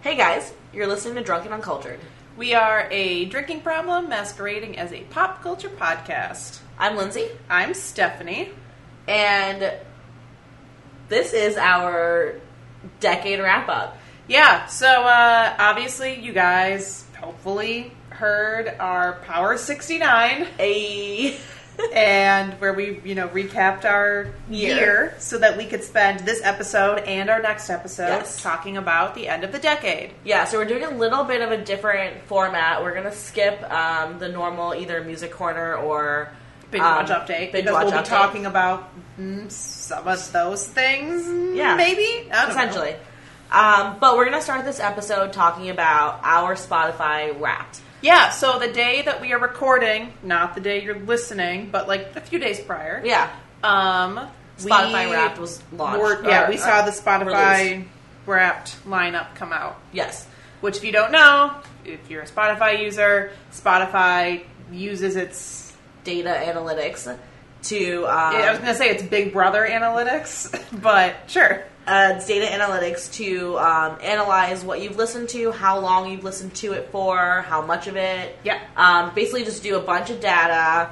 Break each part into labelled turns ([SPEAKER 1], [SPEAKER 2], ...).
[SPEAKER 1] Hey guys, you're listening to Drunken Uncultured.
[SPEAKER 2] We are a drinking problem masquerading as a pop culture podcast.
[SPEAKER 1] I'm Lindsay,
[SPEAKER 2] I'm Stephanie.
[SPEAKER 1] and this is our decade wrap up.
[SPEAKER 2] Yeah, so uh, obviously, you guys hopefully heard our Power 69
[SPEAKER 1] A
[SPEAKER 2] and where we, you know, recapped our
[SPEAKER 1] Year.
[SPEAKER 2] year. so that we could spend this episode and our next episode
[SPEAKER 1] Yes.
[SPEAKER 2] talking about the end of the decade.
[SPEAKER 1] yeah, so we're doing a little bit of a different format. We're gonna skip um, the normal either music corner or
[SPEAKER 2] Binge
[SPEAKER 1] um,
[SPEAKER 2] watch update.
[SPEAKER 1] Binge
[SPEAKER 2] because
[SPEAKER 1] watch
[SPEAKER 2] we'll
[SPEAKER 1] update.
[SPEAKER 2] be talking about mm, some of those things, mm,
[SPEAKER 1] Yeah.
[SPEAKER 2] maybe? I don't know.
[SPEAKER 1] essentially. Um, but we're gonna start this episode talking about our Spotify Wrapped.
[SPEAKER 2] Yeah, so the day that we are recording, not the day you're listening, but like a few days prior.
[SPEAKER 1] Yeah,
[SPEAKER 2] Um
[SPEAKER 1] Spotify
[SPEAKER 2] we
[SPEAKER 1] Wrapped was launched.
[SPEAKER 2] were- yeah,
[SPEAKER 1] or,
[SPEAKER 2] we
[SPEAKER 1] uh,
[SPEAKER 2] saw the Spotify
[SPEAKER 1] released.
[SPEAKER 2] Wrapped lineup come out.
[SPEAKER 1] Yes,
[SPEAKER 2] Which if you don't know, if you're a Spotify user, Spotify uses its
[SPEAKER 1] data analytics to um,
[SPEAKER 2] I was gonna say it's Big Brother analytics, but sure.
[SPEAKER 1] uh, it's data analytics to um, analyze what you've listened to, how long you've listened to it for, how much of it.
[SPEAKER 2] Yeah.
[SPEAKER 1] Um, basically, just do a bunch of data,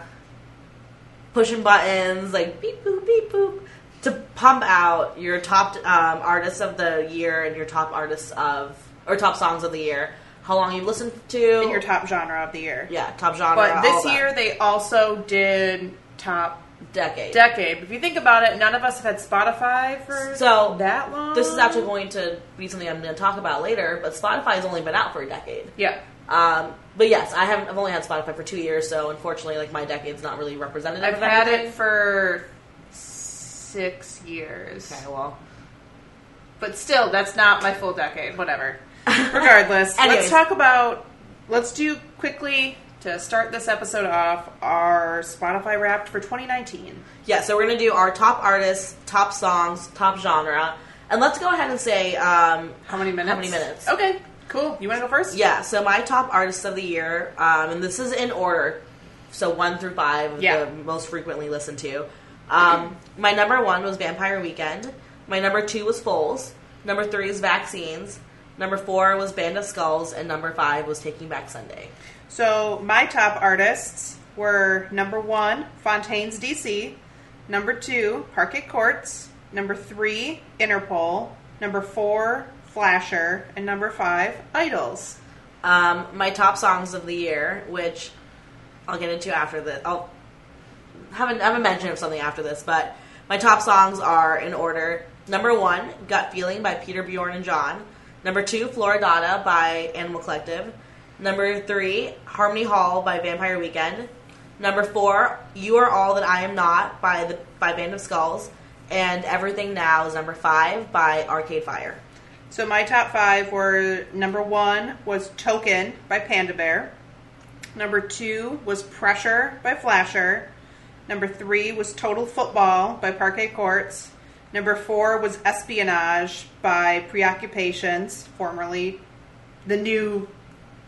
[SPEAKER 1] pushing buttons like beep boop beep boop to pump out your top um, artists of the year and your top artists of or top songs of the year, how long you've listened to,
[SPEAKER 2] Your top genre of the year.
[SPEAKER 1] yeah, top genre.
[SPEAKER 2] But
[SPEAKER 1] all
[SPEAKER 2] this
[SPEAKER 1] that.
[SPEAKER 2] year they also did top
[SPEAKER 1] decade.
[SPEAKER 2] decade. If you think about it, none of us have had Spotify for
[SPEAKER 1] So,
[SPEAKER 2] that long.
[SPEAKER 1] this is actually going to be something I'm going to talk about later, but Spotify's only been out for a decade.
[SPEAKER 2] yeah.
[SPEAKER 1] Um, but yes, I haven't. I've only had Spotify for two years, so unfortunately, like my decade's not really representative.
[SPEAKER 2] I've
[SPEAKER 1] of
[SPEAKER 2] had
[SPEAKER 1] everything.
[SPEAKER 2] it for six years,
[SPEAKER 1] Okay, well,
[SPEAKER 2] but still, that's not my full decade. Whatever. Regardless,
[SPEAKER 1] Anyways.
[SPEAKER 2] let's talk about. Let's do quickly to start this episode off our Spotify Wrapped for 2019.
[SPEAKER 1] yeah. So we're gonna do our top artists, top songs, top genre, and let's go ahead and say, um,
[SPEAKER 2] How many minutes?
[SPEAKER 1] How many minutes?
[SPEAKER 2] Okay, cool. You want to go first?
[SPEAKER 1] yeah. So my top artists of the year, um, and this is in order, so one through five,
[SPEAKER 2] Yeah.
[SPEAKER 1] the most frequently listened to. Um, my number one was Vampire Weekend. My number two was Foals. Number three is Vaccines. Number four was Band of Skulls, and number five was Taking Back Sunday.
[SPEAKER 2] So my top artists were number one, Fontaine's DC, number two, Parquet Courts, number three, Interpol, number four, Flasher, and number five, Idols.
[SPEAKER 1] um, my top songs of the year, which I'll get into after this. I'll have a, have a mention of something after this, but my top songs are in order. Number one, Gut Feeling by Peter Bjorn and John. Number two, Floridata by Animal Collective. Number three, Harmony Hall by Vampire Weekend. Number four, You Are All That I Am Not by the by Band of Skulls. And Everything Now is number five by Arcade Fire.
[SPEAKER 2] So my top five were number one was Token by Panda Bear. Number two was Pressure by Flasher. Number three was Total Football by Parquet Courts. Number four was Espionage by Preoccupations, formerly the new,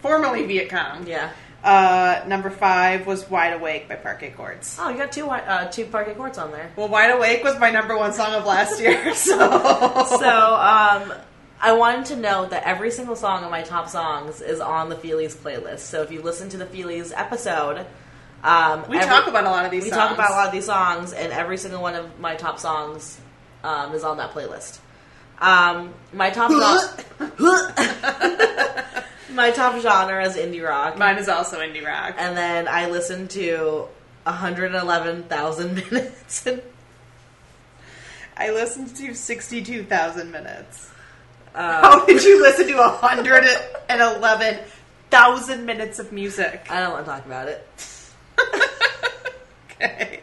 [SPEAKER 2] formerly Viet Cong.
[SPEAKER 1] Yeah.
[SPEAKER 2] Uh, number five was Wide Awake by Parquet Courts.
[SPEAKER 1] Oh, you got two uh, two parking courts on there.
[SPEAKER 2] Well, Wide Awake was my number one song of last year, so.
[SPEAKER 1] So, um, I wanted to note that every single song of my top songs is on the Feelies playlist. So if you listen to the Feelies episode, um,
[SPEAKER 2] We
[SPEAKER 1] every-
[SPEAKER 2] talk about a lot of these
[SPEAKER 1] we
[SPEAKER 2] songs.
[SPEAKER 1] talk about a lot of these songs, and every single one of my top songs um, is on that playlist. Um, my top gen- my top genre is indie rock,
[SPEAKER 2] Mine is also indie rock.
[SPEAKER 1] and then I listen to 111,000 minutes. And,
[SPEAKER 2] I listened to 62,000 minutes.
[SPEAKER 1] um,
[SPEAKER 2] How did you listen to 111,000 minutes of music?
[SPEAKER 1] I don't want to talk about it.
[SPEAKER 2] Okay.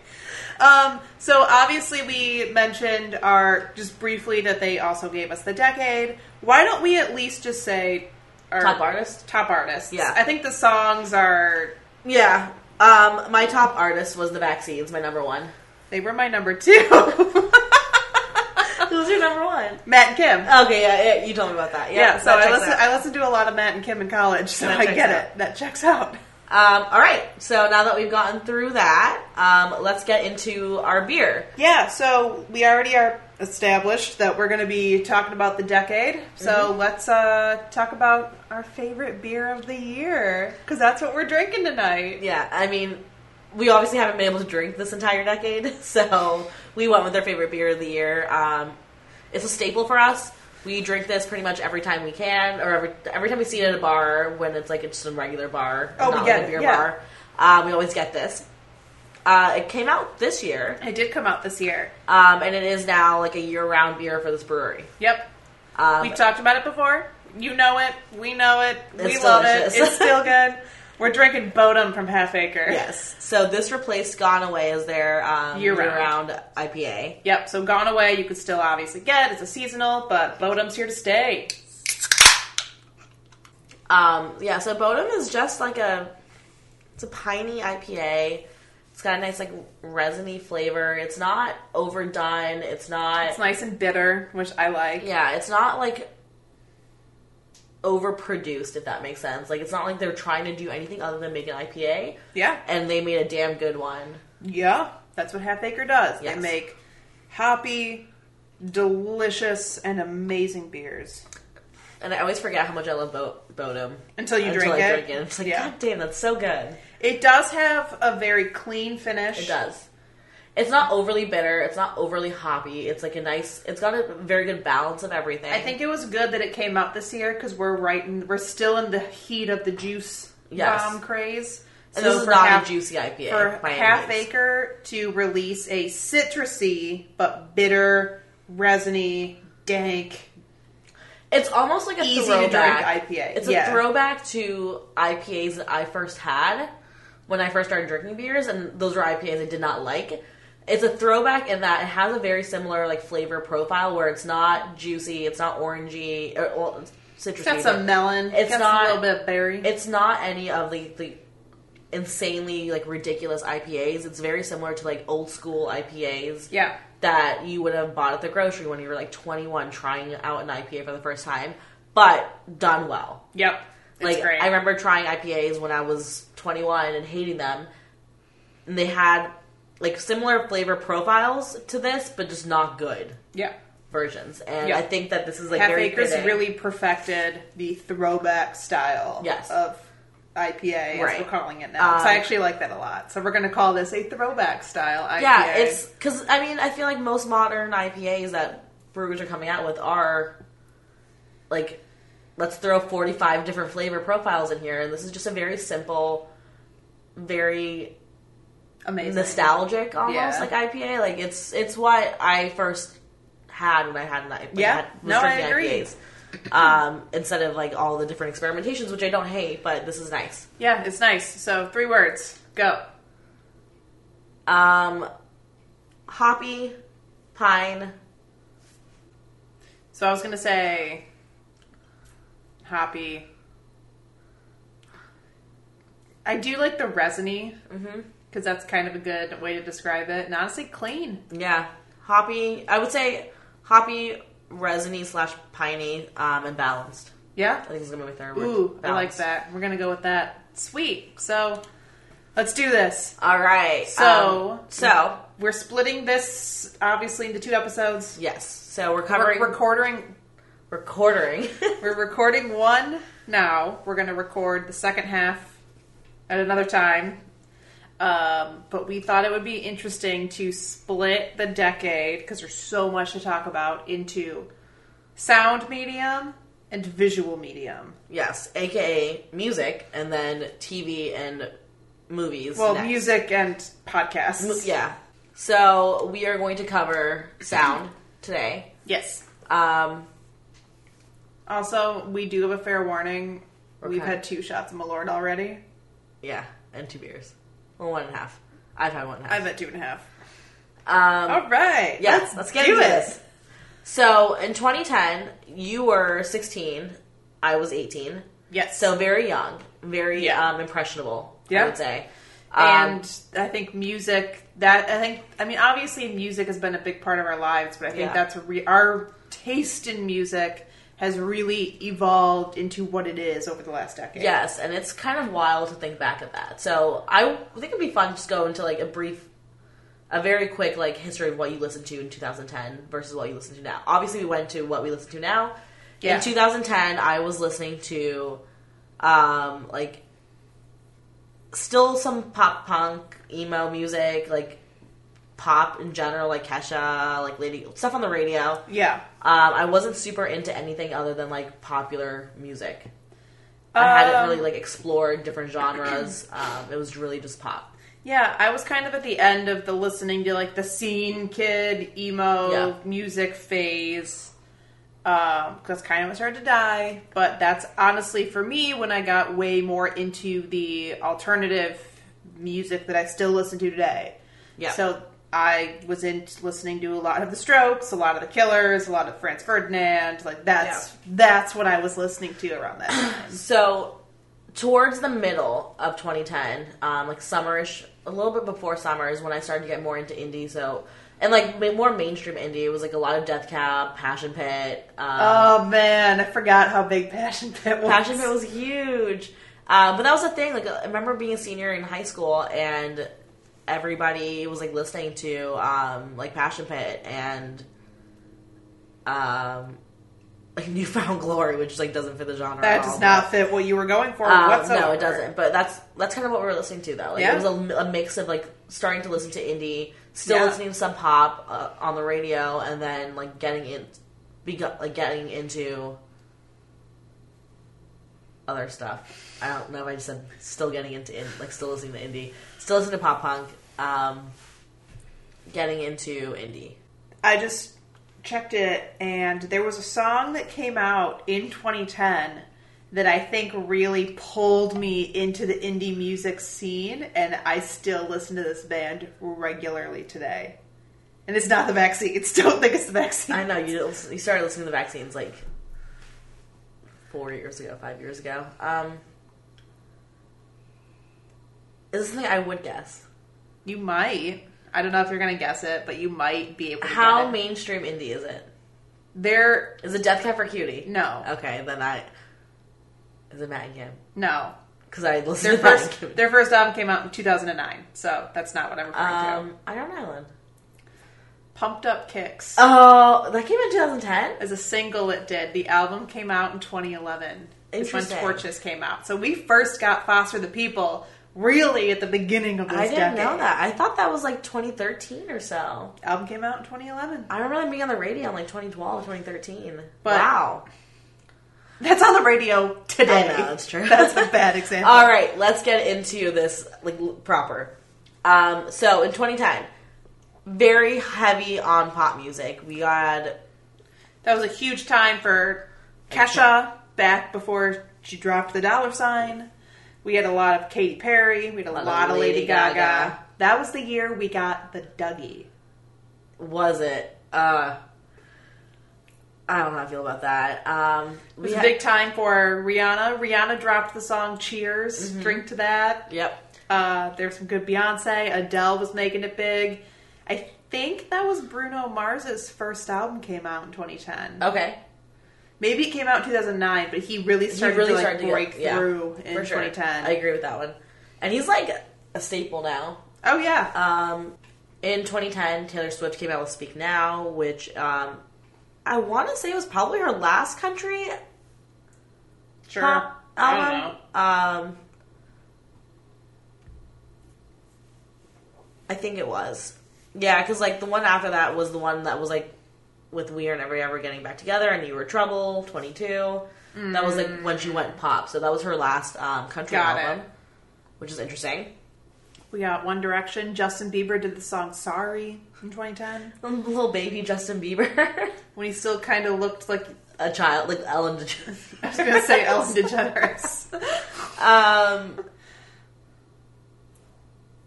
[SPEAKER 2] Um, so obviously we mentioned our just briefly that they also gave us the decade. Why don't we at least just say our
[SPEAKER 1] Top artist.
[SPEAKER 2] Top artists.
[SPEAKER 1] Yeah.
[SPEAKER 2] I think the songs are
[SPEAKER 1] Yeah. Um, my top artist was the vaccines, my number one.
[SPEAKER 2] they were my number two.
[SPEAKER 1] Who's your number one?
[SPEAKER 2] Matt and Kim.
[SPEAKER 1] Okay, yeah, yeah, you told me about that. Uh, Yeah,
[SPEAKER 2] yeah, so
[SPEAKER 1] that
[SPEAKER 2] I
[SPEAKER 1] checks
[SPEAKER 2] listened
[SPEAKER 1] out.
[SPEAKER 2] I listened to a lot of Matt and Kim in college, so
[SPEAKER 1] That
[SPEAKER 2] I
[SPEAKER 1] checks
[SPEAKER 2] get
[SPEAKER 1] out.
[SPEAKER 2] it. That checks out.
[SPEAKER 1] Um, all right, so now that we've gotten through that, um, let's get into our beer.
[SPEAKER 2] Yeah, so we already are established that we're going to be talking about the decade. So
[SPEAKER 1] Mm-hmm.
[SPEAKER 2] let's uh, talk about our favorite beer of the year because that's what we're drinking tonight.
[SPEAKER 1] Yeah, I mean, we obviously haven't been able to drink this entire decade, so we went with our favorite beer of the year. Um, it's a staple for us. We drink this pretty much every time we can, or every every time we see it at a bar when it's like it's just a regular bar,
[SPEAKER 2] Oh, we
[SPEAKER 1] not
[SPEAKER 2] get
[SPEAKER 1] like a
[SPEAKER 2] it,
[SPEAKER 1] beer
[SPEAKER 2] yeah.
[SPEAKER 1] bar. Uh, we always get this. Uh, it came out this year,
[SPEAKER 2] It did come out this year.
[SPEAKER 1] um, and it is now like a year-round beer for this brewery.
[SPEAKER 2] Yep.
[SPEAKER 1] Um,
[SPEAKER 2] We've talked about it before. You know it. We know it. we
[SPEAKER 1] It's
[SPEAKER 2] love it.
[SPEAKER 1] delicious.
[SPEAKER 2] It's still good. We're drinking Bodum from Half Acre.
[SPEAKER 1] yes, so this replaced Gone Away as their um,
[SPEAKER 2] Year-round.
[SPEAKER 1] year-round IPA.
[SPEAKER 2] Yep. So Gone Away, you could still obviously get. It's a seasonal, but Bodum's here to stay.
[SPEAKER 1] Um, yeah, so Bodum is just like a it's a piney IPA. It's got a nice like resiny flavor. It's not overdone. It's not
[SPEAKER 2] It's nice and bitter, which I like.
[SPEAKER 1] yeah, it's not like overproduced if that makes sense. Like it's not like they're trying to do anything other than make an IPA
[SPEAKER 2] Yeah.
[SPEAKER 1] and they made a damn good one.
[SPEAKER 2] Yeah, that's what Half Acre does.
[SPEAKER 1] Yes.
[SPEAKER 2] They make hoppy, delicious, and amazing beers.
[SPEAKER 1] And I always forget how much I love Bo- Bodum
[SPEAKER 2] Until you
[SPEAKER 1] until
[SPEAKER 2] drink,
[SPEAKER 1] I
[SPEAKER 2] it.
[SPEAKER 1] drink it. I'm just like,
[SPEAKER 2] yeah.
[SPEAKER 1] god damn, that's so good.
[SPEAKER 2] It does have a very clean finish.
[SPEAKER 1] It does. It's not overly bitter. It's not overly hoppy. It's like a nice. It's got a very good balance of everything.
[SPEAKER 2] I think it was good that it came out this year because we're right in, we're still in the heat of the juice
[SPEAKER 1] Yes.
[SPEAKER 2] bomb craze.
[SPEAKER 1] And this is
[SPEAKER 2] for
[SPEAKER 1] not
[SPEAKER 2] half,
[SPEAKER 1] a juicy IPA
[SPEAKER 2] for
[SPEAKER 1] by any
[SPEAKER 2] Half
[SPEAKER 1] means.
[SPEAKER 2] Acre to release a citrusy but bitter, resiny, dank,
[SPEAKER 1] It's almost like a
[SPEAKER 2] easy to drink
[SPEAKER 1] throwback.
[SPEAKER 2] IPA.
[SPEAKER 1] It's
[SPEAKER 2] Yeah.
[SPEAKER 1] a throwback to IPAs that I first had when I first started drinking beers, and those were IPAs I did not like. It's a throwback in that it has a very similar like flavor profile where it's not juicy, it's not orangey, or well, it's citrusy.
[SPEAKER 2] It's got
[SPEAKER 1] but-
[SPEAKER 2] some melon.
[SPEAKER 1] It's
[SPEAKER 2] got
[SPEAKER 1] not-
[SPEAKER 2] a little bit of berry.
[SPEAKER 1] it's not any of the, the insanely like ridiculous IPAs. It's very similar to like old school IPAs
[SPEAKER 2] yeah,
[SPEAKER 1] that you would have bought at the grocery when you were like 21 trying out an IPA for the first time, but done well.
[SPEAKER 2] yep. It's
[SPEAKER 1] Like
[SPEAKER 2] great.
[SPEAKER 1] I remember trying IPAs when I was 21 and hating them. And they had like similar flavor profiles to this, but just not good
[SPEAKER 2] yeah,
[SPEAKER 1] versions. And
[SPEAKER 2] Yeah.
[SPEAKER 1] I think that this is like
[SPEAKER 2] Half
[SPEAKER 1] very
[SPEAKER 2] Acres
[SPEAKER 1] fitting.
[SPEAKER 2] really perfected the throwback style.
[SPEAKER 1] Yes.
[SPEAKER 2] of IPA as
[SPEAKER 1] Right.
[SPEAKER 2] we're calling it now. so I
[SPEAKER 1] Um,
[SPEAKER 2] actually like that a lot. So we're going to call this a throwback style IPA.
[SPEAKER 1] Yeah, it's because I mean I feel like most modern IPAs that brewers are coming out with are like let's throw forty five different flavor profiles in here, and this is just a very simple, very
[SPEAKER 2] amazing.
[SPEAKER 1] nostalgic almost
[SPEAKER 2] Yeah.
[SPEAKER 1] like IPA. Like it's it's what I first had when I had an IPA.
[SPEAKER 2] Yeah.
[SPEAKER 1] had, was
[SPEAKER 2] No, I
[SPEAKER 1] drinking
[SPEAKER 2] agree.
[SPEAKER 1] IPAs. Um, instead of like all the different experimentations, which I don't hate, but this is nice.
[SPEAKER 2] Yeah, it's nice. So three words. Go.
[SPEAKER 1] Um, hoppy, pine,
[SPEAKER 2] So I was going to say hoppy. I do like the resiny
[SPEAKER 1] hmm
[SPEAKER 2] because that's kind of a good way to describe it. And honestly, clean.
[SPEAKER 1] Yeah, hoppy. I would say hoppy, resiny slash piney, um, and balanced.
[SPEAKER 2] Yeah.
[SPEAKER 1] I think it's gonna be my third word.
[SPEAKER 2] Ooh, I like
[SPEAKER 1] Balanced.
[SPEAKER 2] that. We're gonna go with that. Sweet. So let's do this.
[SPEAKER 1] All right.
[SPEAKER 2] So-
[SPEAKER 1] um, so
[SPEAKER 2] We're splitting this obviously into two episodes.
[SPEAKER 1] yes. So we're
[SPEAKER 2] We're
[SPEAKER 1] covering. We're,
[SPEAKER 2] recording.
[SPEAKER 1] recording.
[SPEAKER 2] We're recording one now. We're gonna record the second half at another time. Um, but we thought it would be interesting to split the decade because there's so much to talk about into sound medium and visual medium.
[SPEAKER 1] yes, aka music, and then TV and movies.
[SPEAKER 2] Well,
[SPEAKER 1] next.
[SPEAKER 2] music and podcasts.
[SPEAKER 1] Mu- Yeah. So we are going to cover sound today.
[SPEAKER 2] Yes.
[SPEAKER 1] Um,
[SPEAKER 2] Also, we do have a fair warning. We've
[SPEAKER 1] Okay.
[SPEAKER 2] had two shots of Malord already.
[SPEAKER 1] yeah, and two beers. Well, one and a half. I've had one and a half.
[SPEAKER 2] I've had two and a half.
[SPEAKER 1] Um,
[SPEAKER 2] All right.
[SPEAKER 1] Yeah, let's, get into this. So in 2010, you were 16, I was 18.
[SPEAKER 2] Yes.
[SPEAKER 1] So um, very young, very
[SPEAKER 2] Yeah.
[SPEAKER 1] um, impressionable,
[SPEAKER 2] Yeah.
[SPEAKER 1] I would say. Um,
[SPEAKER 2] and I think music. That I think. I mean, obviously, music has been a big part of our lives, but I think
[SPEAKER 1] Yeah.
[SPEAKER 2] that's a re- our taste in music has really evolved into what it is over the last decade.
[SPEAKER 1] yes, and it's kind of wild to think back at that. So I think it'd be fun to just go into like a brief a very quick like history of what you listened to in 2010 versus what you listen to now. Obviously, we went to what we listen to now.
[SPEAKER 2] Yeah.
[SPEAKER 1] In 2010, I was listening to um like still some pop punk emo music, like pop in general, like Kesha, like Lady stuff on the radio.
[SPEAKER 2] Yeah.
[SPEAKER 1] Um, I wasn't super into anything other than like popular music. I hadn't
[SPEAKER 2] Um,
[SPEAKER 1] really like explored different genres. um, it was really just pop.
[SPEAKER 2] Yeah, I was kind of at the end of the listening to like the scene kid emo
[SPEAKER 1] Yeah.
[SPEAKER 2] music phase. Because kind of was hard to die, but that's honestly for me when I got way more into the alternative music that I still listen to today.
[SPEAKER 1] Yeah.
[SPEAKER 2] So I was into listening to a lot of the Strokes, a lot of the Killers, a lot of Franz Ferdinand. Like that's that's what I was listening to around that
[SPEAKER 1] Um,
[SPEAKER 2] time.
[SPEAKER 1] So, towards the middle of 2010, um, like summerish, a little bit before summer is when I started to get more into indie. So, and like ma- more mainstream indie, it was like a lot of Death Cab, Passion Pit. Um,
[SPEAKER 2] oh man, I forgot how big Passion Pit was.
[SPEAKER 1] Passion Pit was huge. Um, but that was the thing. Like, I remember being a senior in high school, and everybody was like listening to um, like Passion Pit and um, like Newfound Glory, which like doesn't fit the genre. at
[SPEAKER 2] That
[SPEAKER 1] all,
[SPEAKER 2] does
[SPEAKER 1] but-
[SPEAKER 2] not fit what you were going for
[SPEAKER 1] Um,
[SPEAKER 2] whatsoever.
[SPEAKER 1] no, it doesn't. But that's that's kind of what we were listening to though. Like
[SPEAKER 2] Yeah.
[SPEAKER 1] it was a, a mix of like starting to listen to indie, still
[SPEAKER 2] Yeah.
[SPEAKER 1] listening to some pop uh, on the radio, and then like getting in, bego- like getting into other stuff. I don't know if I just said still getting into in, like still listening to indie, still listening to pop punk, um, getting into indie.
[SPEAKER 2] I just checked it, and there was a song that came out in 2010 that I think really pulled me into the indie music scene, and I still listen to this band regularly today. And it's not the vaccines. Don't think it's the vaccines.
[SPEAKER 1] I know you you started listening to the vaccines like four years ago, five years ago. Um, is this something I would guess?
[SPEAKER 2] You might. I don't know if you're gonna guess it, but you might be able to.
[SPEAKER 1] How
[SPEAKER 2] get it.
[SPEAKER 1] mainstream indie is it?
[SPEAKER 2] They're
[SPEAKER 1] Is it Death Cab for Cutie?
[SPEAKER 2] no,
[SPEAKER 1] Okay, then I is it Matt and Kim?
[SPEAKER 2] no.
[SPEAKER 1] Because I listened
[SPEAKER 2] Their
[SPEAKER 1] to Matt and
[SPEAKER 2] first
[SPEAKER 1] Kim.
[SPEAKER 2] their first album came out in 2009, so that's not what I'm referring to.
[SPEAKER 1] Um, I don't know. Lynn.
[SPEAKER 2] Pumped Up Kicks
[SPEAKER 1] Oh, that came out in 2010.
[SPEAKER 2] is a single it did. The album came out in 2011. It's when
[SPEAKER 1] Interesting.
[SPEAKER 2] Torches came out. So we first got Foster the People really at the beginning of this
[SPEAKER 1] I didn't
[SPEAKER 2] decade.
[SPEAKER 1] know that. I thought that was like 2013 or so.
[SPEAKER 2] Album came out in 2011.
[SPEAKER 1] I remember them being on the radio in like 2012, 2013.
[SPEAKER 2] But-
[SPEAKER 1] wow.
[SPEAKER 2] That's on the radio today.
[SPEAKER 1] I know, that's true.
[SPEAKER 2] that's a bad example.
[SPEAKER 1] All right, let's get into this like l- proper. Um, so in 2010, very heavy on pop music. We had
[SPEAKER 2] That was a huge time for Kesha back before she dropped the dollar sign. We had a lot of Katy Perry. We had a lot, of Lady Gaga.
[SPEAKER 1] Gaga.
[SPEAKER 2] That was the year we got the Dougie.
[SPEAKER 1] was it? Uh, I don't know how I feel about that. Um,
[SPEAKER 2] It
[SPEAKER 1] we
[SPEAKER 2] was
[SPEAKER 1] had-
[SPEAKER 2] a big time for Rihanna. Rihanna dropped the song Cheers,
[SPEAKER 1] Mm-hmm.
[SPEAKER 2] drink to that.
[SPEAKER 1] Yep.
[SPEAKER 2] Uh, There's some good Beyonce. Adele was making it big. I think that was Bruno Mars's first album came out in 2010.
[SPEAKER 1] Okay.
[SPEAKER 2] Maybe it came out in 2009, but he really
[SPEAKER 1] He
[SPEAKER 2] started
[SPEAKER 1] really
[SPEAKER 2] to like,
[SPEAKER 1] started to
[SPEAKER 2] break
[SPEAKER 1] get, yeah,
[SPEAKER 2] through in
[SPEAKER 1] for sure.
[SPEAKER 2] 2010.
[SPEAKER 1] I agree with that one. And he's like a staple now.
[SPEAKER 2] oh yeah,
[SPEAKER 1] Um, in 2010, Taylor Swift came out with Speak Now, which um, I want to say was probably her last country
[SPEAKER 2] sure.
[SPEAKER 1] pop album.
[SPEAKER 2] I don't know.
[SPEAKER 1] Um, I think it was. Yeah, because like the one after that was the one that was like with We Are Never Ever Getting Back Together and You Were Trouble, 22. That was like when she went pop. So that was her last um, country
[SPEAKER 2] Got
[SPEAKER 1] album,
[SPEAKER 2] it.
[SPEAKER 1] which is interesting.
[SPEAKER 2] We got One Direction. Justin Bieber did the song Sorry in 2010
[SPEAKER 1] Little baby Justin Bieber.
[SPEAKER 2] when he still kind of looked like
[SPEAKER 1] a child, like Ellen DeGeneres.
[SPEAKER 2] I was going to say Ellen DeGeneres.
[SPEAKER 1] Um,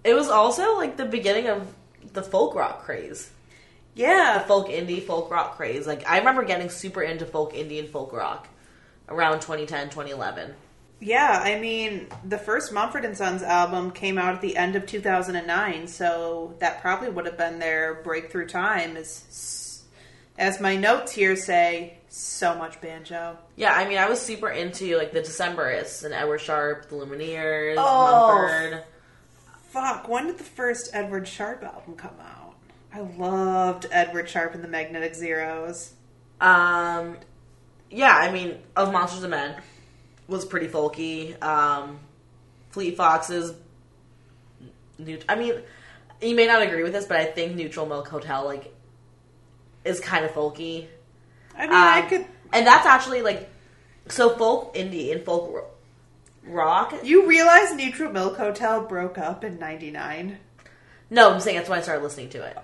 [SPEAKER 1] it was also like the beginning of the folk rock craze,
[SPEAKER 2] Yeah,
[SPEAKER 1] folk indie, folk rock craze. Like I remember getting super into folk indie and folk rock around 2010, 2011.
[SPEAKER 2] Yeah, I mean, the first Mumford and Sons album came out at the end of 2009, so that probably would have been their breakthrough time. Is as my notes here say, so much banjo.
[SPEAKER 1] Yeah, I mean, I was super into like the Decemberists and Edward Sharpe, the Lumineers,
[SPEAKER 2] Oh.
[SPEAKER 1] Mumford.
[SPEAKER 2] Fuck, when did the first Edward Sharpe album come out? I loved Edward Sharpe and the Magnetic Zeros.
[SPEAKER 1] Um, yeah, I mean, of Monsters and Men was pretty folky. Um, Fleet Foxes. Neut- I mean, you may not agree with this, but I think Neutral Milk Hotel like is kind of folky.
[SPEAKER 2] I mean, I
[SPEAKER 1] Um,
[SPEAKER 2] could.
[SPEAKER 1] and that's actually like so folk indie and folk ro- rock.
[SPEAKER 2] You realize Neutral Milk Hotel broke up in '99.
[SPEAKER 1] No, I'm saying that's when I started listening to it.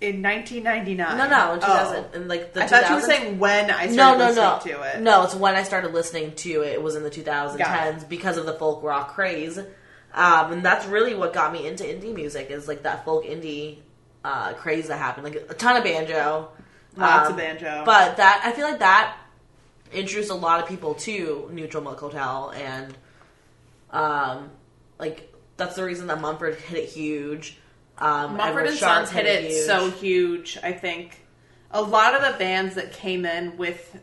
[SPEAKER 2] In 1999.
[SPEAKER 1] No, no, in
[SPEAKER 2] Oh.
[SPEAKER 1] 2000, in like the
[SPEAKER 2] I thought you were
[SPEAKER 1] 2000s.
[SPEAKER 2] saying when I started
[SPEAKER 1] no, no,
[SPEAKER 2] listening
[SPEAKER 1] no,
[SPEAKER 2] to it.
[SPEAKER 1] no. It's when I started listening to it. It was in the 2010s because of the folk rock craze, um, and that's really what got me into indie music. Is like that folk indie uh, craze that happened. Like a ton of banjo,
[SPEAKER 2] Lots
[SPEAKER 1] um,
[SPEAKER 2] of banjo.
[SPEAKER 1] but that I feel like that introduced a lot of people to Neutral Milk Hotel, and um, like that's the reason that Mumford hit it huge. Um,
[SPEAKER 2] Mumford
[SPEAKER 1] Edward
[SPEAKER 2] and
[SPEAKER 1] Sharpe
[SPEAKER 2] Sons hit it so huge. I think a lot of the bands that came in with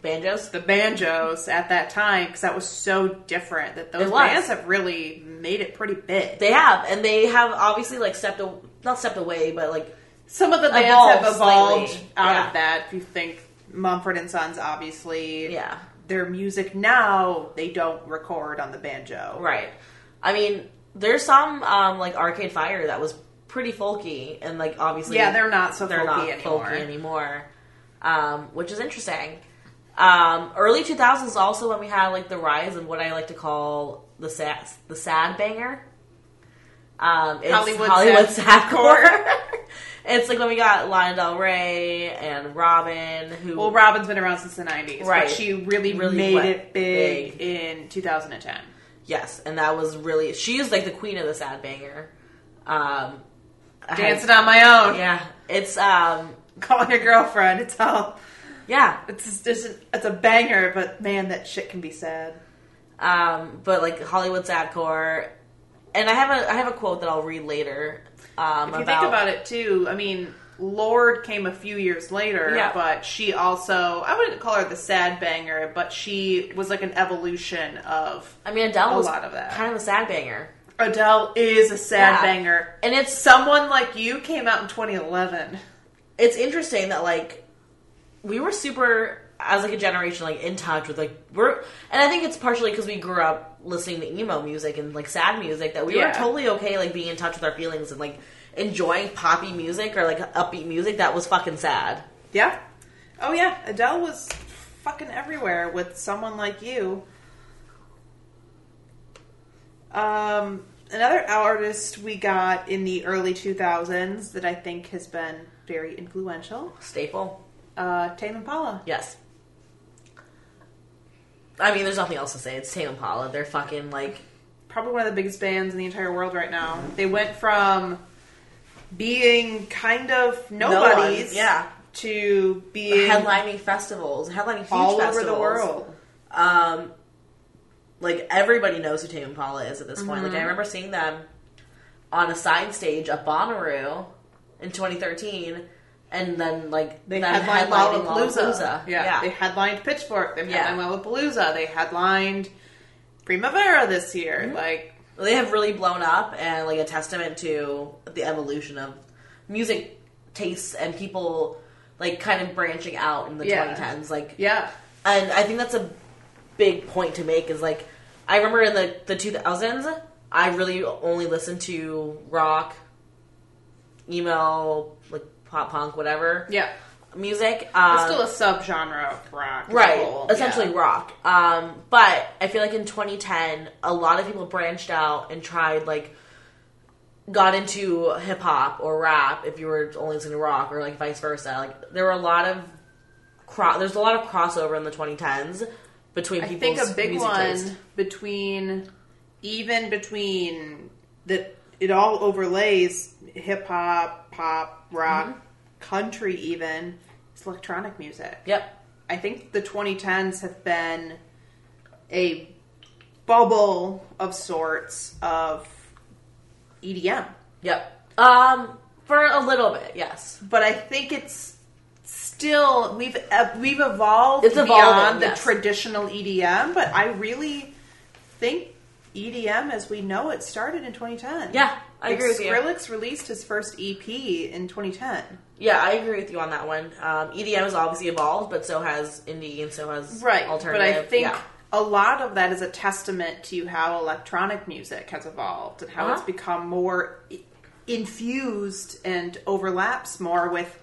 [SPEAKER 1] banjos.
[SPEAKER 2] the banjos at that time, because that was so different, that those
[SPEAKER 1] It was.
[SPEAKER 2] bands have really made it pretty big.
[SPEAKER 1] They have, and they have obviously like stepped a, not stepped away, but like
[SPEAKER 2] Some of the bands
[SPEAKER 1] Evolved
[SPEAKER 2] have evolved
[SPEAKER 1] slightly.
[SPEAKER 2] out
[SPEAKER 1] Yeah.
[SPEAKER 2] of that. If you think Mumford and Sons, obviously,
[SPEAKER 1] yeah,
[SPEAKER 2] their music now they don't record on the banjo.
[SPEAKER 1] right. I mean, there's some um, like Arcade Fire that was pretty folky, and like obviously
[SPEAKER 2] Yeah, they're not so
[SPEAKER 1] they're
[SPEAKER 2] folky
[SPEAKER 1] not
[SPEAKER 2] anymore.
[SPEAKER 1] folky anymore, um, which is interesting. Um, early 2000s is also when we had like the rise of what I like to call the sad the sad banger. Um, it's Hollywood,
[SPEAKER 2] Hollywood
[SPEAKER 1] sad
[SPEAKER 2] sad-
[SPEAKER 1] core. it's like when we got Lana Del Rey and Robin, who
[SPEAKER 2] Well, Robin's been around since the '90s,
[SPEAKER 1] Right.
[SPEAKER 2] but she really,
[SPEAKER 1] Really
[SPEAKER 2] made
[SPEAKER 1] went
[SPEAKER 2] it big, in 2010.
[SPEAKER 1] Yes, and that was really she is like the queen of the sad banger. Um I
[SPEAKER 2] Dancing on my own,
[SPEAKER 1] Yeah. It's um
[SPEAKER 2] calling your girlfriend. It's all
[SPEAKER 1] yeah.
[SPEAKER 2] it's just it's a banger, but man, that shit can be sad.
[SPEAKER 1] Um but like Hollywood sadcore and I have a I have a quote that I'll read later. Um
[SPEAKER 2] If you
[SPEAKER 1] about,
[SPEAKER 2] think about it too, I mean, Lord came a few years later,
[SPEAKER 1] Yeah.
[SPEAKER 2] but she also I wouldn't call her the sad banger, but she was like an evolution of
[SPEAKER 1] I mean Adele
[SPEAKER 2] a
[SPEAKER 1] was
[SPEAKER 2] lot of that.
[SPEAKER 1] kind of a sad banger.
[SPEAKER 2] Adele is a sad
[SPEAKER 1] Yeah.
[SPEAKER 2] banger.
[SPEAKER 1] And it's
[SPEAKER 2] Someone like you came out in 2011.
[SPEAKER 1] it's interesting that like we were super as like a generation like in touch with like we're and I think it's partially because we grew up listening to emo music and like sad music that we were
[SPEAKER 2] Yeah.
[SPEAKER 1] totally okay like being in touch with our feelings and like enjoying poppy music or like upbeat music that was fucking sad.
[SPEAKER 2] Yeah. Oh yeah, Adele was fucking everywhere with someone like you. Um, another artist we got in the early 2000s that I think has been very influential,
[SPEAKER 1] Staple,
[SPEAKER 2] uh, Tame Impala.
[SPEAKER 1] yes. I mean, there's nothing else to say. It's Tame Impala. They're fucking like
[SPEAKER 2] Probably one of the biggest bands in the entire world right now. They went from being kind of
[SPEAKER 1] one,
[SPEAKER 2] nobodies
[SPEAKER 1] yeah.
[SPEAKER 2] to being
[SPEAKER 1] headlining festivals, headlining huge
[SPEAKER 2] all
[SPEAKER 1] festivals.
[SPEAKER 2] over the world.
[SPEAKER 1] um, like everybody knows who Tame Impala is at this point.
[SPEAKER 2] Mm-hmm.
[SPEAKER 1] Like I remember seeing them on a side stage at Bonnaroo in 2013, and then like
[SPEAKER 2] They
[SPEAKER 1] them
[SPEAKER 2] headlined
[SPEAKER 1] headlining
[SPEAKER 2] Lollapalooza.
[SPEAKER 1] Lollapalooza.
[SPEAKER 2] Yeah.
[SPEAKER 1] Yeah,
[SPEAKER 2] They headlined Pitchfork. They
[SPEAKER 1] Yeah.
[SPEAKER 2] headlined Lollapalooza. They headlined Primavera this year.
[SPEAKER 1] Mm-hmm.
[SPEAKER 2] Like,
[SPEAKER 1] they have really blown up and like a testament to the evolution of music tastes and people like kind of branching out in the
[SPEAKER 2] Yeah.
[SPEAKER 1] 2010s. Like
[SPEAKER 2] yeah.
[SPEAKER 1] and I think that's a big point to make is like I remember in the the two thousands I really only listened to rock, emo, like pop punk, whatever
[SPEAKER 2] Yeah.
[SPEAKER 1] music.
[SPEAKER 2] It's
[SPEAKER 1] Um,
[SPEAKER 2] still a subgenre of rock. as a
[SPEAKER 1] right,
[SPEAKER 2] whole.
[SPEAKER 1] essentially
[SPEAKER 2] Yeah.
[SPEAKER 1] rock. Um, but I feel like in 2010, a lot of people branched out and tried like got into hip hop or rap if you were only listening to rock or like vice versa. Like there were a lot of cro- there's a lot of crossover in the 2010s between
[SPEAKER 2] I
[SPEAKER 1] people's
[SPEAKER 2] think a big
[SPEAKER 1] music
[SPEAKER 2] one
[SPEAKER 1] taste.
[SPEAKER 2] between, even between that, it all overlays hip hop, pop, rock,
[SPEAKER 1] Mm-hmm.
[SPEAKER 2] country, even. It's electronic music.
[SPEAKER 1] Yep.
[SPEAKER 2] I think the 2010s have been a bubble of sorts of E EDM.
[SPEAKER 1] Yep. Um for a little bit, yes.
[SPEAKER 2] But I think it's still we've uh, we've evolved
[SPEAKER 1] It's evolving,
[SPEAKER 2] beyond the E
[SPEAKER 1] yes.
[SPEAKER 2] traditional EDM, but I really think EDM as we know it started in 2010.
[SPEAKER 1] Yeah, I agree with you.
[SPEAKER 2] Skrillex released his first EP in 2010.
[SPEAKER 1] Yeah, I agree with you on that one. Um, EDM has obviously evolved, but so has indie and so has
[SPEAKER 2] Right. But
[SPEAKER 1] alternative.
[SPEAKER 2] I think
[SPEAKER 1] yeah.
[SPEAKER 2] a lot of that is a testament to how electronic music has evolved and how
[SPEAKER 1] Uh-huh.
[SPEAKER 2] it's become more i- infused and overlaps more with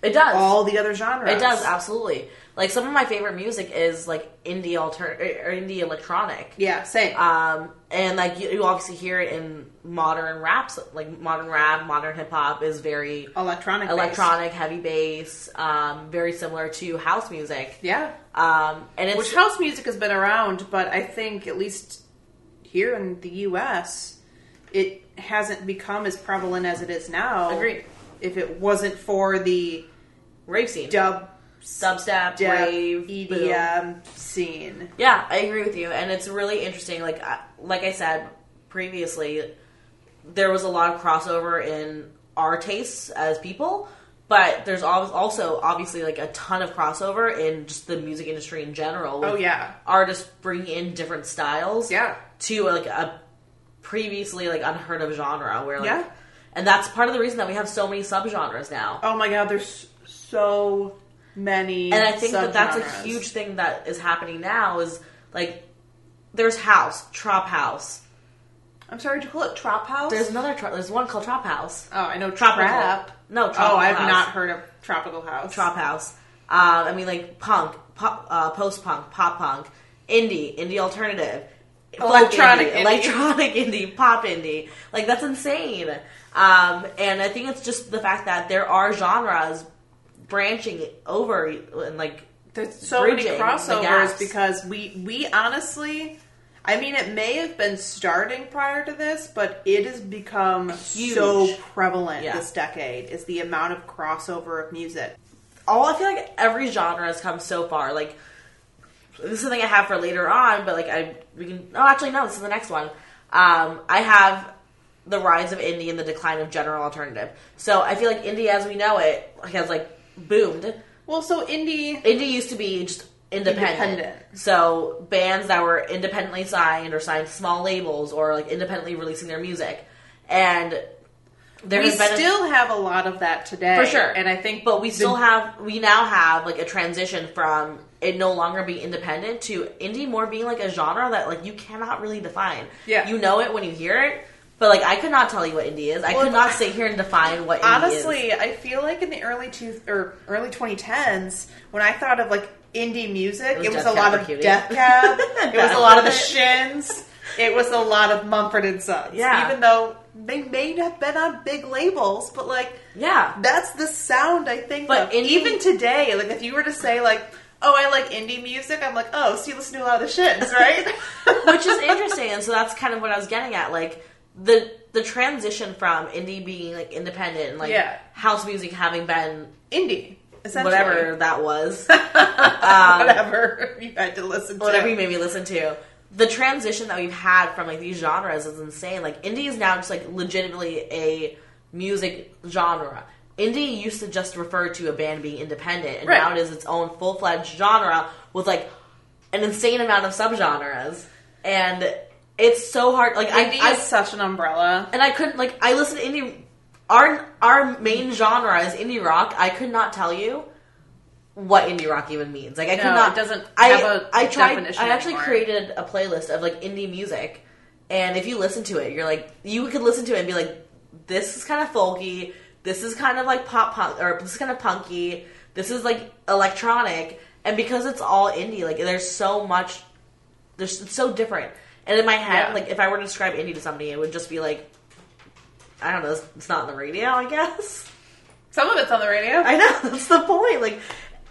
[SPEAKER 1] it does.
[SPEAKER 2] all the other genres.
[SPEAKER 1] It does absolutely. Like some of my favorite music is like indie alter or indie electronic.
[SPEAKER 2] Yeah, same.
[SPEAKER 1] Um, and like you, you obviously hear it in modern raps, like modern rap, modern hip hop is very
[SPEAKER 2] electronic.
[SPEAKER 1] electronic, heavy bass, um, very similar to house music.
[SPEAKER 2] Yeah.
[SPEAKER 1] Um, and it's
[SPEAKER 2] Which house music has been around, but I think at least here in the US, it hasn't become as prevalent as it is now.
[SPEAKER 1] Agreed.
[SPEAKER 2] If it wasn't for the
[SPEAKER 1] rave scene,
[SPEAKER 2] dub,
[SPEAKER 1] dubstep,
[SPEAKER 2] dub
[SPEAKER 1] rave,
[SPEAKER 2] E
[SPEAKER 1] boom.
[SPEAKER 2] EDM scene.
[SPEAKER 1] Yeah, I agree with you, and it's really interesting. Like, I- like I said previously, there was a lot of crossover in our tastes as people, but there's al- also obviously like a ton of crossover in just the music industry in general. with
[SPEAKER 2] Oh, yeah.
[SPEAKER 1] artists bringing in different styles,
[SPEAKER 2] Yeah.
[SPEAKER 1] to like a previously like unheard of genre where like,
[SPEAKER 2] Yeah.
[SPEAKER 1] and that's part of the reason that we have so many subgenres now.
[SPEAKER 2] Oh my god, there's so many.
[SPEAKER 1] and I think that that's a
[SPEAKER 2] subgenres.
[SPEAKER 1] huge thing that is happening now is like there's house, trap house.
[SPEAKER 2] I'm sorry, did you call it Trap House?
[SPEAKER 1] There's another tra- there's one called trap house.
[SPEAKER 2] oh, I know
[SPEAKER 1] Tropical.
[SPEAKER 2] Trap.
[SPEAKER 1] No,
[SPEAKER 2] Oh,
[SPEAKER 1] tropical
[SPEAKER 2] I've
[SPEAKER 1] house.
[SPEAKER 2] not heard of Tropical House.
[SPEAKER 1] Trap house. Um, I mean like punk, pop, uh, post punk, pop punk, indie, indie alternative, folk
[SPEAKER 2] Electronic
[SPEAKER 1] indie,
[SPEAKER 2] indie.
[SPEAKER 1] electronic indie, pop indie. Like that's insane. Um, and I think it's just the fact that there are genres branching over and like
[SPEAKER 2] There's so
[SPEAKER 1] bridging
[SPEAKER 2] many
[SPEAKER 1] the
[SPEAKER 2] crossovers
[SPEAKER 1] gaps.
[SPEAKER 2] because we we honestly, I mean, it may have been starting prior to this, but it has become
[SPEAKER 1] Huge.
[SPEAKER 2] so prevalent
[SPEAKER 1] Yeah.
[SPEAKER 2] this decade. Is the amount of crossover of music?
[SPEAKER 1] all I feel like every genre has come so far. Like this is something I have for later on, but like I we can oh actually no, this is the next one. Um, I have the rise of indie and the decline of general alternative. So I feel like indie as we know it has like boomed.
[SPEAKER 2] Well, so indie.
[SPEAKER 1] Indie used to be just independent.
[SPEAKER 2] Independent.
[SPEAKER 1] So bands that were independently signed or signed to small labels or like independently releasing their music. And there
[SPEAKER 2] We
[SPEAKER 1] has been a-
[SPEAKER 2] still have a lot of that today,
[SPEAKER 1] for sure.
[SPEAKER 2] And I think,
[SPEAKER 1] but we
[SPEAKER 2] the-
[SPEAKER 1] still have, we now have like a transition from it no longer being independent to indie more being like a genre that like you cannot really define.
[SPEAKER 2] Yeah.
[SPEAKER 1] you know it when you hear it, but like I could not tell you what indie is. I
[SPEAKER 2] Well,
[SPEAKER 1] could not sit here and define what indie is.
[SPEAKER 2] honestly, I feel like in the early two or early 2010s, when I thought of like indie music,
[SPEAKER 1] was
[SPEAKER 2] it was
[SPEAKER 1] Death
[SPEAKER 2] a lot
[SPEAKER 1] Cab
[SPEAKER 2] of
[SPEAKER 1] for E. Cutie.
[SPEAKER 2] Death Cab. it was a lot of the
[SPEAKER 1] Definitely.
[SPEAKER 2] Shins. It was a lot of Mumford and Sons.
[SPEAKER 1] Yeah.
[SPEAKER 2] even though they may have been on big labels, but like
[SPEAKER 1] Yeah,
[SPEAKER 2] that's the sound I think.
[SPEAKER 1] But
[SPEAKER 2] But
[SPEAKER 1] indie-
[SPEAKER 2] even today, like if you were to say like, "Oh, I like indie music," I'm like, "Oh, so you listen to a lot of the Shins, right?"
[SPEAKER 1] which is interesting and so that's kind of what i was getting at like the the transition from indie being like independent and like
[SPEAKER 2] Yeah.
[SPEAKER 1] house music having been
[SPEAKER 2] indie, essentially.
[SPEAKER 1] whatever that was
[SPEAKER 2] whatever you had to listen to.
[SPEAKER 1] whatever you made me listen to the transition that we've had from like these genres is insane like indie is now just like legitimately a music genre indie used to just refer to a band being independent and
[SPEAKER 2] Right.
[SPEAKER 1] now it is its own full-fledged genre with like an insane amount of subgenres and it's so hard like
[SPEAKER 2] Indie
[SPEAKER 1] I, I
[SPEAKER 2] is such an umbrella.
[SPEAKER 1] and I couldn't like I listen to indie. Our our main genre is indie rock. I could not tell you what indie rock even means. Like I could
[SPEAKER 2] No,
[SPEAKER 1] not.
[SPEAKER 2] it doesn't
[SPEAKER 1] I
[SPEAKER 2] have a
[SPEAKER 1] I tried.
[SPEAKER 2] definition
[SPEAKER 1] I actually
[SPEAKER 2] anymore.
[SPEAKER 1] created a playlist of like indie music, and if you listen to it, you're like you could listen to it and be like, this is kind of folky. This is kind of like pop punk, or this is kind of punky. This is like electronic, and because it's all indie, like there's so much there's it's so different. And in my head,
[SPEAKER 2] Yeah.
[SPEAKER 1] like if I were to describe indie to somebody, it would just be like, I don't know, it's, it's not on the radio, I guess.
[SPEAKER 2] Some of it's on the radio.
[SPEAKER 1] I know that's the point. Like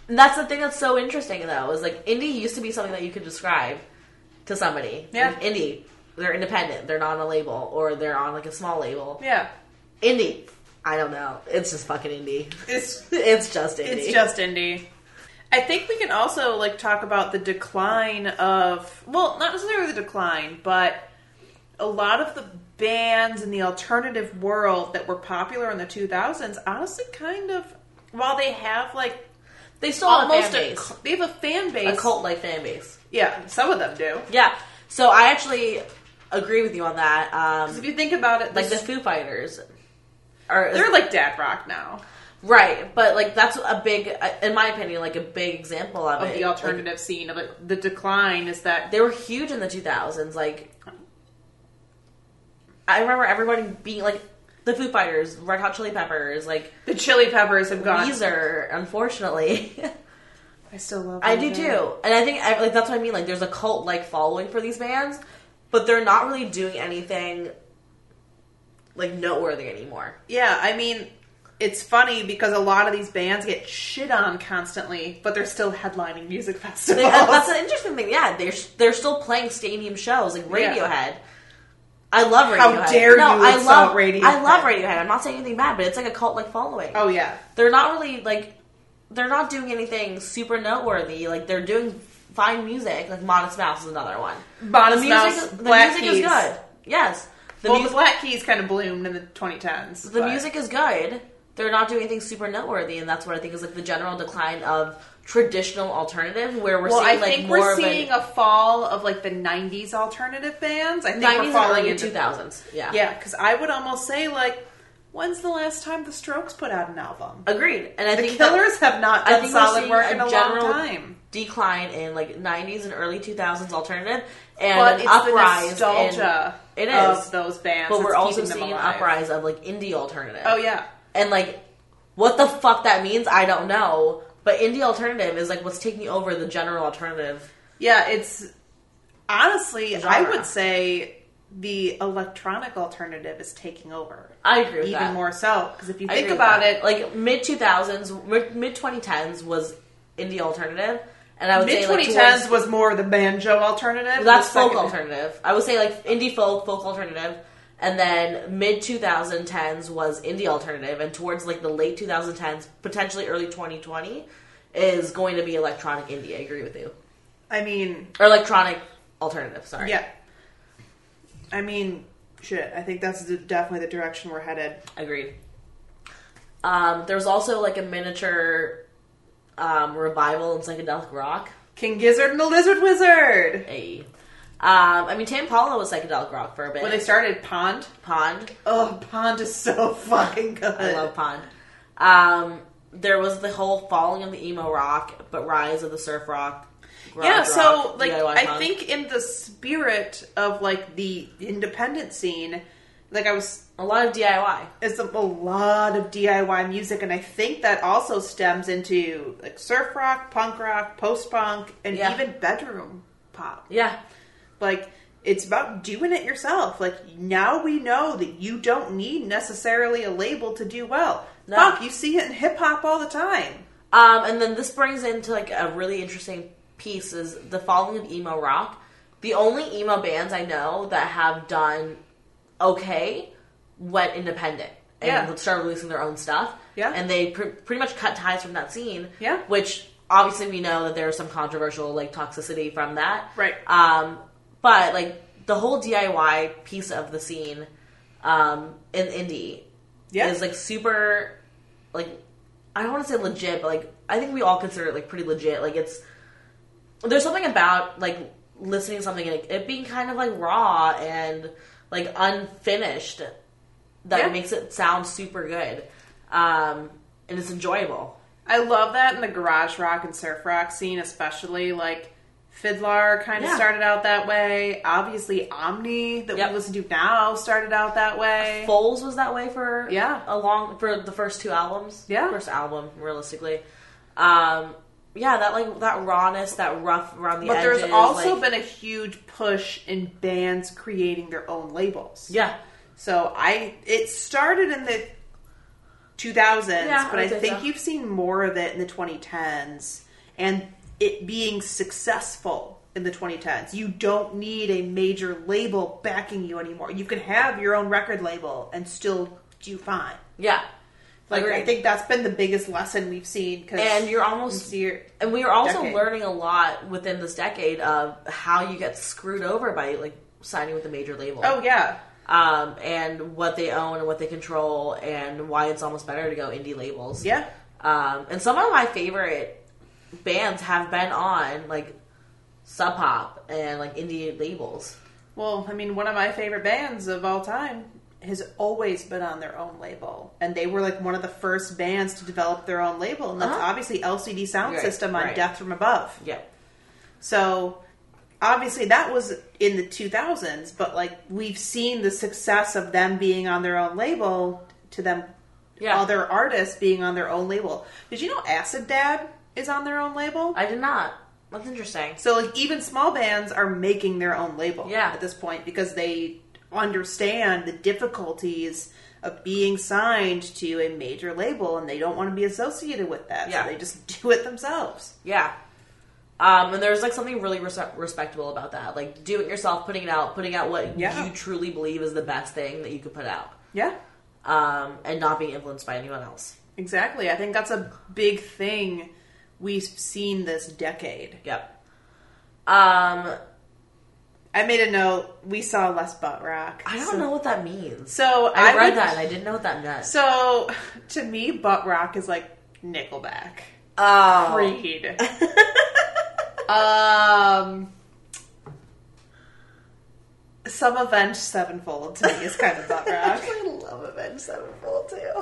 [SPEAKER 1] that's the thing that's so interesting though is like indie used to be something that you could describe to somebody.
[SPEAKER 2] Yeah.
[SPEAKER 1] Like, indie, they're independent, they're not on a label, or they're on like a small label.
[SPEAKER 2] yeah,
[SPEAKER 1] Indie, I don't know, it's just fucking indie.
[SPEAKER 2] it's
[SPEAKER 1] it's just indie.
[SPEAKER 2] it's just indie. I think we can also like talk about the decline of well, not necessarily the decline, but a lot of the bands in the alternative world that were popular in the 2000s honestly kind of while they have like
[SPEAKER 1] they still have a
[SPEAKER 2] almost
[SPEAKER 1] fan
[SPEAKER 2] a,
[SPEAKER 1] base,
[SPEAKER 2] cu- they have a fan
[SPEAKER 1] a
[SPEAKER 2] base
[SPEAKER 1] cult like fan base.
[SPEAKER 2] yeah some of them do
[SPEAKER 1] Yeah. So I actually agree with you on that.
[SPEAKER 2] 'Cause
[SPEAKER 1] Um,
[SPEAKER 2] if you think about it,
[SPEAKER 1] like the
[SPEAKER 2] this-
[SPEAKER 1] Foo Fighters, or
[SPEAKER 2] they're like dad rock now
[SPEAKER 1] right, but like that's a big, uh, in my opinion, like a big example of,
[SPEAKER 2] of
[SPEAKER 1] it.
[SPEAKER 2] the alternative scene of it. The decline is that
[SPEAKER 1] Like, they were huge in the 2000s. Like I remember everybody being like the Foo Fighters, Red Hot Chili Peppers, like
[SPEAKER 2] the Chili Peppers have gone.
[SPEAKER 1] Weezer. Unfortunately,
[SPEAKER 2] I still love.
[SPEAKER 1] I do
[SPEAKER 2] Weezer.
[SPEAKER 1] too, and I think I, like that's what I mean. Like there's a cult like following for these bands, but they're not really doing anything like noteworthy anymore.
[SPEAKER 2] Yeah, I mean, it's funny because a lot of these bands get shit on constantly, but they're still headlining music
[SPEAKER 1] They-
[SPEAKER 2] festivals.
[SPEAKER 1] that's an interesting thing. Yeah, they're they're still playing stadium shows like Radiohead. I love Radiohead.
[SPEAKER 2] How dare
[SPEAKER 1] no,
[SPEAKER 2] you
[SPEAKER 1] I
[SPEAKER 2] insult
[SPEAKER 1] love
[SPEAKER 2] Radiohead.
[SPEAKER 1] I love Radiohead. I'm not saying anything bad, but it's like a cult like following.
[SPEAKER 2] oh yeah,
[SPEAKER 1] They're not really like they're not doing anything super noteworthy. Like they're doing fine music. Like Modest Mouse is another one. The
[SPEAKER 2] Modest
[SPEAKER 1] music,
[SPEAKER 2] Mouse,
[SPEAKER 1] the
[SPEAKER 2] Black
[SPEAKER 1] music
[SPEAKER 2] Keys.
[SPEAKER 1] is good. Yes, the,
[SPEAKER 2] well,
[SPEAKER 1] mu-
[SPEAKER 2] the Black Keys kind of bloomed in the 2010s.
[SPEAKER 1] the
[SPEAKER 2] but-
[SPEAKER 1] music is good. They're not doing anything super noteworthy, and that's what I think is like the general decline of traditional alternative, where we're
[SPEAKER 2] Well, I
[SPEAKER 1] seeing like
[SPEAKER 2] think
[SPEAKER 1] more
[SPEAKER 2] we're
[SPEAKER 1] of an-
[SPEAKER 2] seeing a fall of like the 90s alternative bands. I think we're
[SPEAKER 1] nineties and
[SPEAKER 2] falling
[SPEAKER 1] early
[SPEAKER 2] into
[SPEAKER 1] two thousands. Yeah.
[SPEAKER 2] Yeah, because I would almost say like, when's the last time the Strokes put out an album?
[SPEAKER 1] Agreed. And I
[SPEAKER 2] The
[SPEAKER 1] think that
[SPEAKER 2] Killers have not
[SPEAKER 1] I
[SPEAKER 2] done
[SPEAKER 1] think we're
[SPEAKER 2] solid
[SPEAKER 1] seeing
[SPEAKER 2] work
[SPEAKER 1] a
[SPEAKER 2] in a
[SPEAKER 1] general-
[SPEAKER 2] long time.
[SPEAKER 1] decline in like nineties and early two thousands alternative and
[SPEAKER 2] But
[SPEAKER 1] an
[SPEAKER 2] it's the
[SPEAKER 1] uprise. in,
[SPEAKER 2] nostalgia
[SPEAKER 1] It is.
[SPEAKER 2] of those bands.
[SPEAKER 1] but we're
[SPEAKER 2] that's
[SPEAKER 1] also
[SPEAKER 2] keeping them
[SPEAKER 1] seeing an
[SPEAKER 2] alive.
[SPEAKER 1] uprise of like indie alternative.
[SPEAKER 2] Oh yeah,
[SPEAKER 1] And like what the fuck that means, I don't know. But indie alternative is like what's taking over the general alternative.
[SPEAKER 2] yeah. It's honestly, I
[SPEAKER 1] Genre.
[SPEAKER 2] would say the electronic alternative is taking over
[SPEAKER 1] I agree with
[SPEAKER 2] even
[SPEAKER 1] that.
[SPEAKER 2] more so because if you
[SPEAKER 1] I
[SPEAKER 2] think
[SPEAKER 1] agree with
[SPEAKER 2] about
[SPEAKER 1] that.
[SPEAKER 2] it,
[SPEAKER 1] Like mid two thousands, mid twenty tens was indie alternative, and I would
[SPEAKER 2] mid
[SPEAKER 1] say like
[SPEAKER 2] 2010s
[SPEAKER 1] towards-
[SPEAKER 2] was more the banjo alternative.
[SPEAKER 1] That's
[SPEAKER 2] The
[SPEAKER 1] folk
[SPEAKER 2] second-
[SPEAKER 1] alternative. I would say like indie folk, folk alternative, and then mid 2010s was indie alternative, and towards like the late 2010s, potentially early 2020, is going to be electronic indie. I agree with you,
[SPEAKER 2] I mean,
[SPEAKER 1] or electronic alternative. Sorry.
[SPEAKER 2] yeah. I mean, shit. I think that's the- definitely the direction we're headed.
[SPEAKER 1] Agreed. Um, there was also like a miniature um, revival in psychedelic rock.
[SPEAKER 2] King Gizzard and the Lizard Wizard.
[SPEAKER 1] Hey. Um, I mean, Tam Paula was psychedelic rock for a bit.
[SPEAKER 2] When they started Pond.
[SPEAKER 1] Pond.
[SPEAKER 2] Oh, Pond is so fucking good.
[SPEAKER 1] I love Pond. Um, there was the whole falling of the emo rock, but rise of the surf rock. garage
[SPEAKER 2] yeah so
[SPEAKER 1] rock,
[SPEAKER 2] like
[SPEAKER 1] DIY
[SPEAKER 2] i
[SPEAKER 1] punk.
[SPEAKER 2] think in the spirit of like the independent scene like i was
[SPEAKER 1] a lot of DIY.
[SPEAKER 2] it's a, a lot of diy music and i think that also stems into like surf rock punk rock post punk and
[SPEAKER 1] Yeah.
[SPEAKER 2] even bedroom pop
[SPEAKER 1] Yeah,
[SPEAKER 2] like it's about doing it yourself like now we know that you don't need necessarily a label to do well
[SPEAKER 1] No.
[SPEAKER 2] fuck you see it in hip-hop all the time
[SPEAKER 1] um, and then this brings into like a really interesting piece is the falling of emo rock. The only emo bands I know that have done okay went independent and
[SPEAKER 2] Yeah.
[SPEAKER 1] started releasing their own stuff.
[SPEAKER 2] Yeah.
[SPEAKER 1] and they pr- pretty much cut ties from that scene.
[SPEAKER 2] Yeah.
[SPEAKER 1] which obviously we know that there was some controversial like toxicity from that.
[SPEAKER 2] right
[SPEAKER 1] Um, but like the whole DIY piece of the scene um, in indie
[SPEAKER 2] yeah
[SPEAKER 1] is like super, like I don't want to say legit, but like I think we all consider it like pretty legit. Like it's there's something about like listening to something and it, it being kind of like raw and like unfinished that
[SPEAKER 2] Yeah.
[SPEAKER 1] makes it sound super good, um, and it's enjoyable.
[SPEAKER 2] I love that in the garage rock and surf rock scene, especially like Fiddler kind of
[SPEAKER 1] Yeah.
[SPEAKER 2] started out that way. Obviously, Omni that
[SPEAKER 1] Yep.
[SPEAKER 2] we listen to now started out that way.
[SPEAKER 1] Foles was that way for
[SPEAKER 2] Yeah.
[SPEAKER 1] a long for the first two albums.
[SPEAKER 2] Yeah.
[SPEAKER 1] first album realistically. Um, yeah, that like that rawness, that rough around the
[SPEAKER 2] but
[SPEAKER 1] edges.
[SPEAKER 2] there's also
[SPEAKER 1] like-
[SPEAKER 2] been a huge push in bands creating their own labels.
[SPEAKER 1] yeah,
[SPEAKER 2] So I it started in the 2000s,
[SPEAKER 1] Yeah, I
[SPEAKER 2] but I
[SPEAKER 1] would say
[SPEAKER 2] think
[SPEAKER 1] so.
[SPEAKER 2] you've seen more of it in the 2010s and it being successful in the 2010s. You don't need a major label backing you anymore. You can have your own record label and still do fine.
[SPEAKER 1] yeah.
[SPEAKER 2] Like I
[SPEAKER 1] Agreed.
[SPEAKER 2] think that's been the biggest lesson we've seen cuz
[SPEAKER 1] and you're almost
[SPEAKER 2] you're
[SPEAKER 1] and we are also
[SPEAKER 2] Decade.
[SPEAKER 1] learning a lot within this decade of how you get screwed over by like signing with a major label.
[SPEAKER 2] Oh yeah.
[SPEAKER 1] Um, and what they own and what they control and why it's almost better to go indie labels.
[SPEAKER 2] Yeah.
[SPEAKER 1] Um, and some of my favorite bands have been on like Sub Pop and like indie labels.
[SPEAKER 2] Well, I mean, one of my favorite bands of all time has always been on their own label, and they were like one of the first bands to develop their own label, and that's
[SPEAKER 1] Uh-huh.
[SPEAKER 2] obviously LCD Sound
[SPEAKER 1] Right,
[SPEAKER 2] System on
[SPEAKER 1] right.
[SPEAKER 2] Death from Above.
[SPEAKER 1] Yeah.
[SPEAKER 2] So obviously that was in the 2000s, but like we've seen the success of them being on their own label to them
[SPEAKER 1] Yeah.
[SPEAKER 2] other artists being on their own label. Did you know Acid Dad is on their own label?
[SPEAKER 1] I did not. That's interesting.
[SPEAKER 2] so like even small bands are making their own label
[SPEAKER 1] Yeah.
[SPEAKER 2] at this point because they understand the difficulties of being signed to a major label and they don't want to be associated with that.
[SPEAKER 1] Yeah.
[SPEAKER 2] So they just do it themselves.
[SPEAKER 1] Yeah. Um, and there's like something really res- respectable about that. Like do it yourself, putting it out, putting out what
[SPEAKER 2] Yeah.
[SPEAKER 1] you truly believe is the best thing that you could put out,
[SPEAKER 2] Yeah.
[SPEAKER 1] um, and not being influenced by anyone else.
[SPEAKER 2] Exactly. I think that's a big thing we've seen this decade.
[SPEAKER 1] Yep. Um,
[SPEAKER 2] I made a note. We saw less butt rock.
[SPEAKER 1] I don't
[SPEAKER 2] So-
[SPEAKER 1] know what that means.
[SPEAKER 2] So
[SPEAKER 1] I, read
[SPEAKER 2] would-
[SPEAKER 1] that and I didn't know what that meant.
[SPEAKER 2] So to me, butt rock is like Nickelback,
[SPEAKER 1] Oh.
[SPEAKER 2] Creed. um, some Avenged Sevenfold to me is kind of butt rock.
[SPEAKER 1] I love Avenged Sevenfold too.
[SPEAKER 2] you,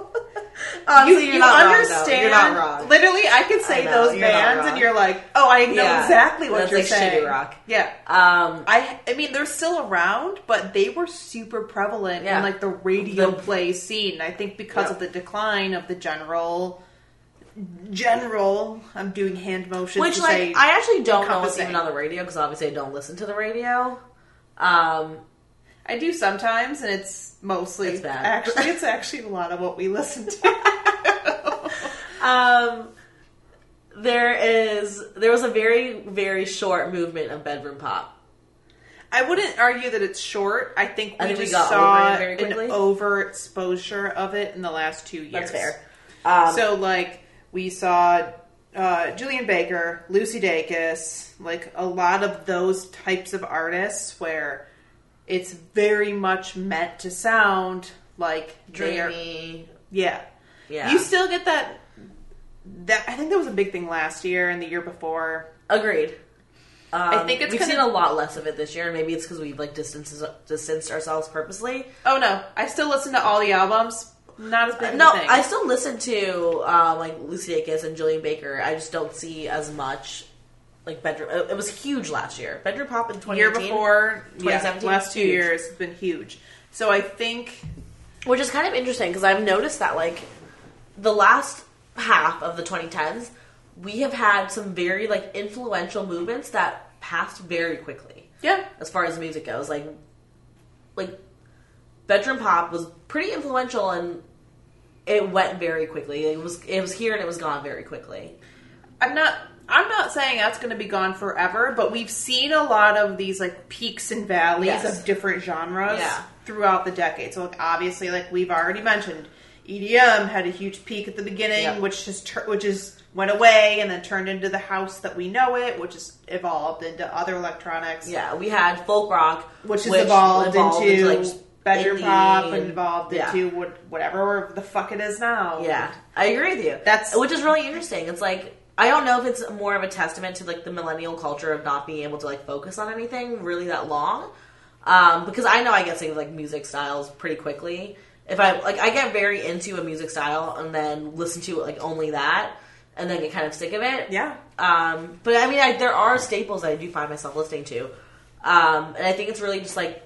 [SPEAKER 1] Honestly, Um, you're
[SPEAKER 2] you
[SPEAKER 1] not wrong, though.
[SPEAKER 2] understand.
[SPEAKER 1] You're not wrong.
[SPEAKER 2] Literally, I could say
[SPEAKER 1] know,
[SPEAKER 2] those
[SPEAKER 1] you're not
[SPEAKER 2] bands,
[SPEAKER 1] wrong.
[SPEAKER 2] and you're like, "Oh, I know
[SPEAKER 1] Yeah.
[SPEAKER 2] exactly
[SPEAKER 1] That's
[SPEAKER 2] what you're
[SPEAKER 1] like shitty
[SPEAKER 2] saying."
[SPEAKER 1] rock.
[SPEAKER 2] Yeah,
[SPEAKER 1] Um,
[SPEAKER 2] I. I mean, they're still around, but they were super prevalent
[SPEAKER 1] Yeah.
[SPEAKER 2] in like the radio
[SPEAKER 1] The-
[SPEAKER 2] play scene. I think because
[SPEAKER 1] Yeah.
[SPEAKER 2] of the decline of the general, general. I'm doing hand motions,
[SPEAKER 1] which
[SPEAKER 2] to
[SPEAKER 1] like
[SPEAKER 2] say-
[SPEAKER 1] I actually don't know what's
[SPEAKER 2] encompassing.
[SPEAKER 1] even on the radio because obviously I don't listen to the radio. Um,
[SPEAKER 2] I do sometimes, and it's mostly
[SPEAKER 1] It's bad.
[SPEAKER 2] Actually, it's actually a lot of what we listen to.
[SPEAKER 1] um, there is there was a very very short movement of bedroom pop.
[SPEAKER 2] I wouldn't argue that it's short. I think we
[SPEAKER 1] I think we
[SPEAKER 2] just
[SPEAKER 1] got over
[SPEAKER 2] saw
[SPEAKER 1] it very
[SPEAKER 2] an
[SPEAKER 1] quickly.
[SPEAKER 2] overexposure of it in the last two years.
[SPEAKER 1] That's fair. Um,
[SPEAKER 2] So, like, we saw uh, Julian Baker, Lucy Dacus, like a lot of those types of artists where it's very much meant to sound like they are-
[SPEAKER 1] dreamy,
[SPEAKER 2] Yeah.
[SPEAKER 1] yeah,
[SPEAKER 2] You still get that. That I think that was a big thing last year and the year before.
[SPEAKER 1] agreed. Um, I
[SPEAKER 2] think
[SPEAKER 1] think
[SPEAKER 2] it's
[SPEAKER 1] we've
[SPEAKER 2] kinda-
[SPEAKER 1] seen a lot less of it this year, and maybe it's because we've like distanced distanced ourselves purposely.
[SPEAKER 2] Oh no, I still listen to all the albums. Not as big. of a
[SPEAKER 1] No,
[SPEAKER 2] thing.
[SPEAKER 1] I still listen to um, like Lucy Dacus and Jillian Baker. I just don't see as much like bedroom. It it was huge last year. Bedroom pop in twenty
[SPEAKER 2] year before, yeah,
[SPEAKER 1] 2017
[SPEAKER 2] last two
[SPEAKER 1] huge.
[SPEAKER 2] years has been huge. So I think,
[SPEAKER 1] which is kind of interesting because I've noticed that like the last half of the 2010s, we have had some very like influential movements that passed very quickly
[SPEAKER 2] yeah,
[SPEAKER 1] as far as music goes. Like, like bedroom pop was pretty influential and it went very quickly. It was it was here and it was gone very quickly.
[SPEAKER 2] I'm not. I'm not saying that's going to be gone forever, but we've seen a lot of these like peaks and valleys
[SPEAKER 1] Yes.
[SPEAKER 2] of different genres
[SPEAKER 1] Yeah.
[SPEAKER 2] throughout the decade. So like obviously, like we've already mentioned, EDM had a huge peak at the beginning,
[SPEAKER 1] Yeah.
[SPEAKER 2] which just tur- which is went away and then turned into the house that we know it, which has evolved into other electronics.
[SPEAKER 1] Yeah, we had folk rock,
[SPEAKER 2] which is evolved, into,
[SPEAKER 1] like,
[SPEAKER 2] bedroom
[SPEAKER 1] indie
[SPEAKER 2] pop and evolved
[SPEAKER 1] yeah.
[SPEAKER 2] into what, whatever the fuck it is now.
[SPEAKER 1] Yeah, I agree with you.
[SPEAKER 2] That's-
[SPEAKER 1] which is really interesting. It's like I don't know if it's more of a testament to like the millennial culture of not being able to like focus on anything really that long, um, because I know I get sick of like music styles pretty quickly. If I like, I get very into a music style and then listen to like only that, and then get kind of sick of it.
[SPEAKER 2] yeah.
[SPEAKER 1] Um, but I mean, I, there are staples that I do find myself listening to, um, and I think it's really just like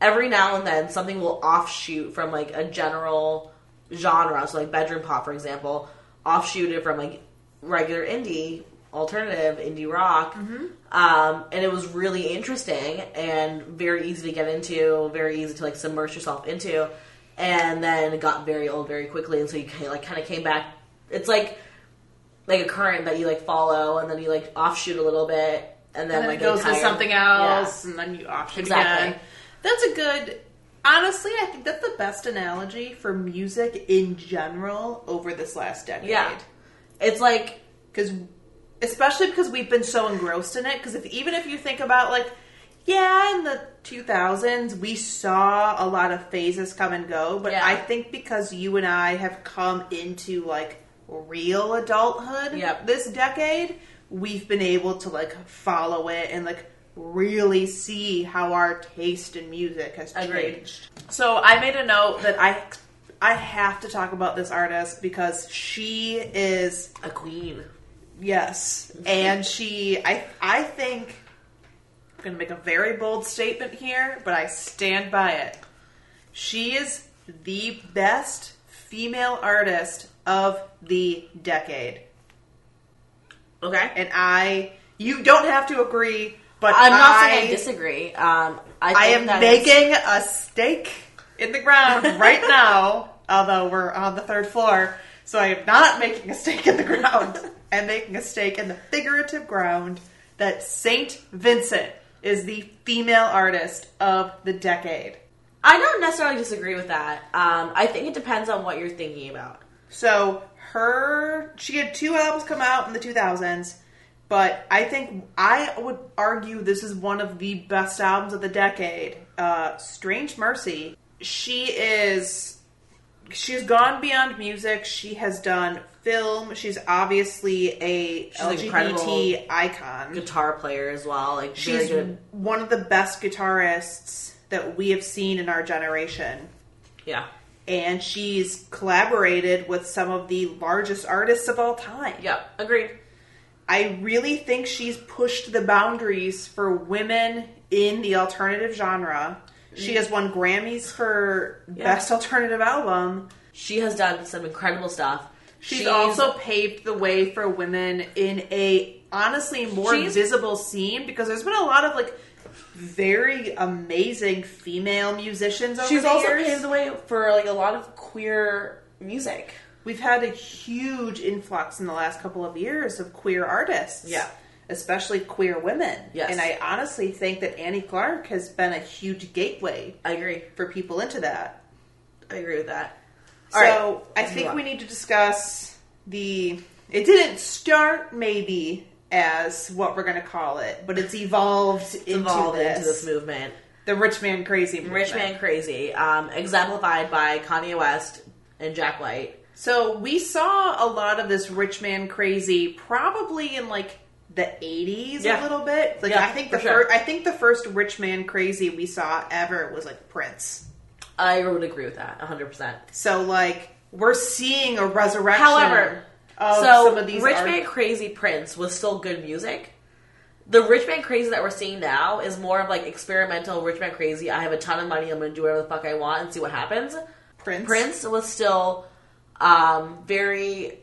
[SPEAKER 1] every now and then something will offshoot from like a general genre. So like bedroom pop, for example, offshooted from like regular indie, alternative indie rock,
[SPEAKER 2] Mm-hmm.
[SPEAKER 1] um, and it was really interesting and very easy to get into, very easy to like submerge yourself into, and then it got very old very quickly, and so you kinda, like kind of came back. It's like like a current that you like follow, and then you like offshoot a little bit, and then,
[SPEAKER 2] and then
[SPEAKER 1] like
[SPEAKER 2] it goes
[SPEAKER 1] get
[SPEAKER 2] to
[SPEAKER 1] tired.
[SPEAKER 2] something
[SPEAKER 1] Yeah.
[SPEAKER 2] else, and then you option
[SPEAKER 1] Exactly.
[SPEAKER 2] again. That's a good. Honestly, I think that's the best analogy for music in general over this last decade.
[SPEAKER 1] Yeah. It's like
[SPEAKER 2] because especially because we've been so engrossed in it because if even if you think about like yeah in the 2000s we saw a lot of phases come and go but
[SPEAKER 1] Yeah.
[SPEAKER 2] i think because you and i have come into like real adulthood
[SPEAKER 1] Yep.
[SPEAKER 2] this decade we've been able to like follow it and like really see how our taste in music has
[SPEAKER 1] Agreed.
[SPEAKER 2] changed. So I made a note that I I have to talk about this artist because she is
[SPEAKER 1] A queen.
[SPEAKER 2] Yes, and she, I, I think I'm going to make a very bold statement here, but I stand by it. She is the best female artist of the decade,
[SPEAKER 1] Okay.
[SPEAKER 2] and I, you don't have to agree, but
[SPEAKER 1] I'm not saying I
[SPEAKER 2] I-
[SPEAKER 1] disagree. Um, I,
[SPEAKER 2] I
[SPEAKER 1] think
[SPEAKER 2] am
[SPEAKER 1] that is-
[SPEAKER 2] making a stake in the ground right now, although we're on the third floor. So I am not making a stake in the ground. I'm making a stake in the figurative ground that St. Vincent is the female artist of the decade.
[SPEAKER 1] I don't necessarily disagree with that. Um, I think it depends on what you're thinking about.
[SPEAKER 2] So her, she had two albums come out in the 2000s, but I think I would argue this is one of the best albums of the decade. Uh, Strange Mercy. She is, she's gone beyond music. She has done film. She's obviously a
[SPEAKER 1] an incredible
[SPEAKER 2] LGBT icon.
[SPEAKER 1] Guitar player as well, like very
[SPEAKER 2] She's
[SPEAKER 1] good.
[SPEAKER 2] one of the best guitarists that we have seen in our generation
[SPEAKER 1] Yeah,
[SPEAKER 2] and she's collaborated with some of the largest artists of all time.
[SPEAKER 1] yeah, agreed.
[SPEAKER 2] I really think she's pushed the boundaries for women in the alternative genre. She has won Grammys for Best Alternative Album.
[SPEAKER 1] She has done some incredible stuff.
[SPEAKER 2] She's, also paved the way for women in a honestly more
[SPEAKER 1] She's-
[SPEAKER 2] visible scene because there's been a lot of like very amazing female musicians over
[SPEAKER 1] she's
[SPEAKER 2] the
[SPEAKER 1] also
[SPEAKER 2] years.
[SPEAKER 1] paved the way for like a lot of queer music.
[SPEAKER 2] we've had a huge influx in the last couple of years of queer artists.
[SPEAKER 1] Yeah.
[SPEAKER 2] Especially queer women.
[SPEAKER 1] Yes.
[SPEAKER 2] And I honestly think that Annie Clark has been a huge gateway
[SPEAKER 1] I agree.
[SPEAKER 2] for people into that.
[SPEAKER 1] I agree with that. All right,
[SPEAKER 2] so I
[SPEAKER 1] let's move
[SPEAKER 2] think
[SPEAKER 1] on.
[SPEAKER 2] we need to discuss the it didn't start maybe as what we're gonna call it, but it's evolved, into,
[SPEAKER 1] Involved
[SPEAKER 2] this.
[SPEAKER 1] into this movement.
[SPEAKER 2] The rich man crazy movement.
[SPEAKER 1] Rich Man Crazy, um, exemplified by Kanye West and Jack White.
[SPEAKER 2] So we saw a lot of this rich man crazy probably in like the 80s
[SPEAKER 1] Yeah.
[SPEAKER 2] a little bit. Like
[SPEAKER 1] Yeah,
[SPEAKER 2] I think the
[SPEAKER 1] for sure.
[SPEAKER 2] first I think the first rich man crazy we saw ever was like Prince.
[SPEAKER 1] I would agree with that 100%.
[SPEAKER 2] So like we're seeing a resurrection.
[SPEAKER 1] However,
[SPEAKER 2] of
[SPEAKER 1] so
[SPEAKER 2] Oh, some of these
[SPEAKER 1] Rich
[SPEAKER 2] art-
[SPEAKER 1] Man Crazy Prince was still good music. The Rich Man Crazy that we're seeing now is more of like experimental Rich Man Crazy. I have a ton of money. I'm going to do whatever the fuck I want and see what happens.
[SPEAKER 2] Prince.
[SPEAKER 1] Prince was still um, very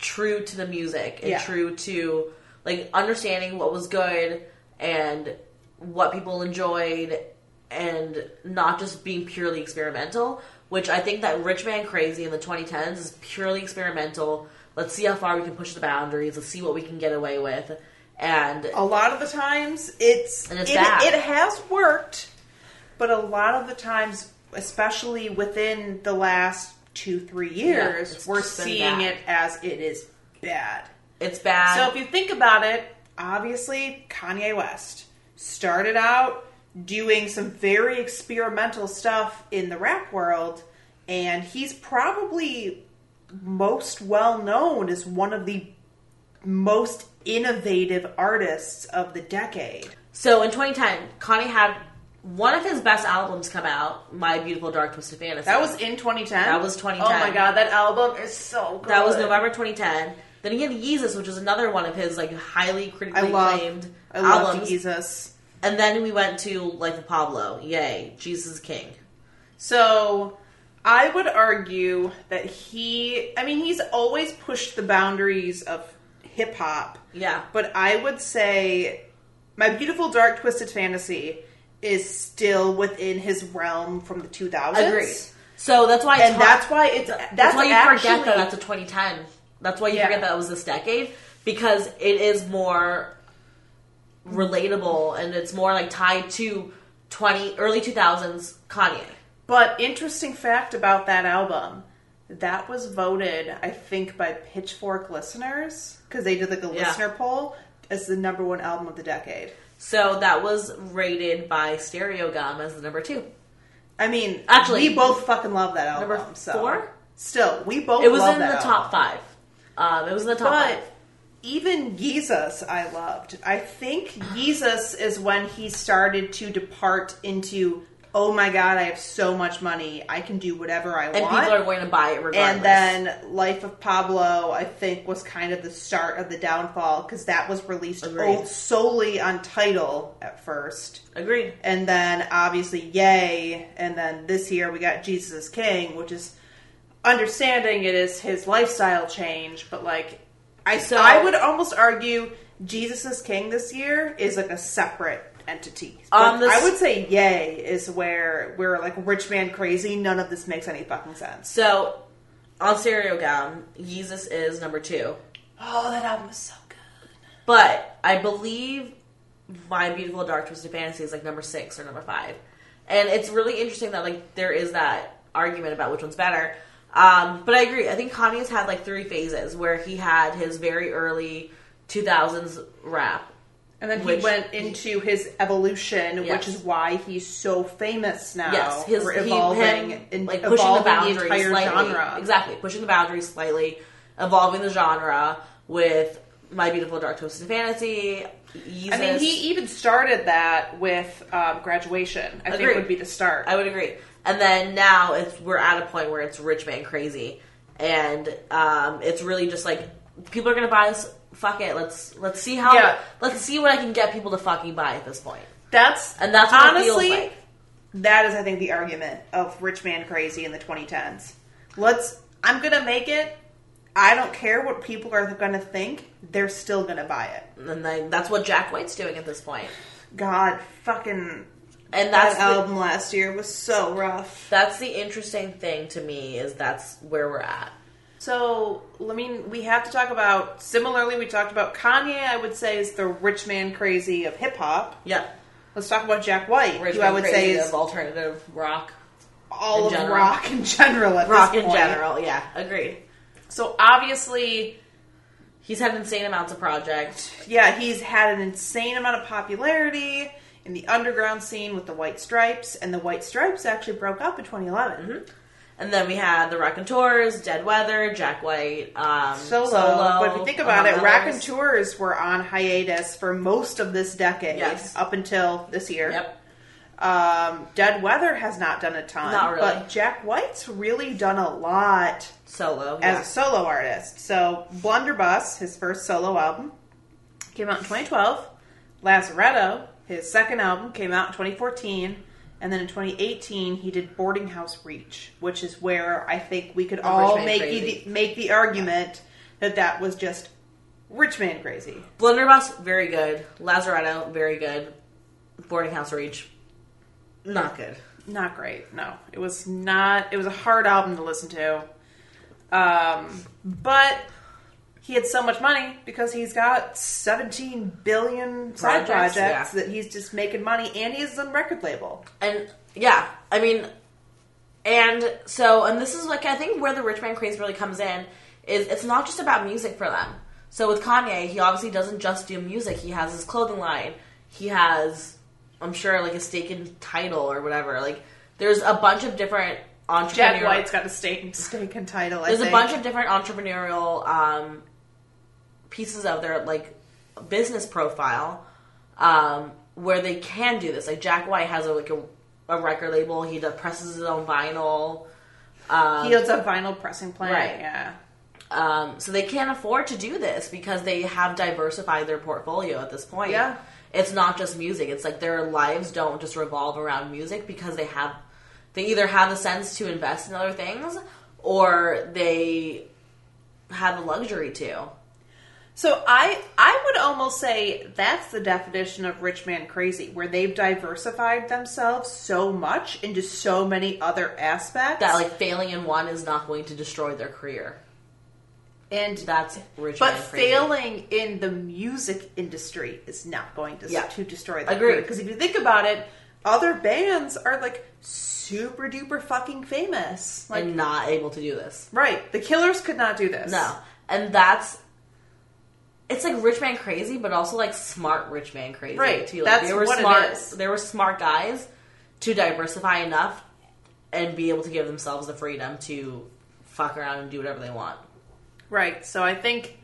[SPEAKER 1] true to the music and
[SPEAKER 2] Yeah.
[SPEAKER 1] true to like understanding what was good and what people enjoyed and not just being purely experimental which i think that rich man crazy in the 2010s is purely experimental let's see how far we can push the boundaries let's see what we can get away with and
[SPEAKER 2] a lot of the times it's,
[SPEAKER 1] And it's
[SPEAKER 2] it,
[SPEAKER 1] bad.
[SPEAKER 2] it has worked but a lot of the times especially within the last two three years
[SPEAKER 1] it's
[SPEAKER 2] we're
[SPEAKER 1] just been
[SPEAKER 2] seeing
[SPEAKER 1] bad.
[SPEAKER 2] it as it is bad
[SPEAKER 1] it's bad
[SPEAKER 2] so if you think about it obviously kanye west started out doing some very experimental stuff in the rap world and he's probably most well known as one of the most innovative artists of the decade.
[SPEAKER 1] So in 2010, Kanye had one of his best albums come out, My Beautiful Dark Twisted Fantasy.
[SPEAKER 2] That was in 2010.
[SPEAKER 1] That was 2010.
[SPEAKER 2] Oh my god, that album is so good.
[SPEAKER 1] that was November 2010. Then he had Yeezus, which is another one of his like highly
[SPEAKER 2] I
[SPEAKER 1] critically
[SPEAKER 2] love.
[SPEAKER 1] acclaimed
[SPEAKER 2] I love
[SPEAKER 1] albums.
[SPEAKER 2] Jesus.
[SPEAKER 1] and then we went to Life of Pablo. Yay, Jesus is King.
[SPEAKER 2] So I would argue that he. I mean, he's always pushed the boundaries of hip hop.
[SPEAKER 1] Yeah,
[SPEAKER 2] But I would say My Beautiful Dark Twisted Fantasy is still within his realm from the 2000s.
[SPEAKER 1] agreed. So that's why it's
[SPEAKER 2] And
[SPEAKER 1] hard-
[SPEAKER 2] that's why it's that's,
[SPEAKER 1] that's why you
[SPEAKER 2] actually,
[SPEAKER 1] forget that that's a 2010. That's why you
[SPEAKER 2] Yeah.
[SPEAKER 1] forget that it was this decade because it is more relatable and it's more like tied to 20 early 2000s Kanye.
[SPEAKER 2] But interesting fact about that album, that was voted, I think, by Pitchfork listeners because they did like a
[SPEAKER 1] Yeah.
[SPEAKER 2] listener poll as the number one album of the decade.
[SPEAKER 1] So that was rated by Stereo Gum as the number two.
[SPEAKER 2] I mean,
[SPEAKER 1] Actually-
[SPEAKER 2] we both fucking love that album.
[SPEAKER 1] Number
[SPEAKER 2] so.
[SPEAKER 1] four?
[SPEAKER 2] Still, we both.
[SPEAKER 1] It was
[SPEAKER 2] love
[SPEAKER 1] in the
[SPEAKER 2] that album.
[SPEAKER 1] top five. Um, it was in the top
[SPEAKER 2] But
[SPEAKER 1] five.
[SPEAKER 2] even Jesus I loved. I think Jesus is when he started to depart into, oh my god, I have so much money, I can do whatever I
[SPEAKER 1] and
[SPEAKER 2] want.
[SPEAKER 1] people are going to buy it regardless.
[SPEAKER 2] and then Life of Pablo, I think, was kind of the start of the downfall because that was released
[SPEAKER 1] Agreed.
[SPEAKER 2] o- solely on title at first.
[SPEAKER 1] agreed.
[SPEAKER 2] And then obviously, yay. And then this year we got Jesus is King, which is understanding it is his lifestyle change, but like I
[SPEAKER 1] So-
[SPEAKER 2] I would almost argue Jesus is King this year is like a separate entity.
[SPEAKER 1] Um,
[SPEAKER 2] Like,
[SPEAKER 1] this-
[SPEAKER 2] I would say yay is where we're like rich man crazy. None of this makes any fucking sense.
[SPEAKER 1] So on Stereo Gum, Yeezus is number two.
[SPEAKER 2] Oh, that album is so good.
[SPEAKER 1] But I believe My Beautiful Dark Twisted Fantasy is like number six or number five. And it's really interesting that like there is that argument about which one's better. Um, but I agree. I think Kanye's had like three phases where he had his very early 2000s rap.
[SPEAKER 2] And then
[SPEAKER 1] Which-
[SPEAKER 2] he went into his evolution,
[SPEAKER 1] Yes.
[SPEAKER 2] which is why he's so famous now.
[SPEAKER 1] Yes, his
[SPEAKER 2] for
[SPEAKER 1] he-
[SPEAKER 2] evolving
[SPEAKER 1] him,
[SPEAKER 2] and
[SPEAKER 1] like pushing the
[SPEAKER 2] evolving
[SPEAKER 1] boundaries
[SPEAKER 2] the entire
[SPEAKER 1] slightly.
[SPEAKER 2] genre.
[SPEAKER 1] Exactly, pushing the boundaries slightly, evolving the genre with My Beautiful Dark Twisted Fantasy. Yeezus.
[SPEAKER 2] I mean, he even started that with um, graduation. I
[SPEAKER 1] Agreed.
[SPEAKER 2] think would be the start.
[SPEAKER 1] I would agree. And then now it's we're at a point where it's rich man crazy, and um, it's really just like people are gonna buy this. Fuck it. Let's let's see how
[SPEAKER 2] Yeah.
[SPEAKER 1] let's see what I can get people to fucking buy at this point.
[SPEAKER 2] that's
[SPEAKER 1] And that's what it feels
[SPEAKER 2] honestly
[SPEAKER 1] like.
[SPEAKER 2] that is, I think, the argument of rich man crazy in the 2010s. Let's. I'm gonna make it. I don't care what people are gonna think. They're still gonna buy it.
[SPEAKER 1] And then that's what Jack White's doing at this point.
[SPEAKER 2] God, fucking
[SPEAKER 1] And
[SPEAKER 2] that
[SPEAKER 1] that's the,
[SPEAKER 2] album last year was so rough.
[SPEAKER 1] that's the interesting thing to me is that's where we're at.
[SPEAKER 2] So, I mean, we have to talk about. Similarly, we talked about Kanye. I would say is the rich man crazy of hip hop.
[SPEAKER 1] Yep.
[SPEAKER 2] Let's talk about Jack White,
[SPEAKER 1] Rich
[SPEAKER 2] who
[SPEAKER 1] man
[SPEAKER 2] I would
[SPEAKER 1] crazy
[SPEAKER 2] say is
[SPEAKER 1] of alternative rock, in
[SPEAKER 2] all of
[SPEAKER 1] general.
[SPEAKER 2] rock in general. At
[SPEAKER 1] rock
[SPEAKER 2] this
[SPEAKER 1] in
[SPEAKER 2] point.
[SPEAKER 1] general. Yeah, agreed.
[SPEAKER 2] So obviously,
[SPEAKER 1] He's had insane amounts of projects.
[SPEAKER 2] yeah, he's had an insane amount of popularity in the underground scene with the White Stripes, and the White Stripes actually broke up in 2011.
[SPEAKER 1] Mm-hmm. And then we had the Raconteurs, Dead Weather, Jack White, um,
[SPEAKER 2] Solo, but if you think about it, raconteurs were on hiatus for most of this decade,
[SPEAKER 1] Yes.
[SPEAKER 2] up until this year.
[SPEAKER 1] Yep.
[SPEAKER 2] Um, Dead Weather has not done a ton,
[SPEAKER 1] Not really.
[SPEAKER 2] but Jack White's really done a lot
[SPEAKER 1] Solo.
[SPEAKER 2] as a solo artist. So Blunderbuss, his first solo album, came out in 2012. Lazaretto, his second album, came out in 2014. And then in 2018, he did Boarding House Reach, which is where I think we could all
[SPEAKER 1] man
[SPEAKER 2] make
[SPEAKER 1] crazy.
[SPEAKER 2] the, make the argument that that was just rich man crazy.
[SPEAKER 1] yeah. Blunderbuss, very good. Lazaretto, very good. Boarding House Reach, not good.
[SPEAKER 2] Not great. No, it was not. It was a hard album to listen to. Um, but he had so much money because he's got 17 billion side
[SPEAKER 1] Projects,
[SPEAKER 2] projects,
[SPEAKER 1] yeah.
[SPEAKER 2] that he's just making money, and he is on record label.
[SPEAKER 1] And yeah, I mean, and so, and this is like I think where the rich man craze really comes in is it's not just about music for them. So with Kanye, he obviously doesn't just do music. He has his clothing line. He has, I'm sure, like a stake in title or whatever. Like there's a bunch of different entrepreneurs.
[SPEAKER 2] Jack White's got a stake stake and title. I
[SPEAKER 1] there's a
[SPEAKER 2] think.
[SPEAKER 1] bunch of different entrepreneurial um, pieces of their like business profile um, where they can do this. Like Jack White has a, like a, a record label. He does, presses his own vinyl. Um,
[SPEAKER 2] He owns a vinyl pressing plant.
[SPEAKER 1] Right.
[SPEAKER 2] Yeah.
[SPEAKER 1] um, so they can't afford to do this because they have diversified their portfolio at this point.
[SPEAKER 2] Yeah.
[SPEAKER 1] It's not just music. It's like their lives don't just revolve around music because they have they either have the sense to invest in other things or they have the luxury to.
[SPEAKER 2] So I I would almost say that's the definition of rich man crazy, where they've diversified themselves so much into so many other aspects
[SPEAKER 1] That like failing in one is not going to destroy their career.
[SPEAKER 2] and
[SPEAKER 1] That's rich
[SPEAKER 2] But
[SPEAKER 1] man crazy.
[SPEAKER 2] failing in the music industry is not going to
[SPEAKER 1] Yeah.
[SPEAKER 2] to destroy the
[SPEAKER 1] Agree.
[SPEAKER 2] Because if you think about it, other bands are like super duper fucking famous. Like
[SPEAKER 1] and not able to do this.
[SPEAKER 2] right, the Killers could not do this.
[SPEAKER 1] No. And that's it's like rich man crazy, but also like smart rich man crazy
[SPEAKER 2] Right.
[SPEAKER 1] too. Like
[SPEAKER 2] That's
[SPEAKER 1] they were
[SPEAKER 2] what it
[SPEAKER 1] smart
[SPEAKER 2] is.
[SPEAKER 1] they were smart guys to diversify enough and be able to give themselves the freedom to fuck around and do whatever they want.
[SPEAKER 2] Right. So I think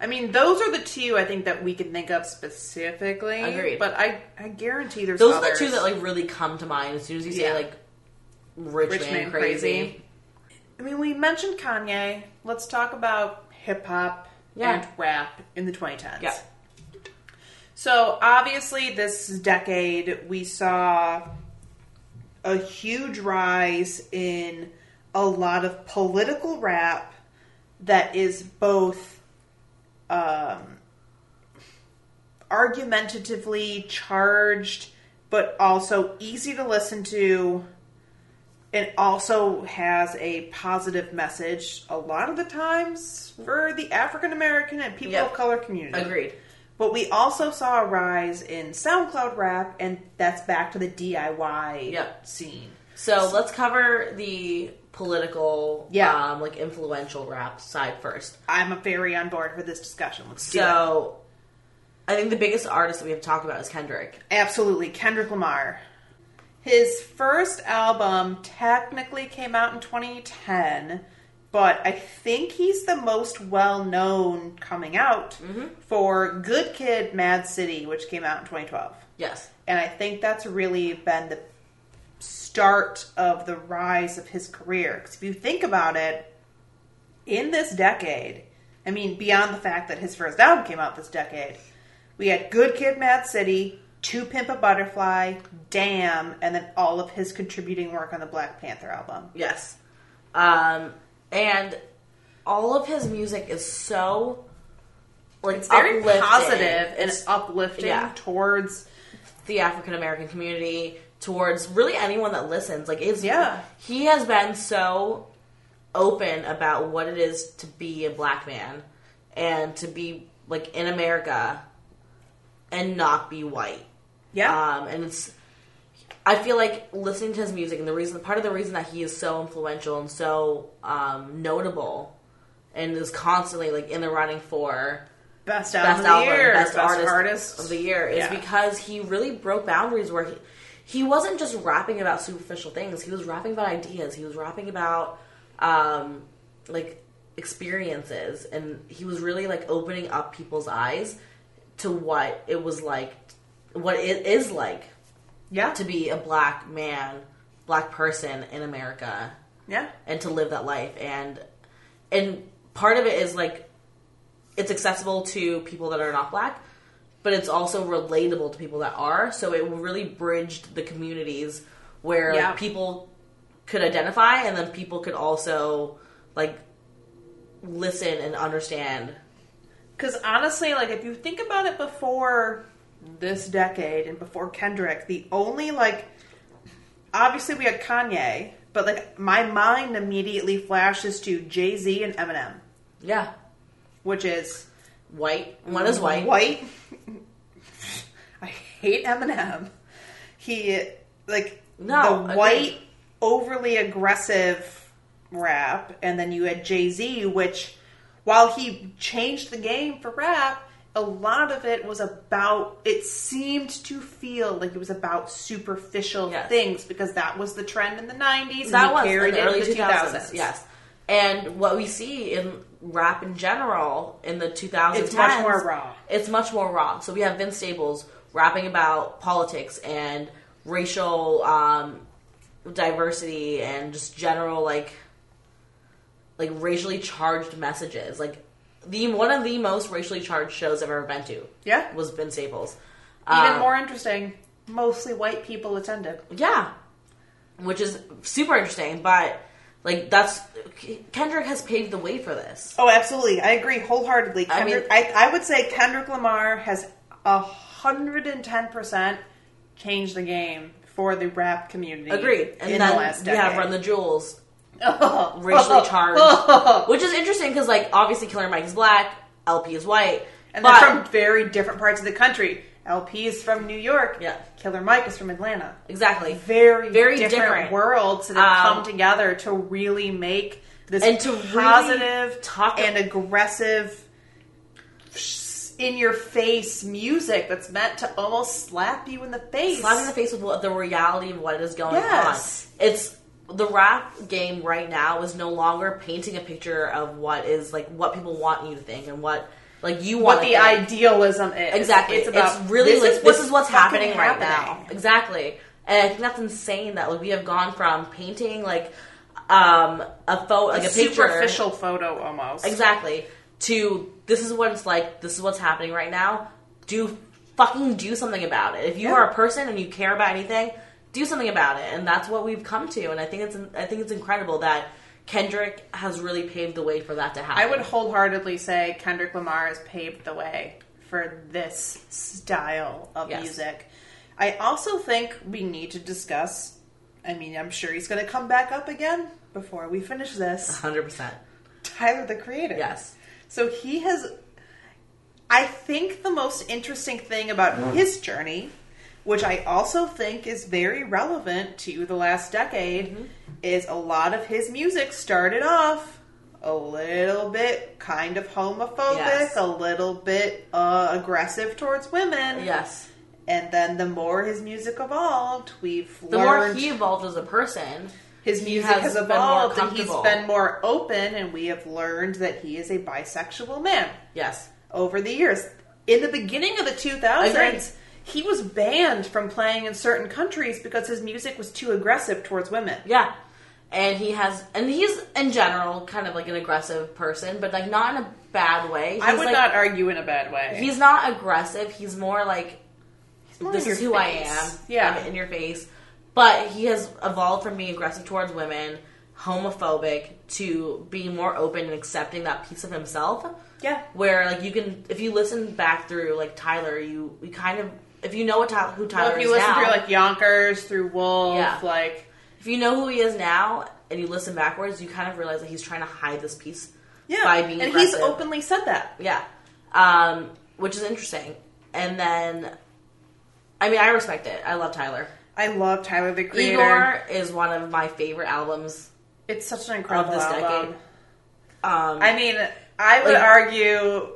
[SPEAKER 2] I mean, those are the two I think that we can think of specifically.
[SPEAKER 1] Agreed.
[SPEAKER 2] But I, I guarantee there's
[SPEAKER 1] Those are
[SPEAKER 2] others.
[SPEAKER 1] the two that like really come to mind as soon as you say
[SPEAKER 2] Yeah.
[SPEAKER 1] like rich,
[SPEAKER 2] Rich
[SPEAKER 1] man,
[SPEAKER 2] man
[SPEAKER 1] crazy.
[SPEAKER 2] crazy. I mean, we mentioned Kanye. Let's talk about hip hop
[SPEAKER 1] Yeah.
[SPEAKER 2] and rap in the 2010s.
[SPEAKER 1] Yeah.
[SPEAKER 2] So obviously, this decade we saw a huge rise in a lot of political rap that is both um, argumentatively charged, but also easy to listen to. It also has a positive message a lot of the times for the African American and people
[SPEAKER 1] Yep.
[SPEAKER 2] of color community.
[SPEAKER 1] Agreed.
[SPEAKER 2] But we also saw a rise in SoundCloud rap, and that's back to the DIY
[SPEAKER 1] Yep.
[SPEAKER 2] scene.
[SPEAKER 1] So let's cover the political,
[SPEAKER 2] Yeah.
[SPEAKER 1] um, like influential rap side first.
[SPEAKER 2] I'm very on board for this discussion. Let's do it.
[SPEAKER 1] So I think the biggest artist that we have talked about is Kendrick.
[SPEAKER 2] Absolutely, Kendrick Lamar. His first album technically came out in 2010, but I think he's the most well known coming out for Good Kid, Mad City, which came out in 2012.
[SPEAKER 1] Yes.
[SPEAKER 2] And I think that's really been the start of the rise of his career. Because if you think about it, in this decade, I mean, beyond the fact that his first album came out this decade, we had Good Kid, Mad City, To Pimp a Butterfly, Damn, and then all of his contributing work on the Black Panther album.
[SPEAKER 1] Yes. Um, and all of his music is so like
[SPEAKER 2] It's very
[SPEAKER 1] uplifting.
[SPEAKER 2] positive and
[SPEAKER 1] It's
[SPEAKER 2] uplifting
[SPEAKER 1] yeah.
[SPEAKER 2] towards.
[SPEAKER 1] the African American community towards really anyone that listens. Like it's
[SPEAKER 2] Yeah.
[SPEAKER 1] he has been so open about what it is to be a black man and to be like in America and not be white.
[SPEAKER 2] Yeah.
[SPEAKER 1] Um, and it's I feel like listening to his music and the reason part of the reason that he is so influential and so um, notable and is constantly like in the running for
[SPEAKER 2] best
[SPEAKER 1] best
[SPEAKER 2] album of the
[SPEAKER 1] album,
[SPEAKER 2] year,
[SPEAKER 1] best, artist,
[SPEAKER 2] artist
[SPEAKER 1] of the year is
[SPEAKER 2] Yeah.
[SPEAKER 1] because he really broke boundaries where he he wasn't just rapping about superficial things. He was rapping about ideas. He was rapping about um, like experiences, and he was really like opening up people's eyes to what it was like, what it is like
[SPEAKER 2] Yeah.
[SPEAKER 1] to be a black man, black person in America
[SPEAKER 2] Yeah.
[SPEAKER 1] and to live that life and and part of it is like it's accessible to people that are not black but it's also relatable to people that are so it really bridged the communities where like,
[SPEAKER 2] Yeah.
[SPEAKER 1] people could identify and then people could also like listen and understand
[SPEAKER 2] Because honestly, like if you think about it, before this decade and before Kendrick, the only like obviously we had Kanye, but like my mind immediately flashes to Jay Z and Eminem,
[SPEAKER 1] yeah
[SPEAKER 2] which is
[SPEAKER 1] white one
[SPEAKER 2] Mm-hmm.
[SPEAKER 1] is white
[SPEAKER 2] White. I hate Eminem. He like
[SPEAKER 1] No,
[SPEAKER 2] the
[SPEAKER 1] agreed.
[SPEAKER 2] white overly aggressive rap, and then you had Jay Z, which while he changed the game for rap, a lot of it was about. It seemed to feel like it was about superficial
[SPEAKER 1] Yes.
[SPEAKER 2] things because that was the trend in the nineties.
[SPEAKER 1] that
[SPEAKER 2] and
[SPEAKER 1] was
[SPEAKER 2] he
[SPEAKER 1] in
[SPEAKER 2] carried
[SPEAKER 1] the
[SPEAKER 2] it
[SPEAKER 1] early
[SPEAKER 2] in the
[SPEAKER 1] 2000s,
[SPEAKER 2] 2000s.
[SPEAKER 1] yes and what we see in rap in general in the 2000s
[SPEAKER 2] it's much more raw.
[SPEAKER 1] it's much more raw. So we have Vince Staples rapping about politics and racial um, diversity and just general like like racially charged messages. Like the one of the most racially charged shows I've ever been to
[SPEAKER 2] Yeah,
[SPEAKER 1] was Vince Staples.
[SPEAKER 2] even
[SPEAKER 1] Um,
[SPEAKER 2] more interesting. Mostly white people attended.
[SPEAKER 1] yeah, which is super interesting. But like that's Kendrick has paved the way for this.
[SPEAKER 2] Oh, absolutely. I agree wholeheartedly.
[SPEAKER 1] I mean-
[SPEAKER 2] Kendrick, I, I, would say Kendrick Lamar has 110% changed the game for the rap community.
[SPEAKER 1] Agreed. And
[SPEAKER 2] in
[SPEAKER 1] then
[SPEAKER 2] the last
[SPEAKER 1] we
[SPEAKER 2] decade.
[SPEAKER 1] have Run the Jewels,
[SPEAKER 2] the
[SPEAKER 1] racially charged. Which is interesting because, like, obviously Killer Mike is black, LP is white,
[SPEAKER 2] and
[SPEAKER 1] but
[SPEAKER 2] they're from very different parts of the country. LP is from New York.
[SPEAKER 1] Yeah.
[SPEAKER 2] Killer Mike is from Atlanta.
[SPEAKER 1] exactly
[SPEAKER 2] Very,
[SPEAKER 1] Very
[SPEAKER 2] different,
[SPEAKER 1] different.
[SPEAKER 2] worlds that
[SPEAKER 1] Um,
[SPEAKER 2] have come together to really make this
[SPEAKER 1] and to
[SPEAKER 2] positive
[SPEAKER 1] really talk
[SPEAKER 2] and aggressive in your face music that's meant to almost slap you in the face.
[SPEAKER 1] slap in the face with what, the reality of what is going
[SPEAKER 2] Yes.
[SPEAKER 1] on. It's the rap game right now is no longer painting a picture of what is like what people want you to think and what Like you want
[SPEAKER 2] what
[SPEAKER 1] it
[SPEAKER 2] the
[SPEAKER 1] there.
[SPEAKER 2] idealism is.
[SPEAKER 1] exactly. It's, really like this is what's happening, right now.
[SPEAKER 2] happening.
[SPEAKER 1] Exactly, and I think that's insane that like we have gone from painting like um a photo like a picture
[SPEAKER 2] superficial photo almost.
[SPEAKER 1] Exactly. To this is what it's like. This is what's happening right now. Do fucking do something about it. If you
[SPEAKER 2] Yeah.
[SPEAKER 1] are a person and you care about anything, do something about it. And that's what we've come to. And I think it's I think it's incredible that Kendrick has really paved the way for that to happen.
[SPEAKER 2] I would wholeheartedly say Kendrick Lamar has paved the way for this style of
[SPEAKER 1] Yes.
[SPEAKER 2] music. I also think we need to discuss. I mean, I'm sure he's going to come back up again before we finish this.
[SPEAKER 1] hundred percent.
[SPEAKER 2] Tyler the Creator.
[SPEAKER 1] Yes.
[SPEAKER 2] So he has. I think the most interesting thing
[SPEAKER 1] Mm.
[SPEAKER 2] about his journey, which I also think is very relevant to the last decade,
[SPEAKER 1] Mm-hmm.
[SPEAKER 2] is a lot of his music started off a little bit kind of homophobic,
[SPEAKER 1] Yes.
[SPEAKER 2] a little bit uh, aggressive towards women.
[SPEAKER 1] Yes.
[SPEAKER 2] And then the more his music evolved, we've
[SPEAKER 1] The more
[SPEAKER 2] learned
[SPEAKER 1] he evolved as a person,
[SPEAKER 2] his
[SPEAKER 1] he
[SPEAKER 2] music
[SPEAKER 1] has
[SPEAKER 2] has,
[SPEAKER 1] been more
[SPEAKER 2] evolved and he's
[SPEAKER 1] comfortable.
[SPEAKER 2] been more open, and we have learned that he is a bisexual man
[SPEAKER 1] yes.
[SPEAKER 2] over the years. In the beginning of the 2000s,
[SPEAKER 1] Agreed.
[SPEAKER 2] he was banned from playing in certain countries because his music was too aggressive towards women.
[SPEAKER 1] Yeah. And he has, and he's in general kind of like an aggressive person, but like not in a bad way.
[SPEAKER 2] I
[SPEAKER 1] He's,
[SPEAKER 2] would
[SPEAKER 1] like-
[SPEAKER 2] not argue in a bad way.
[SPEAKER 1] He's not aggressive. He's more like
[SPEAKER 2] more
[SPEAKER 1] this
[SPEAKER 2] in
[SPEAKER 1] is
[SPEAKER 2] your
[SPEAKER 1] who I am.
[SPEAKER 2] face. Yeah.
[SPEAKER 1] I'm in your face. But he has evolved from being aggressive towards women, homophobic, to being more open and accepting that piece of himself.
[SPEAKER 2] yeah.
[SPEAKER 1] Where like you can, if you listen back through like Tyler, you you kind of if you know what Tyler, who Tyler
[SPEAKER 2] Well, if you
[SPEAKER 1] is
[SPEAKER 2] listen
[SPEAKER 1] now,
[SPEAKER 2] through like Yonkers, through Wolf,
[SPEAKER 1] Yeah.
[SPEAKER 2] like
[SPEAKER 1] if you know who he is now and you listen backwards, you kind of realize that he's trying to hide this piece.
[SPEAKER 2] yeah,
[SPEAKER 1] By being
[SPEAKER 2] and
[SPEAKER 1] aggressive.
[SPEAKER 2] he's openly said that.
[SPEAKER 1] Yeah. Um, which is interesting. And then, I mean, I respect it. I love Tyler.
[SPEAKER 2] I love Tyler the Creator.
[SPEAKER 1] Igor is one of my favorite albums.
[SPEAKER 2] it's such an incredible
[SPEAKER 1] this
[SPEAKER 2] album.
[SPEAKER 1] decade. Um,
[SPEAKER 2] I mean, I would
[SPEAKER 1] Like-
[SPEAKER 2] argue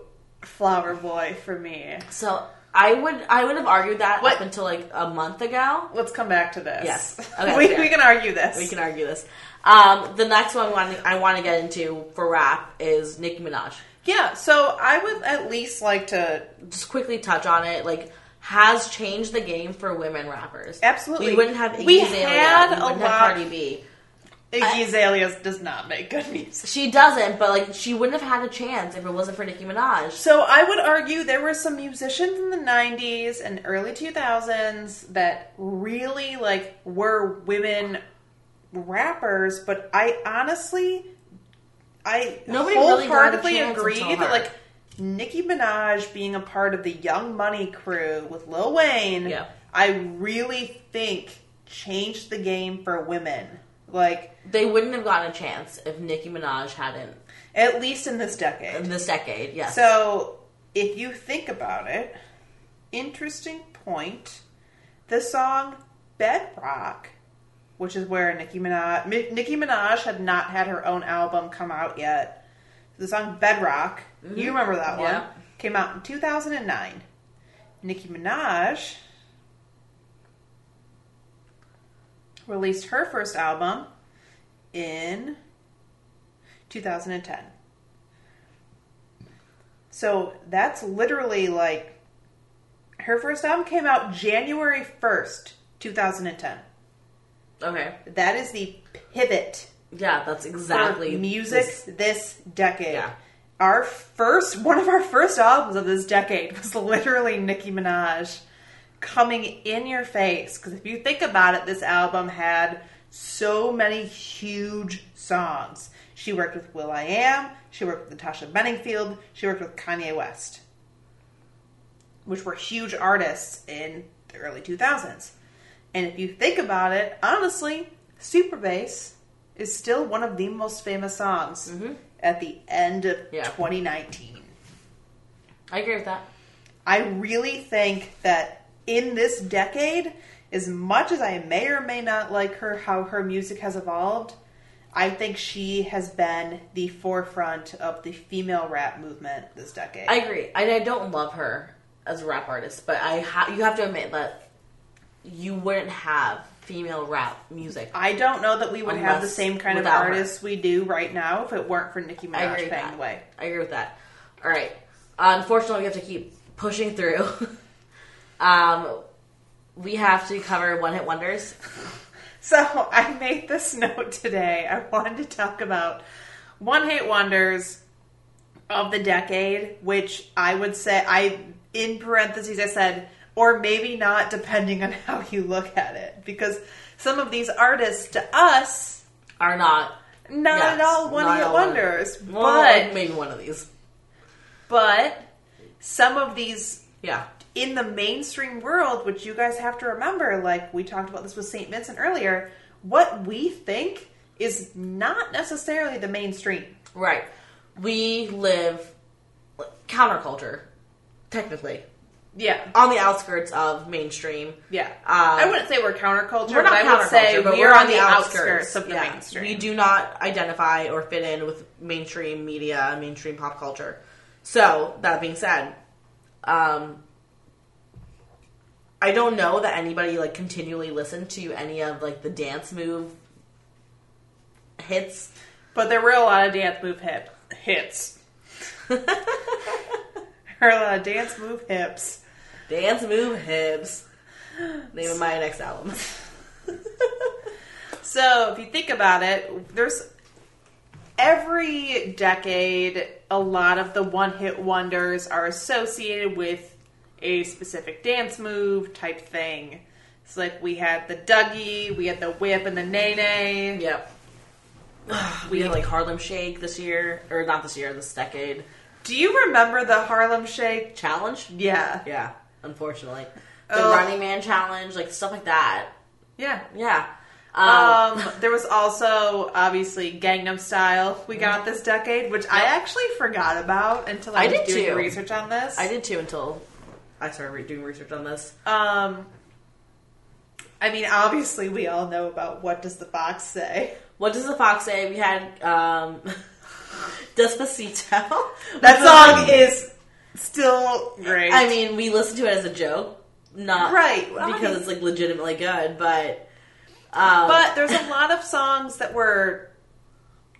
[SPEAKER 2] Flower Boy for me.
[SPEAKER 1] so I would I would have argued that
[SPEAKER 2] What-
[SPEAKER 1] up until like a month ago.
[SPEAKER 2] Let's come back to this.
[SPEAKER 1] Yes. Okay,
[SPEAKER 2] we,
[SPEAKER 1] fair.
[SPEAKER 2] we can argue this.
[SPEAKER 1] We can argue this. Um, the next one I want I want to get into for rap is Nicki Minaj.
[SPEAKER 2] Yeah, so I would at least like to
[SPEAKER 1] Just quickly touch on it. Like has changed the game for women rappers.
[SPEAKER 2] Absolutely.
[SPEAKER 1] we wouldn't have Iggy
[SPEAKER 2] We
[SPEAKER 1] Azalea.
[SPEAKER 2] had
[SPEAKER 1] we
[SPEAKER 2] a
[SPEAKER 1] wouldn't
[SPEAKER 2] lot-
[SPEAKER 1] have Cardi B.
[SPEAKER 2] Iggy Azalea does not make good music.
[SPEAKER 1] She doesn't, but like she wouldn't have had a chance if it wasn't for Nicki Minaj.
[SPEAKER 2] So I would argue there were some musicians in the 90s and early 2000s that really like were women rappers, but I honestly I
[SPEAKER 1] Nobody really got a
[SPEAKER 2] wholeheartedly
[SPEAKER 1] chance
[SPEAKER 2] agree
[SPEAKER 1] until
[SPEAKER 2] that
[SPEAKER 1] her.
[SPEAKER 2] like Nicki Minaj being a part of the Young Money crew with Lil Wayne,
[SPEAKER 1] Yeah.
[SPEAKER 2] I really think changed the game for women. Like
[SPEAKER 1] They wouldn't have gotten a chance if Nicki Minaj hadn't
[SPEAKER 2] at least in this decade.
[SPEAKER 1] in this decade. Yes.
[SPEAKER 2] So, if you think about it, interesting point. The song Bedrock, which is where Nicki Minaj, Mi- Nicki Minaj had not had her own album come out yet. The song Bedrock, you remember that one,
[SPEAKER 1] Yeah.
[SPEAKER 2] came out in 2009. Nicki Minaj released her first album in 2010. So that's literally like her first album came out January 1st, 2010.
[SPEAKER 1] okay.
[SPEAKER 2] That is the pivot
[SPEAKER 1] Yeah, that's
[SPEAKER 2] for
[SPEAKER 1] exactly
[SPEAKER 2] music
[SPEAKER 1] this-
[SPEAKER 2] this, decade.
[SPEAKER 1] Yeah.
[SPEAKER 2] Our first one of our first albums of this decade was literally Nicki Minaj coming in your face cuz if you think about it this album had so many huge songs. She worked with Will I Am, she worked with Natasha Benningfield, she worked with Kanye West, which were huge artists in the early 2000s. And if you think about it, honestly, Super Bass is still one of the most famous songs at the end of
[SPEAKER 1] Yeah.
[SPEAKER 2] 2019.
[SPEAKER 1] I agree with that.
[SPEAKER 2] I really think that in this decade, as much as I may or may not like her, how her music has evolved, I think she has been the forefront of the female rap movement this decade.
[SPEAKER 1] I agree. And I don't love her as a rap artist, but I ha- you have to admit that you wouldn't have female rap music.
[SPEAKER 2] I don't know that we would have the
[SPEAKER 1] Unless-
[SPEAKER 2] same kind of
[SPEAKER 1] without her.
[SPEAKER 2] artists we do right now if it weren't for Nicki
[SPEAKER 1] I
[SPEAKER 2] Minaj
[SPEAKER 1] agree with
[SPEAKER 2] paying the
[SPEAKER 1] that.
[SPEAKER 2] way.
[SPEAKER 1] I agree with that. All right. Uh, Unfortunately, we have to keep pushing through. um, we have to cover one hit wonders.
[SPEAKER 2] So I made this note today. I wanted to talk about one hit wonders of the decade, which I would say I in parentheses I said, or maybe not, depending on how you look at it, because some of these artists to us
[SPEAKER 1] Are not.
[SPEAKER 2] not
[SPEAKER 1] Yes,
[SPEAKER 2] at all one
[SPEAKER 1] not
[SPEAKER 2] hit
[SPEAKER 1] all one-
[SPEAKER 2] wonders,
[SPEAKER 1] Well,
[SPEAKER 2] but
[SPEAKER 1] maybe one of these.
[SPEAKER 2] but some of these
[SPEAKER 1] Yeah.
[SPEAKER 2] in the mainstream world, which you guys have to remember, like we talked about this with St. Vincent earlier, what we think is not necessarily the mainstream.
[SPEAKER 1] Right. We live counterculture, technically,
[SPEAKER 2] Yeah.
[SPEAKER 1] on the outskirts of mainstream.
[SPEAKER 2] Yeah. I
[SPEAKER 1] Um,
[SPEAKER 2] wouldn't say we're counterculture,
[SPEAKER 1] We're
[SPEAKER 2] but
[SPEAKER 1] not
[SPEAKER 2] I would say
[SPEAKER 1] counterculture, but
[SPEAKER 2] we're, on the outskirts, of the
[SPEAKER 1] Yeah.
[SPEAKER 2] mainstream.
[SPEAKER 1] We do not identify or fit in with mainstream media, mainstream pop culture. So that being said, um, I don't know that anybody like continually listened to any of like the dance move hits.
[SPEAKER 2] But there were a lot of dance move hip hits. there were a lot of dance move hips.
[SPEAKER 1] Dance move hips. Name of my next album.
[SPEAKER 2] So if you think about it, there's every decade a lot of the one hit wonders are associated with a specific dance move type thing. It's like we had the Dougie, we had the whip and the nay nay.
[SPEAKER 1] Yep. We had like Harlem Shake this year, or not this year, this decade.
[SPEAKER 2] Do you remember the Harlem Shake?
[SPEAKER 1] Challenge?
[SPEAKER 2] Yeah.
[SPEAKER 1] Yeah, unfortunately. The
[SPEAKER 2] Ugh.
[SPEAKER 1] Running Man challenge, like stuff like that.
[SPEAKER 2] Yeah.
[SPEAKER 1] Yeah. Um,
[SPEAKER 2] Um, there was also obviously Gangnam Style we got this decade, which I actually forgot about until I,
[SPEAKER 1] Mm. I did
[SPEAKER 2] was doing
[SPEAKER 1] too.
[SPEAKER 2] research on this.
[SPEAKER 1] I did too until I started re- doing research on this.
[SPEAKER 2] Um, I mean, obviously we all know about what does the box say.
[SPEAKER 1] What does the fox say? We had um, Despacito.
[SPEAKER 2] That song is still great.
[SPEAKER 1] I mean, we listened to it as a joke, not
[SPEAKER 2] Right, right.
[SPEAKER 1] because it's like legitimately good, but um,
[SPEAKER 2] but there's a lot of songs that were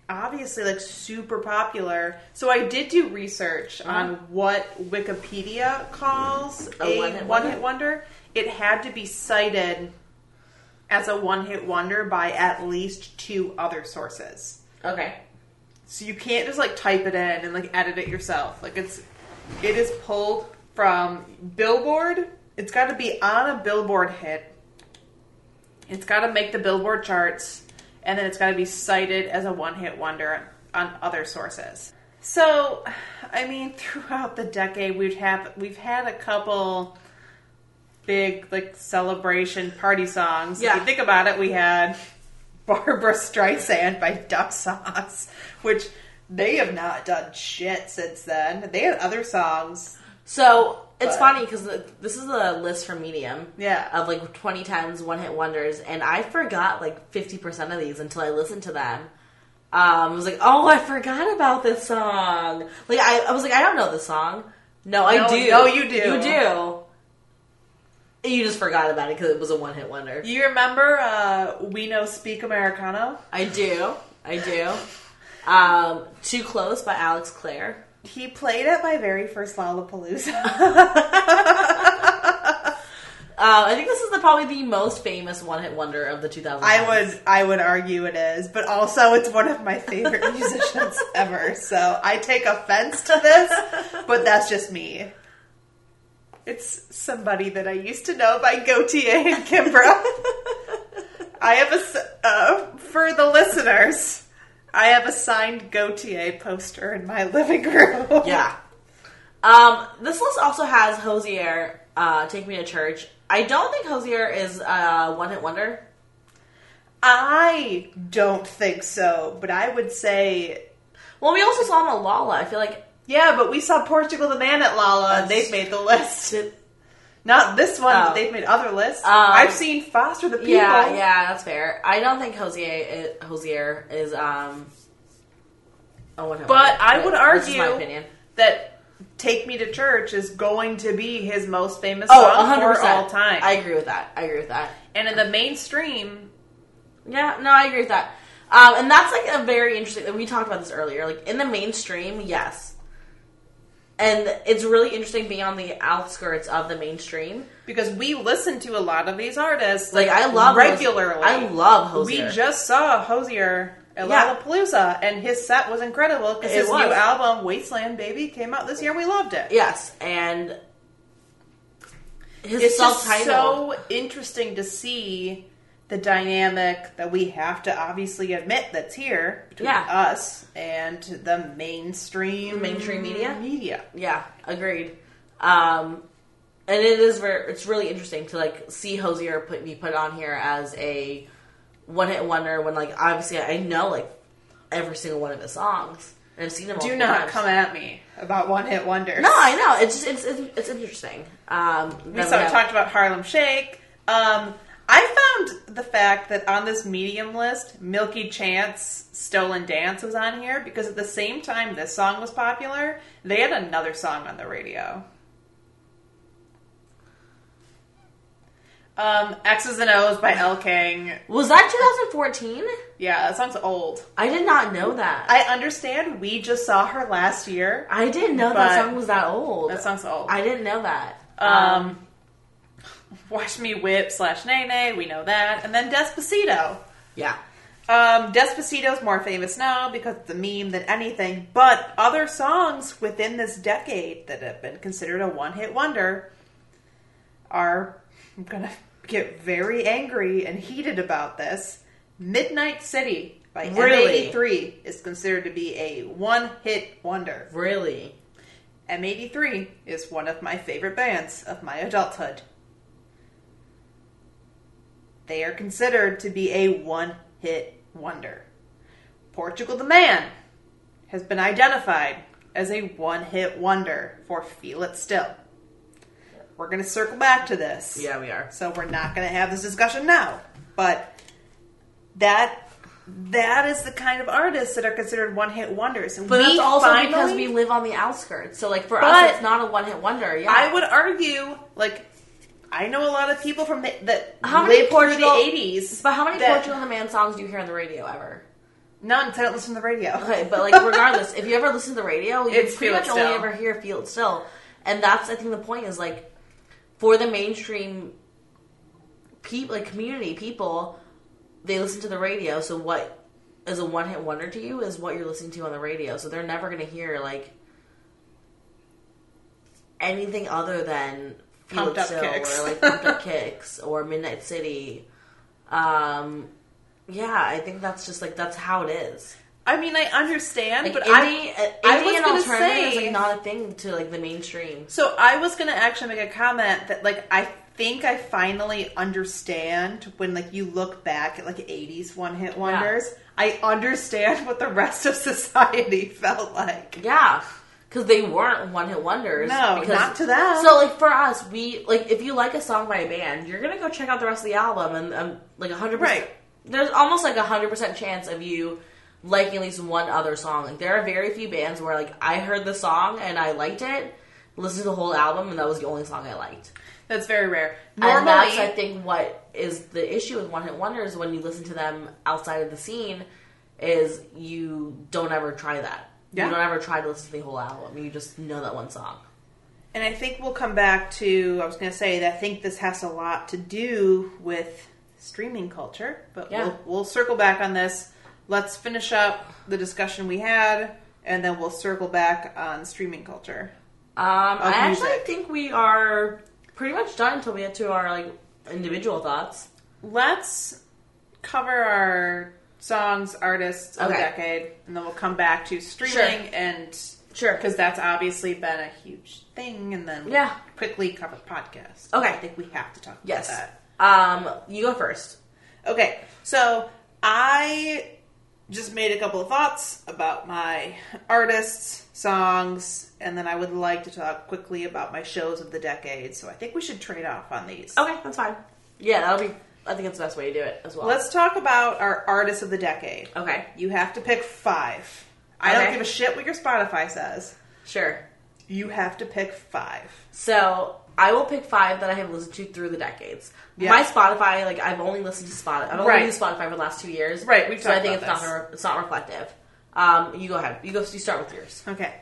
[SPEAKER 2] obviously like super popular. So I did do research on what Wikipedia calls
[SPEAKER 1] A
[SPEAKER 2] Uh-huh. a
[SPEAKER 1] one-hit
[SPEAKER 2] one-hit
[SPEAKER 1] wonder?
[SPEAKER 2] wonder. It had to be cited as a one-hit wonder by at least two other sources.
[SPEAKER 1] okay,
[SPEAKER 2] So you can't just like type it in and like edit it yourself. Like it's it is pulled from Billboard. It's got to be on a Billboard hit. It's got to make the Billboard charts and then it's got to be cited as a one-hit wonder on other sources. So, I mean, throughout the decade we've have we've had a couple big like celebration party songs. If
[SPEAKER 1] Yeah.
[SPEAKER 2] you think about it, we had Barbara Streisand by Duck Sauce, which they have not done shit since then. They had other songs.
[SPEAKER 1] so it's
[SPEAKER 2] But-
[SPEAKER 1] funny 'cause funny because this is a list from Medium.
[SPEAKER 2] Yeah.
[SPEAKER 1] of like 2010s one hit wonders and i forgot like 50% of these until i listened to them um, i was like oh i forgot about this song like i, I was like i don't know this song no i
[SPEAKER 2] No,
[SPEAKER 1] do
[SPEAKER 2] no, you do.
[SPEAKER 1] you do you just forgot about it because it was a one hit wonder
[SPEAKER 2] You remember uh, We Know Speak Americano?
[SPEAKER 1] i do i do um, too close by alex clare
[SPEAKER 2] He played at my very first Lollapalooza.
[SPEAKER 1] uh, i think this is the, probably the most famous one hit wonder of the 2000s
[SPEAKER 2] I would I would argue it is, but also it's one of my favorite musicians ever. So I take offense to this, but that's just me. It's somebody that I used to know by Gautier and Kimbra. I have a s- uh, for the listeners. I have a signed Gautier poster in my living room.
[SPEAKER 1] Yeah. Um, this list also has Hosier, uh, Take Me to Church. I don't think Hosier is a one hit wonder.
[SPEAKER 2] I don't think so, but I would say
[SPEAKER 1] Well, we also saw him at Lala. I feel like.
[SPEAKER 2] yeah. But we saw Portugal the Man at Lala, and they've made the list. Not this one,
[SPEAKER 1] Oh.
[SPEAKER 2] but they've made other lists.
[SPEAKER 1] Um,
[SPEAKER 2] I've seen Foster the People.
[SPEAKER 1] Yeah, yeah, that's fair. I don't think Hosier is, Hosier is um, a one hit
[SPEAKER 2] But I would
[SPEAKER 1] This is my
[SPEAKER 2] argue-
[SPEAKER 1] opinion.
[SPEAKER 2] That Take Me to Church is going to be his most famous
[SPEAKER 1] Oh,
[SPEAKER 2] song
[SPEAKER 1] 100%.
[SPEAKER 2] for all time.
[SPEAKER 1] I agree with that. I agree with that.
[SPEAKER 2] and in the mainstream,
[SPEAKER 1] Yeah, no, I agree with that. Um, and that's like a very interesting. We talked about this earlier. Like in the mainstream, yes, and it's really interesting being on the outskirts of the mainstream.
[SPEAKER 2] because we listen to a lot of these artists.
[SPEAKER 1] Like I love Hos-
[SPEAKER 2] regularly.
[SPEAKER 1] I love Hosier.
[SPEAKER 2] We just saw Hosier at
[SPEAKER 1] Yeah.
[SPEAKER 2] Lollapalooza, and his set was incredible because
[SPEAKER 1] It
[SPEAKER 2] his
[SPEAKER 1] was.
[SPEAKER 2] new album Wasteland Baby came out this year. and We loved it.
[SPEAKER 1] yes, and his
[SPEAKER 2] It's just
[SPEAKER 1] self-titled.
[SPEAKER 2] so interesting to see the dynamic that we have to obviously admit that's here between
[SPEAKER 1] Yeah.
[SPEAKER 2] us and the mainstream
[SPEAKER 1] Mainstream media?
[SPEAKER 2] Media.
[SPEAKER 1] Yeah, agreed. Um, and it is ver- it's really interesting to like see Hosier put be put on here as a one hit wonder when like obviously I know like every single one of his songs and I've seen him.
[SPEAKER 2] Do
[SPEAKER 1] multiple
[SPEAKER 2] not
[SPEAKER 1] times.
[SPEAKER 2] come at me about one hit wonders.
[SPEAKER 1] No, I know it's just it's it's, it's interesting. Um, then
[SPEAKER 2] we so
[SPEAKER 1] have-
[SPEAKER 2] talked about Harlem Shake. Um, I found the fact that on this medium list, Milky Chance Stolen Dance was on here because at the same time this song was popular, they had another song on the radio. Um, X's and O's by L King.
[SPEAKER 1] was that 2014?
[SPEAKER 2] Yeah, that song's old.
[SPEAKER 1] I did not know that.
[SPEAKER 2] I understand we just saw her last year.
[SPEAKER 1] I didn't know
[SPEAKER 2] But-
[SPEAKER 1] that song was that old.
[SPEAKER 2] That song's old.
[SPEAKER 1] I didn't know that.
[SPEAKER 2] Um, Watch Me Whip slash Nay Nay, we know that. And then Despacito.
[SPEAKER 1] yeah.
[SPEAKER 2] Um, Despacito's more famous now because it's a meme than anything, but other songs within this decade that have been considered a one hit wonder are. I'm gonna get very angry and heated about this. Midnight City by
[SPEAKER 1] Really?
[SPEAKER 2] M83 is considered to be a one hit wonder.
[SPEAKER 1] Really?
[SPEAKER 2] M83 is one of my favorite bands of my adulthood. They are considered to be a one hit wonder. Portugal the Man has been identified as a one hit wonder for Feel It Still. We're going to circle back to this.
[SPEAKER 1] Yeah, we are.
[SPEAKER 2] So we're not going to have this discussion now. But that that is the kind of artists that are considered one hit wonders. And
[SPEAKER 1] But
[SPEAKER 2] we
[SPEAKER 1] that's also
[SPEAKER 2] finally,
[SPEAKER 1] because we live on the outskirts. So like for
[SPEAKER 2] But-
[SPEAKER 1] us, it's not a one hit wonder. Yeah.
[SPEAKER 2] I would argue, like, I know a lot of people from the, that
[SPEAKER 1] How many
[SPEAKER 2] lived through
[SPEAKER 1] Portugal-
[SPEAKER 2] the eighties,
[SPEAKER 1] But how many
[SPEAKER 2] that,
[SPEAKER 1] Portugal and the Man songs do you hear on the radio ever?
[SPEAKER 2] None. 'cause I don't listen to the radio.
[SPEAKER 1] Okay, but like regardless, if you ever listen to the radio, you
[SPEAKER 2] It's
[SPEAKER 1] pretty
[SPEAKER 2] Feel It
[SPEAKER 1] much only
[SPEAKER 2] Still.
[SPEAKER 1] ever hear "Feel It Still," and that's I think the point is like for the mainstream people, like community people, they listen to the radio. So what is a one hit wonder to you is what you're listening to on the radio. So they're never gonna hear like anything other than "Feel
[SPEAKER 2] Pumped
[SPEAKER 1] It
[SPEAKER 2] Up
[SPEAKER 1] Still"
[SPEAKER 2] Kicks.
[SPEAKER 1] or like "Pumped Up Kicks" or "Midnight City." Um, yeah, I think that's just like that's how it is.
[SPEAKER 2] I mean, I understand,
[SPEAKER 1] Like
[SPEAKER 2] but
[SPEAKER 1] indie,
[SPEAKER 2] I,
[SPEAKER 1] uh,
[SPEAKER 2] I
[SPEAKER 1] indie
[SPEAKER 2] was
[SPEAKER 1] and
[SPEAKER 2] gonna
[SPEAKER 1] alternative
[SPEAKER 2] say,
[SPEAKER 1] is like not a thing to like the mainstream.
[SPEAKER 2] So I was gonna actually make a comment that, like, I think I finally understand when, like, you look back at like eighties one hit wonders. I understand what the rest of society felt like.
[SPEAKER 1] Yeah, because they weren't one hit wonders.
[SPEAKER 2] No,
[SPEAKER 1] because,
[SPEAKER 2] not to them.
[SPEAKER 1] So like for us, we like if you like a song by a band, you're gonna go check out the rest of the album, and um, like hundred percent.
[SPEAKER 2] Right.
[SPEAKER 1] There's almost like a hundred percent chance of you liking at least one other song. Like there are very few bands where like I heard the song and I liked it, listened to the whole album, and that was the only song I liked.
[SPEAKER 2] That's very rare.
[SPEAKER 1] and that's I think what is the issue with one hit wonders when you listen to them outside of the scene is you don't ever try that.
[SPEAKER 2] Yeah.
[SPEAKER 1] You don't ever try to listen to the whole album. You just know that one song.
[SPEAKER 2] And I think we'll come back to, I was going to say that I think this has a lot to do with streaming culture, but
[SPEAKER 1] Yeah.
[SPEAKER 2] we'll, we'll circle back on this. Let's finish up the discussion we had, and then we'll circle back on streaming culture.
[SPEAKER 1] Um, I actually
[SPEAKER 2] music.
[SPEAKER 1] think we are pretty much done until we get to our like individual thoughts.
[SPEAKER 2] Let's cover our songs, artists of the
[SPEAKER 1] Okay.
[SPEAKER 2] decade, and then we'll come back to streaming and.
[SPEAKER 1] Sure.
[SPEAKER 2] Because that's obviously been a huge thing, and then we'll
[SPEAKER 1] Yeah.
[SPEAKER 2] quickly cover podcast.
[SPEAKER 1] Okay.
[SPEAKER 2] I think we have to talk
[SPEAKER 1] Yes.
[SPEAKER 2] about that.
[SPEAKER 1] Um, you go first.
[SPEAKER 2] Okay, so I just made a couple of thoughts about my artists, songs, and then I would like to talk quickly about my shows of the decade. So I think we should trade off on these.
[SPEAKER 1] Okay, that's fine. Yeah, that'll be. I think it's the best way to do it as well.
[SPEAKER 2] Let's talk about our artists of the decade.
[SPEAKER 1] Okay.
[SPEAKER 2] You have to pick five. I don't
[SPEAKER 1] Okay.
[SPEAKER 2] give a shit what your Spotify says.
[SPEAKER 1] Sure.
[SPEAKER 2] You have to pick five.
[SPEAKER 1] So I will pick five that I have listened to through the decades.
[SPEAKER 2] Yeah.
[SPEAKER 1] My Spotify, like I've only listened to Spotify. I've only
[SPEAKER 2] Right.
[SPEAKER 1] used Spotify for the last two years.
[SPEAKER 2] Right, we've
[SPEAKER 1] so
[SPEAKER 2] talked
[SPEAKER 1] I think
[SPEAKER 2] about
[SPEAKER 1] it's
[SPEAKER 2] this.
[SPEAKER 1] not re- it's not reflective. Um, you go ahead. You go. You start with yours.
[SPEAKER 2] Okay.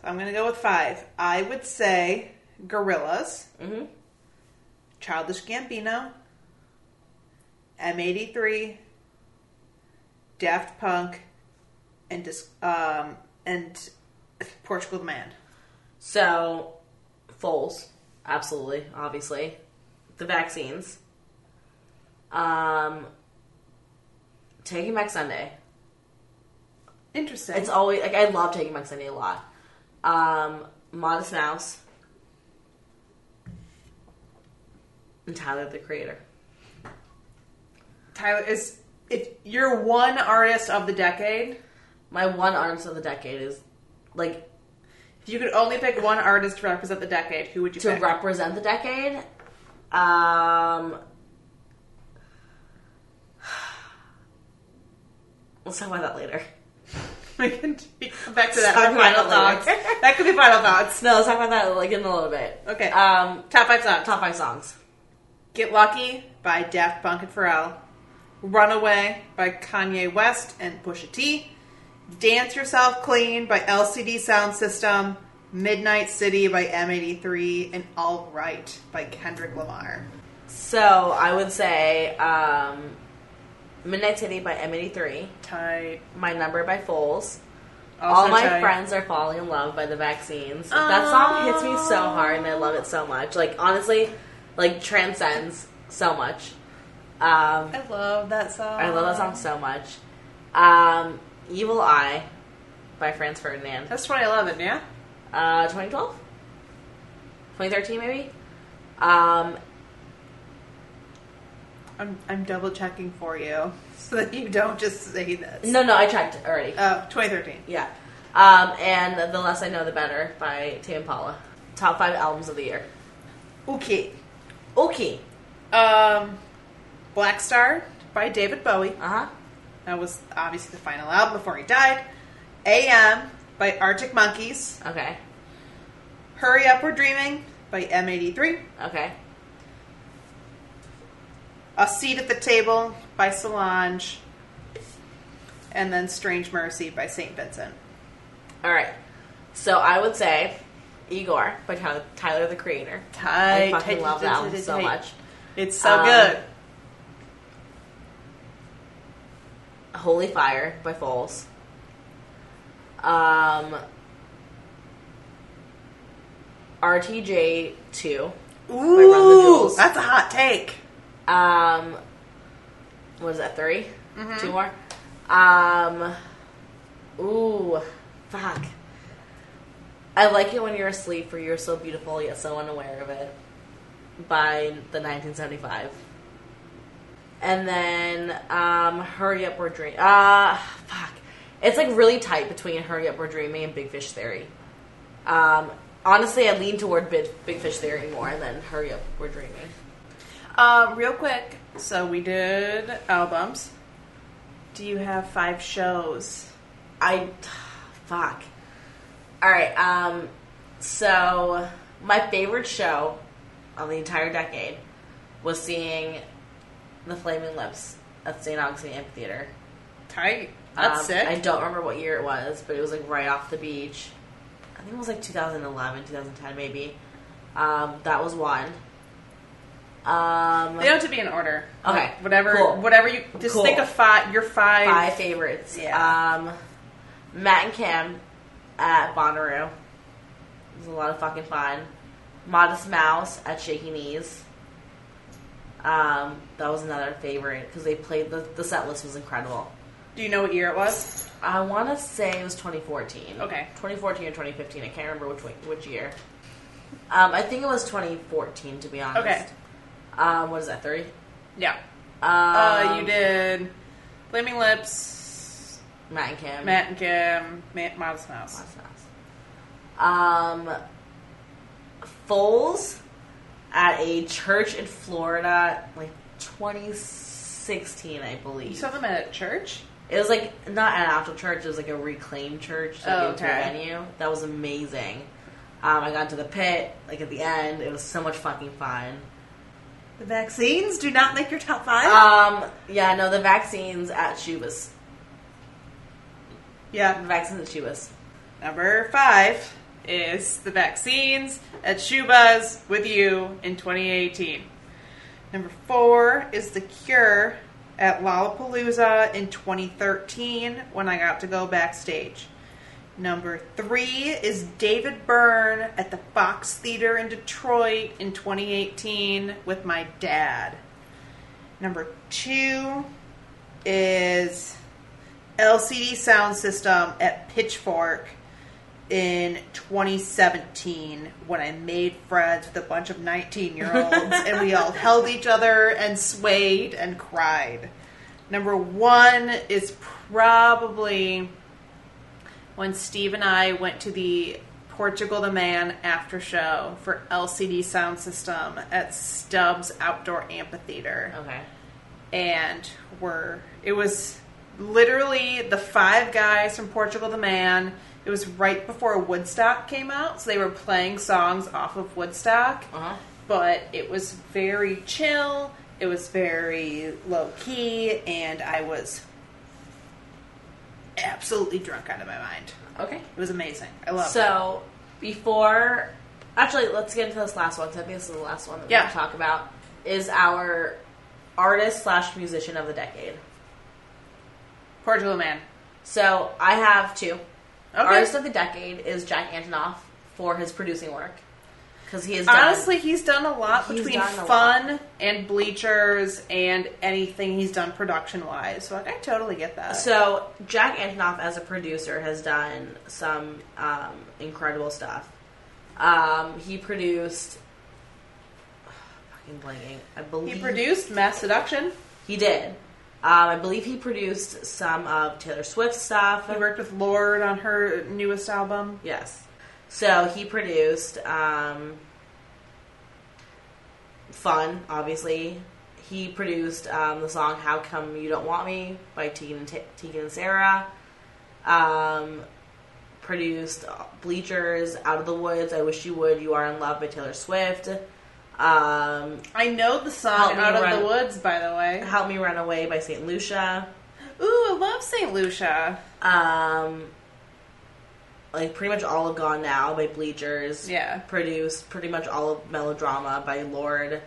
[SPEAKER 2] So I'm going to go with five. I would say Gorillas,
[SPEAKER 1] Mm-hmm.
[SPEAKER 2] Childish Gambino, M83, Daft Punk, and Dis- um, and Portugal the Man.
[SPEAKER 1] So, Foles, absolutely, obviously, the vaccines. Um, taking back Sunday.
[SPEAKER 2] Interesting.
[SPEAKER 1] It's always like I love taking back Sunday a lot. Um, Modest Mouse. And Tyler the Creator.
[SPEAKER 2] Tyler is if you're one artist of the decade,
[SPEAKER 1] My one artist of the decade is like
[SPEAKER 2] if you could only pick one artist to represent the decade, who would you
[SPEAKER 1] to
[SPEAKER 2] pick?
[SPEAKER 1] represent the decade. Um, let's talk about that later.
[SPEAKER 2] we can t- come back to that.
[SPEAKER 1] Sorry,
[SPEAKER 2] for final
[SPEAKER 1] final
[SPEAKER 2] thoughts.
[SPEAKER 1] later.
[SPEAKER 2] that could be final thoughts.
[SPEAKER 1] No, let's talk about that like in a little bit.
[SPEAKER 2] Okay. uh,
[SPEAKER 1] Um,
[SPEAKER 2] Top five songs.
[SPEAKER 1] top five songs.
[SPEAKER 2] Get Lucky by Daft Punk and Pharrell. Runaway by Kanye West and Pusha T. Dance Yourself Clean by LCD Sound System. Midnight City by M83 and All Right by Kendrick Lamar.
[SPEAKER 1] So I would say um, Midnight City by M83,
[SPEAKER 2] Tight.
[SPEAKER 1] My Number by Foles,
[SPEAKER 2] Also
[SPEAKER 1] All My
[SPEAKER 2] tight.
[SPEAKER 1] Friends Are Falling in Love by The Vaccines. That song hits me so hard and I love it so much. Like, honestly, like, transcends so much. Um,
[SPEAKER 2] I love that song.
[SPEAKER 1] I love that song so much. Um, Evil Eye by Franz Ferdinand.
[SPEAKER 2] That's 2011, yeah?
[SPEAKER 1] Uh, 2012? 2013, maybe? Um,
[SPEAKER 2] I'm, I'm double checking for you so that you don't just say this.
[SPEAKER 1] no, no, I checked already.
[SPEAKER 2] Oh, 2013.
[SPEAKER 1] Yeah. Um, and The Less I Know, The Better by Tame Impala. Top five albums of the year.
[SPEAKER 2] Okay.
[SPEAKER 1] Okay.
[SPEAKER 2] Um, Black Star by David Bowie.
[SPEAKER 1] Uh huh.
[SPEAKER 2] That was obviously the final album before he died. AM by Arctic Monkeys.
[SPEAKER 1] Okay.
[SPEAKER 2] Hurry Up We're Dreaming by M83.
[SPEAKER 1] Okay.
[SPEAKER 2] A Seat at the Table by Solange. And then Strange Mercy by St. Vincent.
[SPEAKER 1] All right. So I would say Igor by Tyler, Tyler the Creator. I
[SPEAKER 2] Tight,
[SPEAKER 1] fucking
[SPEAKER 2] tight,
[SPEAKER 1] love
[SPEAKER 2] tight,
[SPEAKER 1] that album
[SPEAKER 2] tight,
[SPEAKER 1] so
[SPEAKER 2] tight.
[SPEAKER 1] much.
[SPEAKER 2] It's so
[SPEAKER 1] Um,
[SPEAKER 2] good.
[SPEAKER 1] Holy Fire by Foles. Um, RTJ 2. Run the
[SPEAKER 2] Ooh,
[SPEAKER 1] Jewels.
[SPEAKER 2] that's a hot take.
[SPEAKER 1] Um, what is that? 3
[SPEAKER 2] Mhm.
[SPEAKER 1] Two more. Um, ooh, fuck. I like it when you're asleep, for you're so beautiful yet so unaware of it. By the 1975. And then, um, Hurry Up or Dream. Uh, fuck. It's like really tight between Hurry Up or Dreaming and Big Fish Theory. Um, honestly, I lean toward Big, Big Fish Theory more than Hurry Up or Dreaming.
[SPEAKER 2] Um, real quick, so we did albums. Do you have five shows?
[SPEAKER 1] I fuck. All right. Um. So my favorite show on the entire decade was seeing the Flaming Lips at St. Augustine Amphitheater.
[SPEAKER 2] Tight. That's
[SPEAKER 1] Um,
[SPEAKER 2] sick.
[SPEAKER 1] I don't remember what year it was, but it was like right off the beach. I think it was like 2011, 2010, maybe. Um, that was one. Um,
[SPEAKER 2] They don't have to be in order.
[SPEAKER 1] Okay,
[SPEAKER 2] Like, whatever.
[SPEAKER 1] cool.
[SPEAKER 2] Whatever you just
[SPEAKER 1] Cool.
[SPEAKER 2] think of five. Your five.
[SPEAKER 1] five favorites.
[SPEAKER 2] Yeah.
[SPEAKER 1] Um, Matt and Cam at Bonnaroo. It was a lot of fucking fun. Modest Mouse at Shaky Knees. Um, that was another favorite because they played the the set list was incredible.
[SPEAKER 2] Do you know what year it was?
[SPEAKER 1] I want to say it was 2014.
[SPEAKER 2] Okay.
[SPEAKER 1] 2014 or 2015. I can't remember which one- which year. Um, I think it was 2014 to be honest.
[SPEAKER 2] Okay.
[SPEAKER 1] Um, what is that? Three.
[SPEAKER 2] Yeah.
[SPEAKER 1] Um,
[SPEAKER 2] uh, you did. Flaming Lips,
[SPEAKER 1] Matt and Cam.
[SPEAKER 2] Matt and Kim, Ma- Modest Mouse.
[SPEAKER 1] Last mouse. Um, Foles at a church in Florida, like 2016, I
[SPEAKER 2] You
[SPEAKER 1] believe.
[SPEAKER 2] saw them at church.
[SPEAKER 1] It was like not an actual church; it was like a reclaimed church like,
[SPEAKER 2] Oh,
[SPEAKER 1] into a
[SPEAKER 2] okay.
[SPEAKER 1] venue. That was amazing. Um, I got to the pit like at the end. It was so much fucking fun.
[SPEAKER 2] The vaccines do not make your top five.
[SPEAKER 1] Um, yeah, no, the vaccines at Shubas.
[SPEAKER 2] yeah.
[SPEAKER 1] The vaccines at Shubas.
[SPEAKER 2] Number five, is The Vaccines at Shuba's with you in 2018. Number four is The Cure at Lollapalooza in 2013 when I got to go backstage. Number three is David Byrne at the Fox Theater in Detroit in 2018 with my dad. Number two is LCD Sound System at Pitchfork in 2017 when I made friends with a bunch of 19 year olds and we all held each other and swayed and cried. Number one is probably when Steve and I went to the Portugal the Man after show for LCD Sound System at Stubbs Outdoor Amphitheater
[SPEAKER 1] Okay.
[SPEAKER 2] and were it was literally the five guys from Portugal the Man. It was right before Woodstock came out, so they were playing songs off of Woodstock.
[SPEAKER 1] Uh-huh.
[SPEAKER 2] But it was very chill. It was very low key, and I was absolutely drunk out of my mind.
[SPEAKER 1] Okay.
[SPEAKER 2] It was amazing. I love it.
[SPEAKER 1] So before, actually, let's get into this last one. 'cause I think this is the last one that
[SPEAKER 2] Yeah.
[SPEAKER 1] we're going to talk about. Is our artist slash musician of the decade.
[SPEAKER 2] Portugal the Man.
[SPEAKER 1] So I have two.
[SPEAKER 2] Okay.
[SPEAKER 1] Artist of the decade is Jack Antonoff for his producing work because he is
[SPEAKER 2] Honestly, he's done a lot
[SPEAKER 1] He's
[SPEAKER 2] between
[SPEAKER 1] done a
[SPEAKER 2] fun and bleachers and anything he's done production wise. So like, I totally get that.
[SPEAKER 1] So Jack Antonoff, as a producer, has done some um, incredible stuff. Um, he produced. fucking blanking. I believe
[SPEAKER 2] he produced Mass Seduction.
[SPEAKER 1] He did. Um, I believe he produced some of Taylor Swift's stuff.
[SPEAKER 2] He worked with Lord on her newest album.
[SPEAKER 1] Yes. So he produced um, Fun, obviously. He produced um, the song How Come You Don't Want Me by Tegan and, T- Tegan and Sarah. Um, produced Bleachers, Out of the Woods, I Wish You Would, You Are in Love by Taylor Swift. Um,
[SPEAKER 2] I know the song
[SPEAKER 1] Help me
[SPEAKER 2] Out of
[SPEAKER 1] run-
[SPEAKER 2] the Woods, by the way.
[SPEAKER 1] Help Me Run Away by St. Lucia.
[SPEAKER 2] Ooh, I love St. Lucia.
[SPEAKER 1] Um, like pretty much all of Gone Now by Bleachers.
[SPEAKER 2] Yeah.
[SPEAKER 1] Produced pretty much all of Melodrama by Lord.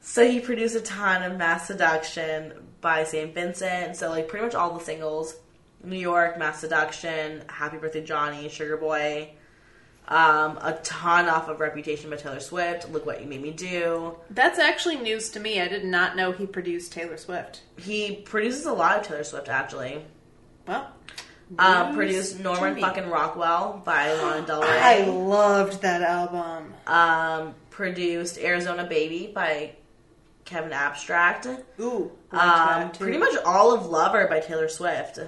[SPEAKER 1] So he produced a ton of Mass Seduction by St. Vincent. So like pretty much all the singles. New York, Mass Seduction, Happy Birthday Johnny, Sugar Boy. Um, a ton off of Reputation by Taylor Swift, Look What You Made Me Do.
[SPEAKER 2] That's actually news to me. I did not know he produced Taylor Swift.
[SPEAKER 1] He produces a lot of Taylor Swift actually.
[SPEAKER 2] Well,
[SPEAKER 1] Uh,
[SPEAKER 2] Nice
[SPEAKER 1] produced Norman
[SPEAKER 2] to me.
[SPEAKER 1] fucking Rockwell by Lana Del Rey.
[SPEAKER 2] I loved that album.
[SPEAKER 1] um, produced Arizona Baby by Kevin Abstract.
[SPEAKER 2] Ooh,
[SPEAKER 1] Um, pretty much all of Lover by Taylor Swift.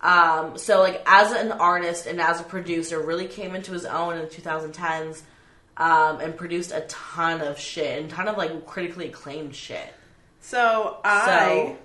[SPEAKER 1] Um, so, like, as an artist and as a producer, really came into his own in the 2010s um, and produced a ton of shit and ton of, like, critically acclaimed shit.
[SPEAKER 2] So
[SPEAKER 1] So,
[SPEAKER 2] I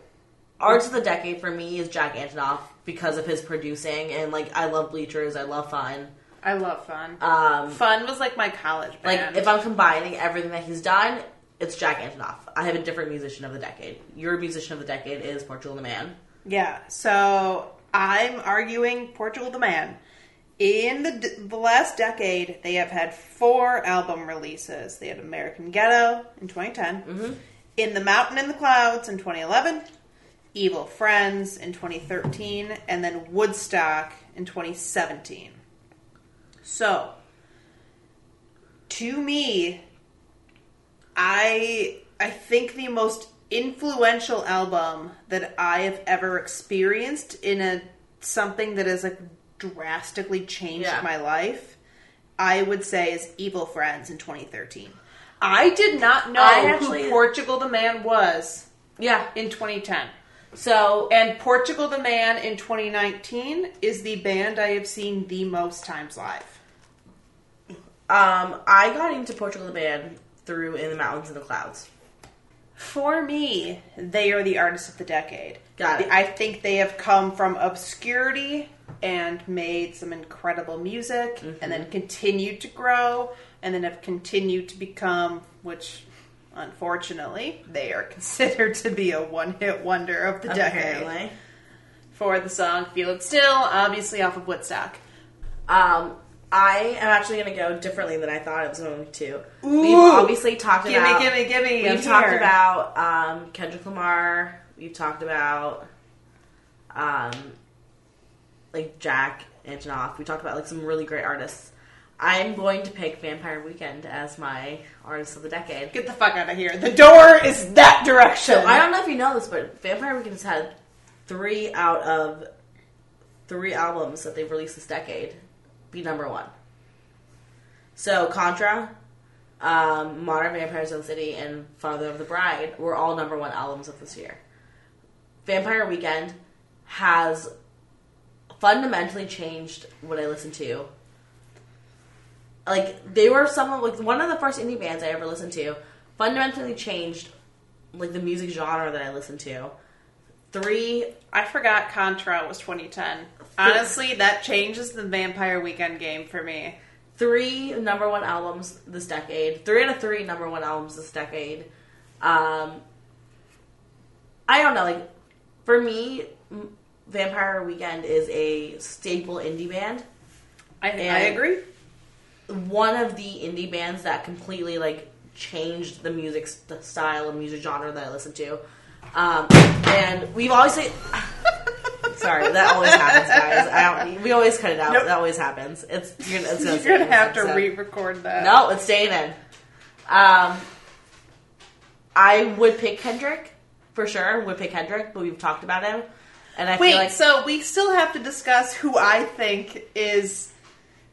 [SPEAKER 1] arts of the decade for me is Jack Antonoff because of his producing. And, like, I love Bleachers, I love Fun.
[SPEAKER 2] I love fun.
[SPEAKER 1] Um,
[SPEAKER 2] Fun was like my college
[SPEAKER 1] Like
[SPEAKER 2] band.
[SPEAKER 1] if I'm combining everything that he's done, it's Jack Antonoff. I have a different musician of the decade. Your musician of the decade is Portugal the Man.
[SPEAKER 2] yeah, so I'm arguing Portugal the Man. In the, d- the last decade, they have had four album releases. They had American Ghetto in 2010,
[SPEAKER 1] Mm-hmm.
[SPEAKER 2] In the Mountain and the Clouds in 2011, Evil Friends in 2013, and then Woodstock in 2017. So, to me, I I think the most influential album that I have ever experienced in a something that has like drastically changed
[SPEAKER 1] Yeah.
[SPEAKER 2] my life, I would say is Evil Friends in 2013. I did not know
[SPEAKER 1] I actually-
[SPEAKER 2] Oh, who Portugal the Man was
[SPEAKER 1] Yeah.
[SPEAKER 2] in 2010.
[SPEAKER 1] So
[SPEAKER 2] And Portugal the Man in 2019 is the band I have seen the most times live.
[SPEAKER 1] um, I got into Portugal the Man through In the Mountains and the Clouds.
[SPEAKER 2] For me, they are the artists of the decade.
[SPEAKER 1] Got it.
[SPEAKER 2] I think they have come from obscurity and made some incredible music and
[SPEAKER 1] Mm-hmm.
[SPEAKER 2] then continued to grow and then have continued to become, which unfortunately, they are considered to be a one hit wonder of the decade.
[SPEAKER 1] Apparently.
[SPEAKER 2] For the song Feel It Still, obviously off of Woodstock.
[SPEAKER 1] Um, I am actually going to go differently than I thought it was going to. We've
[SPEAKER 2] Ooh.
[SPEAKER 1] obviously talked
[SPEAKER 2] Gimme,
[SPEAKER 1] about.
[SPEAKER 2] gimme, gimme. I'm
[SPEAKER 1] We've talked
[SPEAKER 2] here.
[SPEAKER 1] about um, Kendrick Lamar. We've talked about um, like Jack Antonoff. We talked about like some really great artists. I'm going to pick Vampire Weekend as my artist of the decade.
[SPEAKER 2] Get the fuck out of here. The door is that direction.
[SPEAKER 1] So I don't know if you know this, but Vampire Weekend's had three out of three albums that they've released this decade be number one. So Contra, um, Modern Vampires of the City, and Father of the Bride were all number one albums of this year. Vampire Weekend has fundamentally changed what I listen to. Like they were some of like one of the first indie bands I ever listened to. Fundamentally changed like the music genre that I listen to. Three
[SPEAKER 2] I forgot Contra was 2010. Honestly, that changes the Vampire Weekend game for me.
[SPEAKER 1] three number one albums this decade. Three out of three number one albums this decade. Um, I don't know. Like for me, M- Vampire Weekend is a staple indie band.
[SPEAKER 2] I,
[SPEAKER 1] And-
[SPEAKER 2] I agree.
[SPEAKER 1] One of the indie bands that completely like changed the music st- style and music genre that I listen to. Um, and we've always say, sorry, that always happens, guys. I don't. We always cut it out.
[SPEAKER 2] Nope.
[SPEAKER 1] That always happens. It's you're, it's gonna
[SPEAKER 2] You're gonna
[SPEAKER 1] stay in
[SPEAKER 2] have
[SPEAKER 1] this
[SPEAKER 2] to
[SPEAKER 1] episode.
[SPEAKER 2] re-record that.
[SPEAKER 1] No, it's staying in. Um, I would pick Kendrick for sure. Would pick Kendrick, but we've talked about him, and I
[SPEAKER 2] Wait,
[SPEAKER 1] feel like
[SPEAKER 2] so we still have to discuss who I think is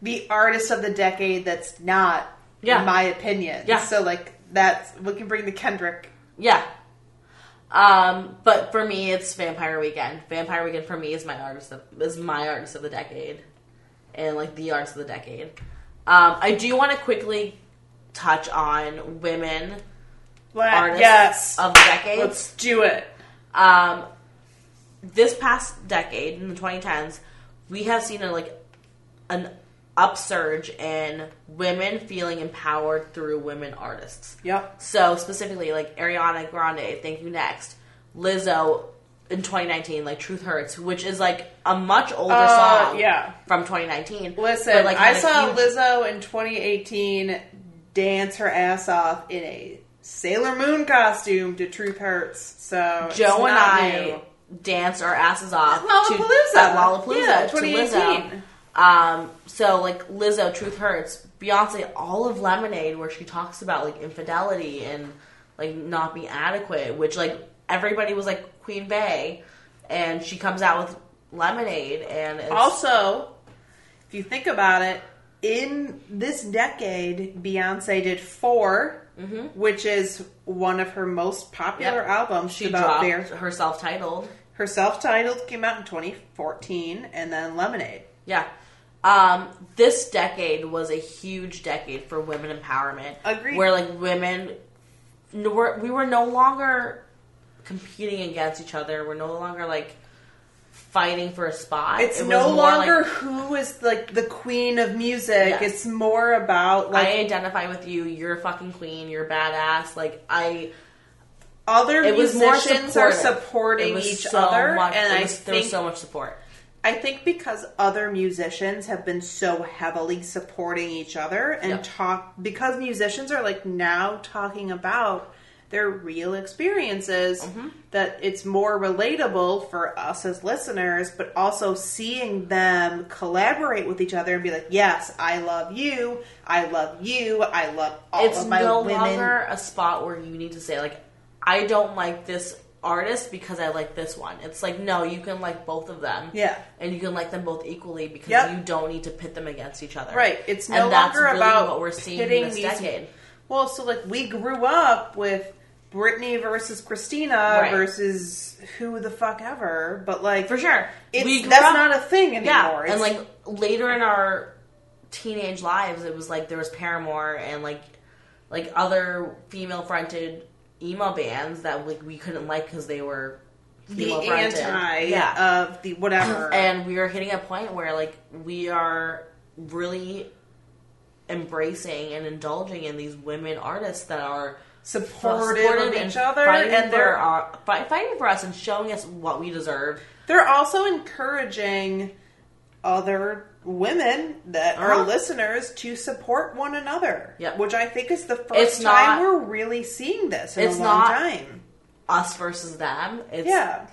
[SPEAKER 2] the artist of the decade that's not,
[SPEAKER 1] Yeah.
[SPEAKER 2] in my opinion.
[SPEAKER 1] Yeah.
[SPEAKER 2] So, like, that's, we can bring the Kendrick.
[SPEAKER 1] yeah. Um, but for me, it's Vampire Weekend. Vampire Weekend for me is my artist of, is my artist of the decade, and like the artist of the decade. Um, I do want to quickly touch on women artists
[SPEAKER 2] Uh, Yes.
[SPEAKER 1] of the decade.
[SPEAKER 2] Let's do it.
[SPEAKER 1] Um, this past decade in the 2010s, we have seen a, like an upsurge in women feeling empowered through women artists.
[SPEAKER 2] Yep.
[SPEAKER 1] So specifically, like Ariana Grande, Thank You Next, Lizzo in 2019, like Truth Hurts, which is like a much older
[SPEAKER 2] Uh,
[SPEAKER 1] song
[SPEAKER 2] yeah.
[SPEAKER 1] from 2019.
[SPEAKER 2] Listen,
[SPEAKER 1] but, like,
[SPEAKER 2] I
[SPEAKER 1] had a
[SPEAKER 2] saw
[SPEAKER 1] huge-
[SPEAKER 2] Lizzo in 2018 dance her ass off in a Sailor Moon costume to Truth Hurts. So it's
[SPEAKER 1] Joe and
[SPEAKER 2] not
[SPEAKER 1] I
[SPEAKER 2] new.
[SPEAKER 1] danced our asses off
[SPEAKER 2] Lollapalooza.
[SPEAKER 1] to at Lollapalooza
[SPEAKER 2] Yeah,
[SPEAKER 1] to Lizzo.
[SPEAKER 2] 2018.
[SPEAKER 1] Um, so like Lizzo, Truth Hurts, Beyonce, all of Lemonade, where she talks about like infidelity and like not being adequate, which like everybody was like Queen Bey, and she comes out with Lemonade, and it's,
[SPEAKER 2] Also, if you think about it, in this decade, Beyonce did 4 which is one of her most popular
[SPEAKER 1] Mm-hmm. Yep.
[SPEAKER 2] albums.
[SPEAKER 1] she
[SPEAKER 2] about
[SPEAKER 1] dropped
[SPEAKER 2] bear.
[SPEAKER 1] her self-titled.
[SPEAKER 2] her self-titled came out in 2014, and then Lemonade.
[SPEAKER 1] Yeah. Um, this decade was a huge decade for women empowerment.
[SPEAKER 2] Agreed.
[SPEAKER 1] Where like women, n- were, we were no longer competing against each other. We're no longer like fighting for a spot.
[SPEAKER 2] It's
[SPEAKER 1] It was
[SPEAKER 2] no
[SPEAKER 1] more, like,
[SPEAKER 2] longer who is like the queen of music.
[SPEAKER 1] Yes.
[SPEAKER 2] It's more about like
[SPEAKER 1] I identify with you. You're a fucking queen. You're badass. Like I,
[SPEAKER 2] other
[SPEAKER 1] it was more
[SPEAKER 2] musicians are
[SPEAKER 1] supportive. it
[SPEAKER 2] supporting
[SPEAKER 1] was
[SPEAKER 2] each
[SPEAKER 1] so
[SPEAKER 2] other,
[SPEAKER 1] much-
[SPEAKER 2] and
[SPEAKER 1] it
[SPEAKER 2] I
[SPEAKER 1] was- there
[SPEAKER 2] think
[SPEAKER 1] was so much support.
[SPEAKER 2] I think because other musicians have been so heavily supporting each other and
[SPEAKER 1] Yeah.
[SPEAKER 2] talk because musicians are like now talking about their real experiences
[SPEAKER 1] Mm-hmm.
[SPEAKER 2] that it's more relatable for us as listeners but also seeing them collaborate with each other and be like yes I love you I love you I love all
[SPEAKER 1] it's
[SPEAKER 2] of my
[SPEAKER 1] no
[SPEAKER 2] women
[SPEAKER 1] longer a spot where you need to say like i don't like this artist because i like this one it's like no you can like both of them
[SPEAKER 2] yeah
[SPEAKER 1] and you can like them both equally because
[SPEAKER 2] Yep.
[SPEAKER 1] you don't need to pit them against each other
[SPEAKER 2] Right. It's no
[SPEAKER 1] and that's
[SPEAKER 2] longer
[SPEAKER 1] really
[SPEAKER 2] about
[SPEAKER 1] what we're seeing
[SPEAKER 2] pitting
[SPEAKER 1] this
[SPEAKER 2] these-
[SPEAKER 1] decade
[SPEAKER 2] Well, so like we grew up with Britney versus Christina
[SPEAKER 1] Right.
[SPEAKER 2] versus who the fuck ever, but like
[SPEAKER 1] for sure
[SPEAKER 2] it's,
[SPEAKER 1] We grew
[SPEAKER 2] that's
[SPEAKER 1] up-
[SPEAKER 2] not a thing anymore.
[SPEAKER 1] yeah
[SPEAKER 2] It's-
[SPEAKER 1] and like later in our teenage lives it was like there was paramore and like like other female fronted emo bands that like we couldn't like because they were
[SPEAKER 2] the
[SPEAKER 1] female fronted
[SPEAKER 2] anti
[SPEAKER 1] yeah
[SPEAKER 2] of the whatever.
[SPEAKER 1] and we are hitting a point where like we are really embracing and indulging in these women artists that are
[SPEAKER 2] supportive, of
[SPEAKER 1] and
[SPEAKER 2] each other
[SPEAKER 1] fighting
[SPEAKER 2] and
[SPEAKER 1] for uh,
[SPEAKER 2] they're
[SPEAKER 1] our, fi- fighting for us and showing us what we deserve
[SPEAKER 2] they're also encouraging other women that
[SPEAKER 1] Uh-huh.
[SPEAKER 2] are listeners to support one another.
[SPEAKER 1] Yep.
[SPEAKER 2] Which I think is the first
[SPEAKER 1] It's
[SPEAKER 2] time
[SPEAKER 1] not-
[SPEAKER 2] we're really seeing this in
[SPEAKER 1] It's
[SPEAKER 2] a long
[SPEAKER 1] not-
[SPEAKER 2] time.
[SPEAKER 1] Us versus them. It's
[SPEAKER 2] Yeah.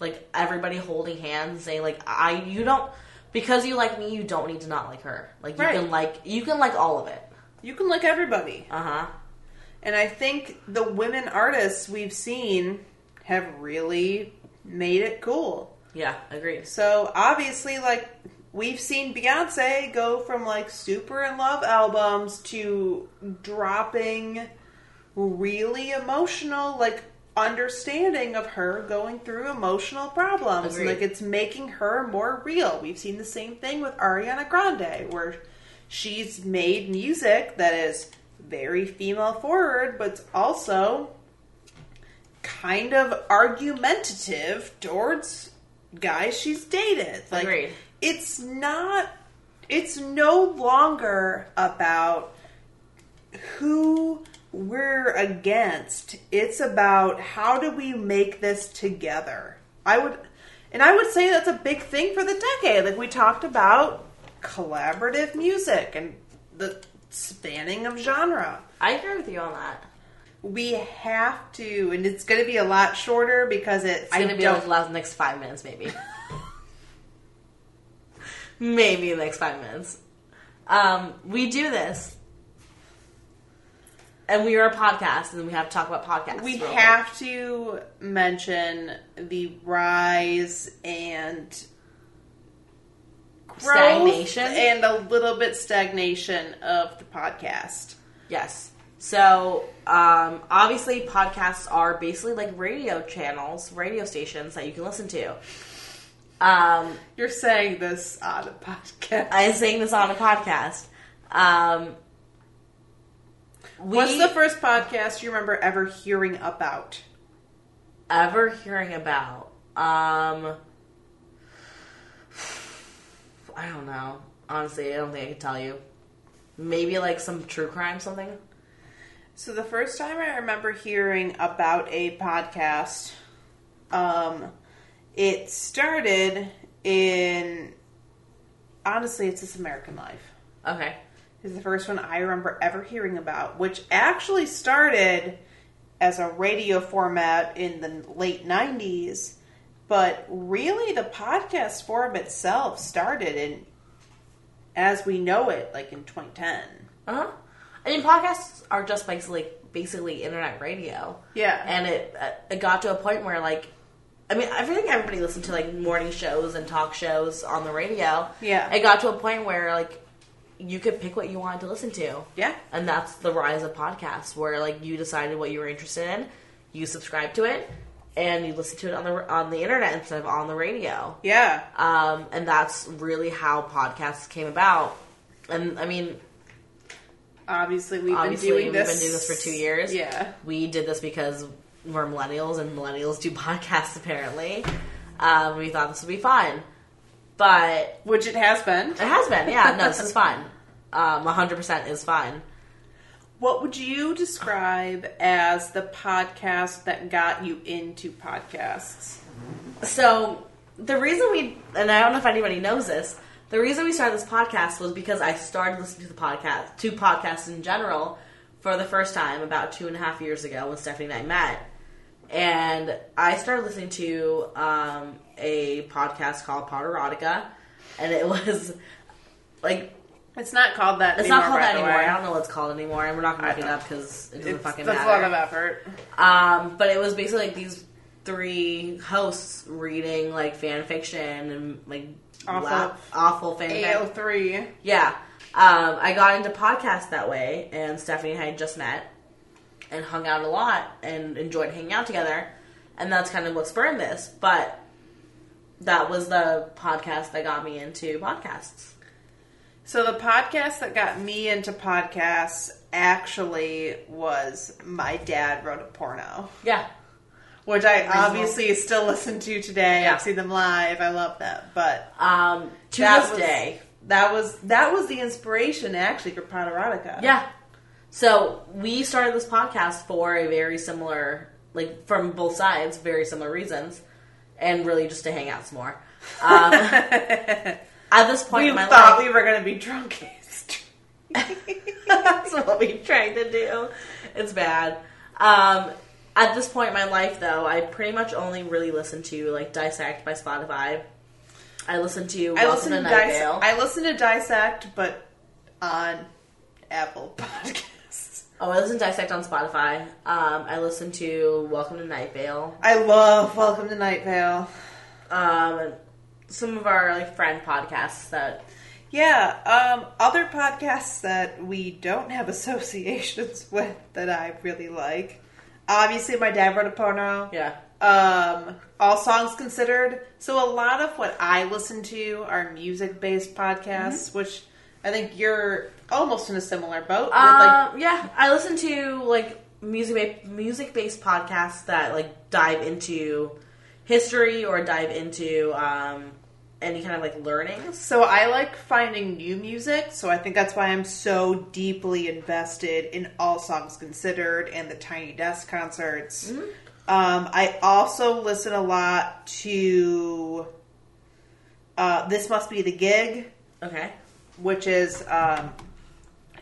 [SPEAKER 1] like everybody holding hands saying like I you don't because you like me, you don't need to not like her. Like you
[SPEAKER 2] Right.
[SPEAKER 1] can like you can like all of it.
[SPEAKER 2] You can like everybody.
[SPEAKER 1] Uh-huh.
[SPEAKER 2] And I think the women artists we've seen have really made it cool.
[SPEAKER 1] Yeah, agreed.
[SPEAKER 2] So obviously, like, we've seen Beyonce go from like super in love albums to dropping really emotional, like, understanding of her going through emotional problems. And,
[SPEAKER 1] Agreed.
[SPEAKER 2] like, it's making her more real. We've seen the same thing with Ariana Grande, where she's made music that is very female forward, but it's also kind of argumentative towards guys she's dated. Like
[SPEAKER 1] Agreed.
[SPEAKER 2] it's not it's no longer about who we're against. It's about how do we make this together. I would and I would say that's a big thing for the decade. Like we talked about collaborative music and the spanning of genre
[SPEAKER 1] I agree with you on that.
[SPEAKER 2] we have to, and it's going to be a lot shorter because it's.
[SPEAKER 1] It's gonna
[SPEAKER 2] I
[SPEAKER 1] be
[SPEAKER 2] don't,
[SPEAKER 1] like last next five minutes, maybe. maybe the next five minutes. Um, we do this, and we are a podcast, and we have to talk about podcasts.
[SPEAKER 2] we
[SPEAKER 1] real
[SPEAKER 2] have to mention the rise and growth
[SPEAKER 1] Stagnation?
[SPEAKER 2] and a little bit stagnation of the podcast.
[SPEAKER 1] quick. yes. So um, obviously, podcasts are basically like radio channels, radio stations that you can listen to. Um,
[SPEAKER 2] You're saying this on a podcast.
[SPEAKER 1] I'm saying this on a podcast. Um, we
[SPEAKER 2] What's the first podcast you remember ever hearing about?
[SPEAKER 1] ever hearing about. Um, I don't know. Honestly, I don't think I could tell you. Maybe like some true crime something.
[SPEAKER 2] So the first time I remember hearing about a podcast, um, it started in honestly, it's This American Life
[SPEAKER 1] Okay.
[SPEAKER 2] is the first one I remember ever hearing about, which actually started as a radio format in the late 90s, but really the podcast form itself started in as we know it, like in 2010.
[SPEAKER 1] Uh huh. I mean, podcasts are just basically basically internet radio,
[SPEAKER 2] Yeah.
[SPEAKER 1] and it uh, it got to a point where like. I mean, I think everybody listened to like morning shows and talk shows on the radio.
[SPEAKER 2] Yeah.
[SPEAKER 1] It got to a point where like you could pick what you wanted to listen to.
[SPEAKER 2] yeah.
[SPEAKER 1] and that's the rise of podcasts where like you decided what you were interested in you subscribe to it and you listen to it on the on the internet instead of on the radio
[SPEAKER 2] Yeah.
[SPEAKER 1] um, and that's really how podcasts came about and i mean
[SPEAKER 2] Obviously, we've
[SPEAKER 1] Obviously,
[SPEAKER 2] been doing
[SPEAKER 1] we've
[SPEAKER 2] this.
[SPEAKER 1] been doing this for two years.
[SPEAKER 2] Yeah,
[SPEAKER 1] we did this because we're millennials and millennials do podcasts apparently um, we thought this would be fun but
[SPEAKER 2] which it has been.
[SPEAKER 1] it has been yeah no this is fun um, 100% is fun
[SPEAKER 2] What would you describe as the podcast that got you into podcasts?
[SPEAKER 1] So the reason we and I don't know if anybody knows this, the reason we started this podcast was because I started listening to the podcast to podcasts in general for the first time about two and a half years ago when Stephanie and I met. And I started listening to um, a podcast called Poderotica, and it was like
[SPEAKER 2] It's not called that.
[SPEAKER 1] it's
[SPEAKER 2] anymore,
[SPEAKER 1] not called
[SPEAKER 2] by
[SPEAKER 1] that
[SPEAKER 2] the
[SPEAKER 1] anymore.
[SPEAKER 2] way.
[SPEAKER 1] I don't know what's called anymore, and we're not gonna
[SPEAKER 2] I
[SPEAKER 1] look it
[SPEAKER 2] don't-
[SPEAKER 1] up because it doesn't
[SPEAKER 2] It's,
[SPEAKER 1] fucking
[SPEAKER 2] that's
[SPEAKER 1] matter.
[SPEAKER 2] a lot of effort.
[SPEAKER 1] Um, but it was basically like these three hosts reading like fan fiction and like
[SPEAKER 2] Awful.
[SPEAKER 1] awful fan
[SPEAKER 2] AO
[SPEAKER 1] fiction.
[SPEAKER 2] three.
[SPEAKER 1] Yeah. Um, I got into podcasts that way, and Stephanie and I had just met and hung out a lot and enjoyed hanging out together. And that's kind of what spurred this. But that was the podcast that got me into podcasts.
[SPEAKER 2] So the podcast that got me into podcasts actually was my dad wrote a porno,
[SPEAKER 1] Yeah.
[SPEAKER 2] which I obviously still listen to today.
[SPEAKER 1] Yeah.
[SPEAKER 2] I've seen them live. I love that, but.
[SPEAKER 1] Um, to
[SPEAKER 2] That
[SPEAKER 1] this
[SPEAKER 2] was-
[SPEAKER 1] day.
[SPEAKER 2] That was that was the inspiration actually for Poderotica.
[SPEAKER 1] Yeah. So we started this podcast for a very similar, like from both sides, very similar reasons, and really just to hang out some more. Um, at this point
[SPEAKER 2] we
[SPEAKER 1] in my
[SPEAKER 2] thought
[SPEAKER 1] life,
[SPEAKER 2] we were going to be drunkest.
[SPEAKER 1] that's what we trying to do. It's bad. Um, at this point in my life, though, I pretty much only really listen to like Dissect by Spotify. I listen to
[SPEAKER 2] I
[SPEAKER 1] Welcome
[SPEAKER 2] listen
[SPEAKER 1] to
[SPEAKER 2] to
[SPEAKER 1] Night
[SPEAKER 2] Dis-
[SPEAKER 1] Vale.
[SPEAKER 2] I listen to Dissect, but on Apple Podcasts.
[SPEAKER 1] oh, I listen to Dissect on Spotify. Um, I listen to Welcome to Night Vale.
[SPEAKER 2] I love Welcome to Night Vale.
[SPEAKER 1] Um, some of our like friend podcasts that
[SPEAKER 2] Yeah, um, other podcasts that we don't have associations with that I really like. Obviously, my dad wrote a porno.
[SPEAKER 1] yeah.
[SPEAKER 2] Um, all songs considered. So a lot of what I listen to are music-based podcasts, which I think you're almost in a similar boat. with, like,
[SPEAKER 1] Um, yeah, I listen to like music music based podcasts that like dive into history or dive into um, any kind of like learnings.
[SPEAKER 2] so I like finding new music. So I think that's why I'm so deeply invested in all songs considered and the Tiny Desk concerts. Um, I also listen a lot to uh, "This Must Be the Gig."
[SPEAKER 1] Okay.
[SPEAKER 2] which is um,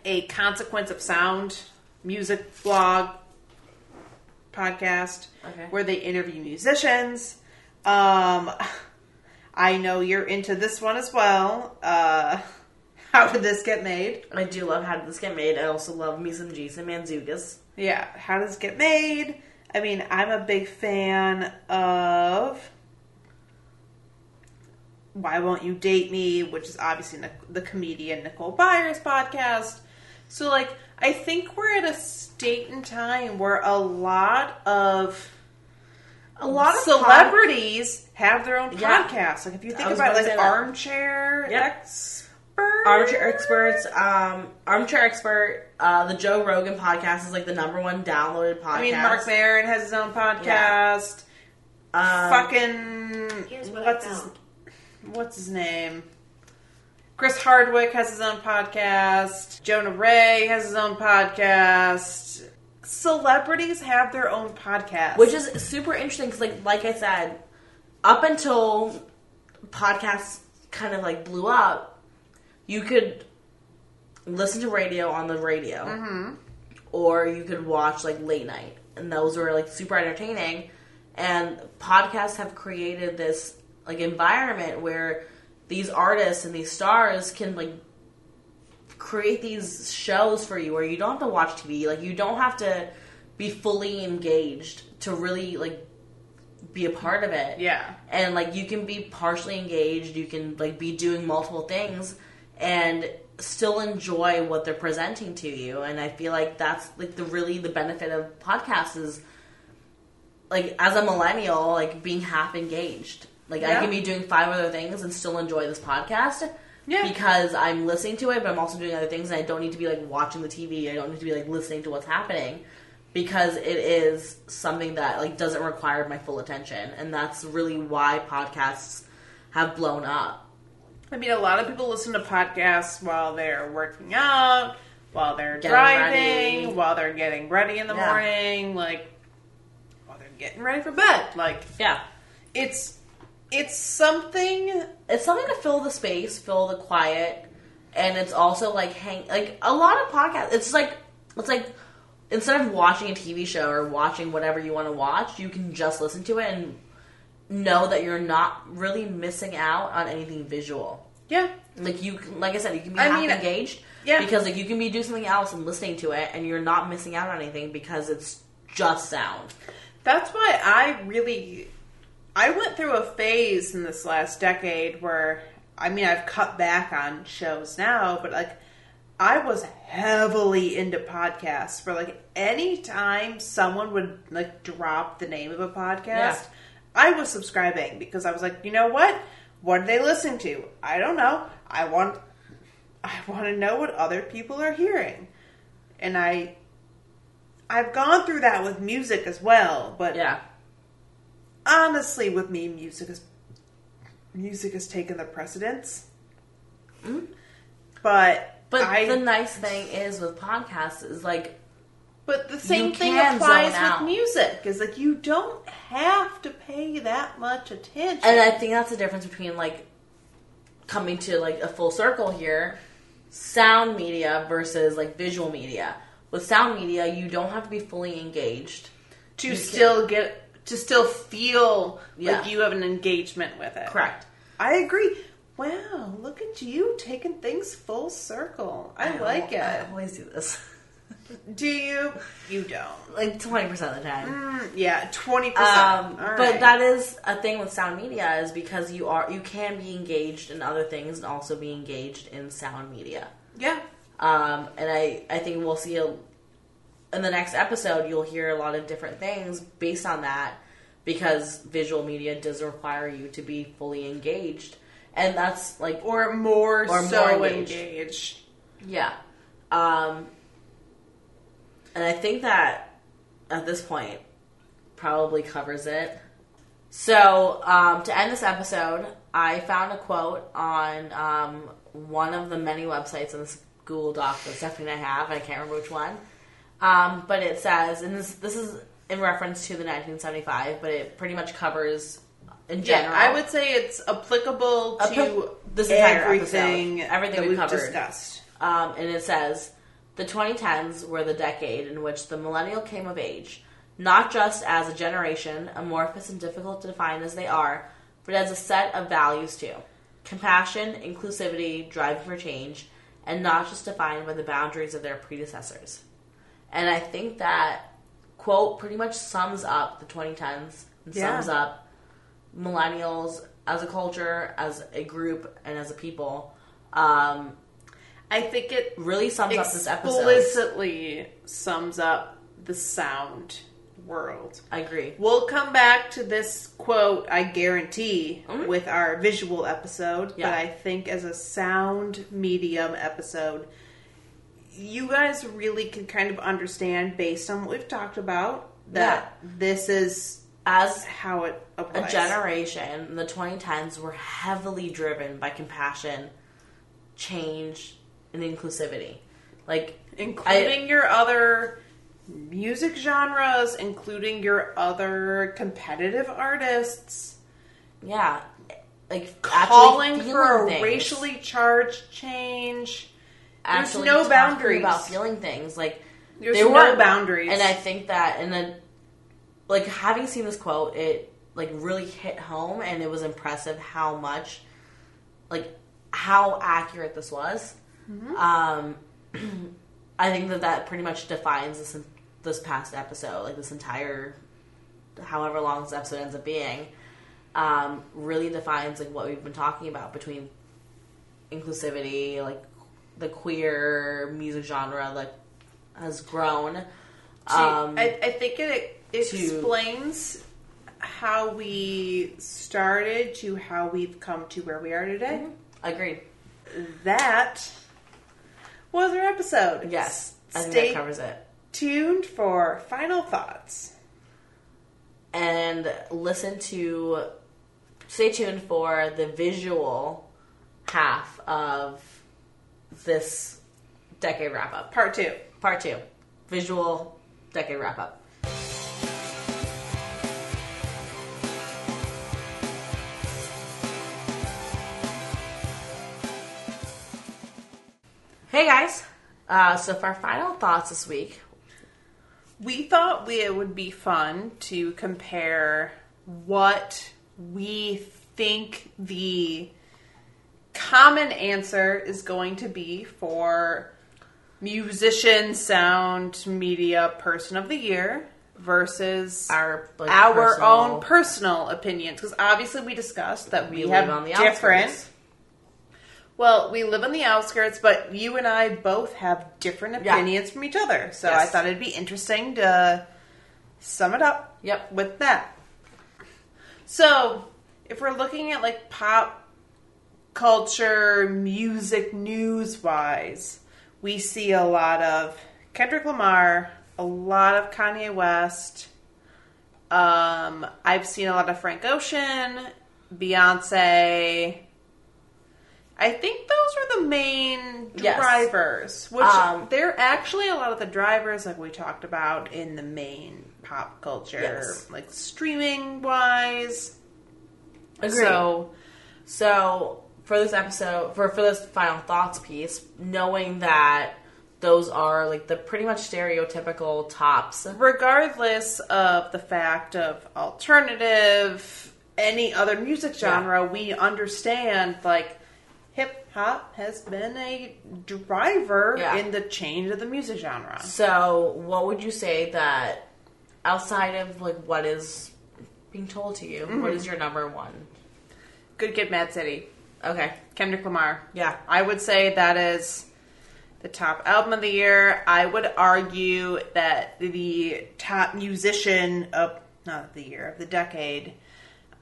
[SPEAKER 2] a consequence of sound music blog podcast
[SPEAKER 1] Okay.
[SPEAKER 2] where they interview musicians. Um, I know you're into this one as well. Uh, how did this get made?
[SPEAKER 1] I do love How Did This Get Made. I also love Me Some G's and Manzugas.
[SPEAKER 2] Yeah, how does it get made? I mean, I'm a big fan of Why Won't You Date Me, which is obviously Nic- the comedian Nicole Byers podcast. So, like, I think we're at a state in time where a lot of
[SPEAKER 1] A lot of celebrity.
[SPEAKER 2] celebrities have their own
[SPEAKER 1] Yeah.
[SPEAKER 2] podcasts. Like, if you
[SPEAKER 1] I
[SPEAKER 2] think
[SPEAKER 1] was
[SPEAKER 2] about
[SPEAKER 1] about to
[SPEAKER 2] like
[SPEAKER 1] say that.
[SPEAKER 2] armchair
[SPEAKER 1] Yep.
[SPEAKER 2] expert,
[SPEAKER 1] Armchair Experts, um, Armchair Expert, uh, the Joe Rogan podcast is like the number one downloaded podcast.
[SPEAKER 2] I mean, Mark Maron has his own podcast.
[SPEAKER 1] Um,
[SPEAKER 2] fucking
[SPEAKER 3] Here's what
[SPEAKER 2] what's
[SPEAKER 3] I
[SPEAKER 2] his
[SPEAKER 3] found.
[SPEAKER 2] what's his name? Chris Hardwick has his own podcast. Jonah Ray has his own podcast. Celebrities have their own podcast.
[SPEAKER 1] which is super interesting because like like i said up until podcasts kind of like blew up you could listen to radio on the radio or you could watch like late night and those were like super entertaining and podcasts have created this like environment where these artists and these stars can like create these shows for you where you don't have to watch TV. Like you don't have to be fully engaged to really like be a part of it.
[SPEAKER 2] yeah.
[SPEAKER 1] And like you can be partially engaged, you can like be doing multiple things and still enjoy what they're presenting to you. And I feel like that's like the really the benefit of podcasts is like as a millennial, like being half engaged. Like I
[SPEAKER 2] Yeah.
[SPEAKER 1] can be doing five other things and still enjoy this podcast
[SPEAKER 2] Yeah.
[SPEAKER 1] because I'm listening to it, but I'm also doing other things, and I don't need to be like watching the TV. I don't need to be like listening to what's happening because it is something that like doesn't require my full attention, and that's really why podcasts have blown up.
[SPEAKER 2] I mean, a lot of people listen to podcasts while they're working out, while they're
[SPEAKER 1] Getting
[SPEAKER 2] driving,
[SPEAKER 1] ready.
[SPEAKER 2] while they're getting ready in the
[SPEAKER 1] Yeah.
[SPEAKER 2] morning, like while they're getting ready for bed. Like
[SPEAKER 1] Yeah,
[SPEAKER 2] it's it's something
[SPEAKER 1] it's something to fill the space, fill the quiet, and it's also like hang like a lot of podcasts. It's like it's like instead of watching a TV show or watching whatever you want to watch, you can just listen to it and know that you're not really missing out on anything visual.
[SPEAKER 2] yeah
[SPEAKER 1] Like you, can- like I said, you can be
[SPEAKER 2] I
[SPEAKER 1] half
[SPEAKER 2] mean,
[SPEAKER 1] engaged,
[SPEAKER 2] yeah.
[SPEAKER 1] because like you can be doing something else and listening to it, and you're not missing out on anything because it's just sound.
[SPEAKER 2] That's why I really I went through a phase in this last decade where I mean I've cut back on shows now, but like I was heavily into podcasts where like anytime someone would like drop the name of a podcast,
[SPEAKER 1] Yeah.
[SPEAKER 2] I was subscribing because I was like, you know what? What are they listening to? I don't know. I want I want to know what other people are hearing. And I I've gone through that with music as well, but
[SPEAKER 1] Yeah,
[SPEAKER 2] honestly with me music is music has taken the precedence. But
[SPEAKER 1] But
[SPEAKER 2] I
[SPEAKER 1] the nice thing is with podcasts is like
[SPEAKER 2] But the same
[SPEAKER 3] You
[SPEAKER 2] thing
[SPEAKER 3] can
[SPEAKER 2] applies
[SPEAKER 3] zone
[SPEAKER 2] with
[SPEAKER 3] out.
[SPEAKER 2] music. Is like you don't have to pay that much attention.
[SPEAKER 1] And I think that's the difference between like coming to like a full circle here, sound media versus like visual media. With sound media, you don't have to be fully engaged.
[SPEAKER 2] to
[SPEAKER 1] you
[SPEAKER 2] still get to still feel
[SPEAKER 1] Yeah.
[SPEAKER 2] like you have an engagement with it.
[SPEAKER 1] Correct.
[SPEAKER 2] I agree. Wow, look at you taking things full circle. I, like it.
[SPEAKER 1] I always do this.
[SPEAKER 2] Do you? You don't.
[SPEAKER 1] like twenty percent of the time.
[SPEAKER 2] Mm, yeah, twenty
[SPEAKER 1] Um,
[SPEAKER 2] percent.
[SPEAKER 1] But that is a thing with sound media is because you are you can be engaged in other things and also be engaged in sound media.
[SPEAKER 2] yeah,
[SPEAKER 1] Um, and I I think we'll see a, in the next episode you'll hear a lot of different things based on that because visual media does require you to be fully engaged, and that's like
[SPEAKER 2] or more
[SPEAKER 1] Or
[SPEAKER 2] so
[SPEAKER 1] more engaged.
[SPEAKER 2] engaged.
[SPEAKER 1] yeah. Um, and I think that at this point probably covers it. So um, to end this episode, I found a quote on um, one of the many websites in this Google Doc that Stephanie and I have. I can't remember which one, um, but it says, and this this is in reference to the 1975, but it pretty much covers in
[SPEAKER 2] Yeah,
[SPEAKER 1] general.
[SPEAKER 2] I would say it's applicable to
[SPEAKER 1] Appli- this entire episode.
[SPEAKER 2] everything,
[SPEAKER 1] Everything
[SPEAKER 2] that
[SPEAKER 1] we
[SPEAKER 2] we've
[SPEAKER 1] covered.
[SPEAKER 2] discussed.
[SPEAKER 1] Um, and it says the 2010s were the decade in which the millennial came of age, not just as a generation, amorphous and difficult to define as they are, but as a set of values too. Compassion, inclusivity, driving for change, and not just defined by the boundaries of their predecessors. And I think that quote pretty much sums up the 2010s and
[SPEAKER 2] Yeah.
[SPEAKER 1] sums up millennials as a culture, as a group, and as a people. Um,
[SPEAKER 2] I think it
[SPEAKER 1] really sums up this episode.
[SPEAKER 2] explicitly sums up the sound world.
[SPEAKER 1] I agree.
[SPEAKER 2] We'll come back to this quote, I guarantee, with our visual episode.
[SPEAKER 1] Yeah.
[SPEAKER 2] But I think as a sound medium episode, you guys really can kind of understand based on what we've talked about that this is
[SPEAKER 1] As
[SPEAKER 2] how it
[SPEAKER 1] a
[SPEAKER 2] applies.
[SPEAKER 1] generation, the 2010s were heavily driven by compassion, change, and inclusivity. Like,
[SPEAKER 2] including your other music genres, including your other competitive artists,
[SPEAKER 1] yeah, like
[SPEAKER 2] calling
[SPEAKER 1] actually
[SPEAKER 2] for a
[SPEAKER 1] feeling things.
[SPEAKER 2] racially charged change.
[SPEAKER 1] actually
[SPEAKER 2] no
[SPEAKER 1] talking
[SPEAKER 2] boundaries.
[SPEAKER 1] about feeling things. Like
[SPEAKER 2] There's
[SPEAKER 1] there
[SPEAKER 2] no
[SPEAKER 1] were
[SPEAKER 2] boundaries.
[SPEAKER 1] and I think that and then like having seen this quote, it like really hit home, and it was impressive how much, like how accurate this was.
[SPEAKER 2] Mm-hmm.
[SPEAKER 1] Um, I think that that pretty much defines this this past episode, like this entire however long this episode ends up being. Um, really defines like what we've been talking about between inclusivity, like the queer music genre that has grown.
[SPEAKER 2] to-
[SPEAKER 1] Um,
[SPEAKER 2] I, I think it, it
[SPEAKER 1] to-
[SPEAKER 2] explains how we started to how we've come to where we are today.
[SPEAKER 1] agreed.
[SPEAKER 2] That was our episode.
[SPEAKER 1] Yes, I think
[SPEAKER 2] Stay
[SPEAKER 1] that covers it.
[SPEAKER 2] tuned for final thoughts.
[SPEAKER 1] And listen to, stay tuned for the visual half of this decade wrap up,
[SPEAKER 2] Part two.
[SPEAKER 1] part two, visual decade wrap up. Hey guys, uh, so for our final thoughts this week,
[SPEAKER 2] We thought we, it would be fun to compare what we think the common answer is going to be for musician, sound, media, person of the year versus our,
[SPEAKER 1] our like, personal-
[SPEAKER 2] own personal opinions. Because obviously, we discussed that we,
[SPEAKER 1] live
[SPEAKER 2] have
[SPEAKER 1] on the
[SPEAKER 2] different.
[SPEAKER 1] outskirts.
[SPEAKER 2] Well, we live on the outskirts, but you and I both have different
[SPEAKER 1] Yeah.
[SPEAKER 2] opinions from each other. So I
[SPEAKER 1] Yes.
[SPEAKER 2] thought it'd be interesting to sum it up
[SPEAKER 1] Yep.
[SPEAKER 2] with that. So, if we're looking at like pop culture, music news wise, we see a lot of Kendrick Lamar, a lot of Kanye West. Um, I've seen a lot of Frank Ocean, Beyonce, I think those were the main
[SPEAKER 1] Yes.
[SPEAKER 2] drivers, which
[SPEAKER 1] Um,
[SPEAKER 2] they're actually a lot of the drivers, like we talked about in the main pop culture,
[SPEAKER 1] Yes.
[SPEAKER 2] like streaming wise.
[SPEAKER 1] Agreed.
[SPEAKER 2] So
[SPEAKER 1] So for this episode, for for this final thoughts piece, knowing that those are like the pretty much stereotypical tops.
[SPEAKER 2] regardless of the fact of alternative any other music genre we understand like hip hop has been a driver
[SPEAKER 1] Yeah.
[SPEAKER 2] in the change of the music genre
[SPEAKER 1] So what would you say that outside of like what is being told to you,
[SPEAKER 2] Mm-hmm.
[SPEAKER 1] what is your number one?
[SPEAKER 2] good kid mad city
[SPEAKER 1] Okay.
[SPEAKER 2] kendrick lamar
[SPEAKER 1] Yeah.
[SPEAKER 2] i would say that is the top album of the year i would argue that the top musician of not of the year of the decade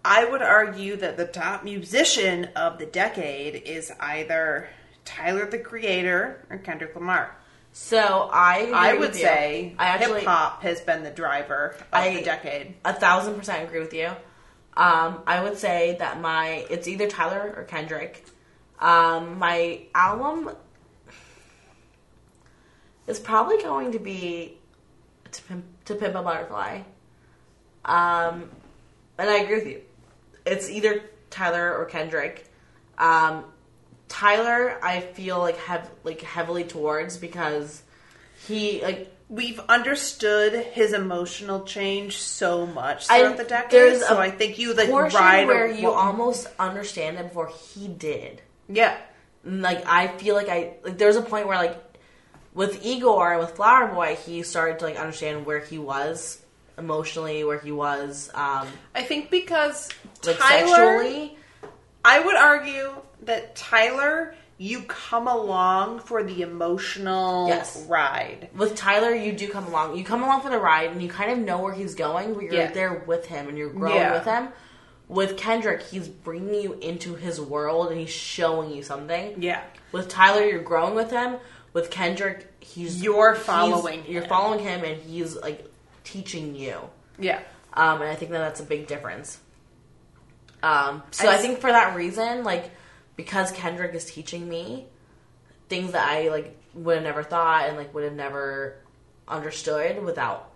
[SPEAKER 2] I would argue that the top musician of the decade is either Tyler the Creator or Kendrick Lamar.
[SPEAKER 1] So I agree
[SPEAKER 2] I
[SPEAKER 1] with
[SPEAKER 2] would
[SPEAKER 1] you.
[SPEAKER 2] say
[SPEAKER 1] I actually
[SPEAKER 2] hip hop has been the driver of
[SPEAKER 1] I-
[SPEAKER 2] the decade.
[SPEAKER 1] a thousand percent agree with you. Um, I would say that my it's either Tyler or Kendrick. Um, my album is probably going to be to pimp, to pimp a butterfly. Um, and I agree with you. It's either Tyler or Kendrick. Um, Tyler, I feel like have like heavily towards because he like
[SPEAKER 2] We've understood his emotional change so much
[SPEAKER 1] I-
[SPEAKER 2] throughout the decade.
[SPEAKER 1] there's
[SPEAKER 2] so
[SPEAKER 1] a
[SPEAKER 2] I think you like
[SPEAKER 1] portion
[SPEAKER 2] ride
[SPEAKER 1] where
[SPEAKER 2] a-
[SPEAKER 1] you almost understand it before he did.
[SPEAKER 2] yeah.
[SPEAKER 1] And, like I feel like I like there's a point where like with Igor and with Flower Boy, he started to like understand where he was emotionally, where he was um
[SPEAKER 2] I think because
[SPEAKER 1] like
[SPEAKER 2] Tyler,
[SPEAKER 1] sexually.
[SPEAKER 2] I would argue that Tyler, you come along for the emotional
[SPEAKER 1] Yes.
[SPEAKER 2] ride.
[SPEAKER 1] With Tyler, you do come along. You come along for the ride, and you kind of know where he's going. But you're
[SPEAKER 2] Yeah.
[SPEAKER 1] there with him, and you're growing
[SPEAKER 2] Yeah.
[SPEAKER 1] with him. With Kendrick, he's bringing you into his world, and he's showing you something.
[SPEAKER 2] Yeah.
[SPEAKER 1] With Tyler, you're growing with him. With Kendrick, he's
[SPEAKER 2] You're
[SPEAKER 1] he's-
[SPEAKER 2] following
[SPEAKER 1] you're
[SPEAKER 2] him.
[SPEAKER 1] following him, and he's like teaching you.
[SPEAKER 2] Yeah.
[SPEAKER 1] Um, and I think that that's a big difference. Um, so
[SPEAKER 2] I
[SPEAKER 1] I,
[SPEAKER 2] s-
[SPEAKER 1] think for that reason, like because Kendrick is teaching me things that I like would have never thought and like would have never understood without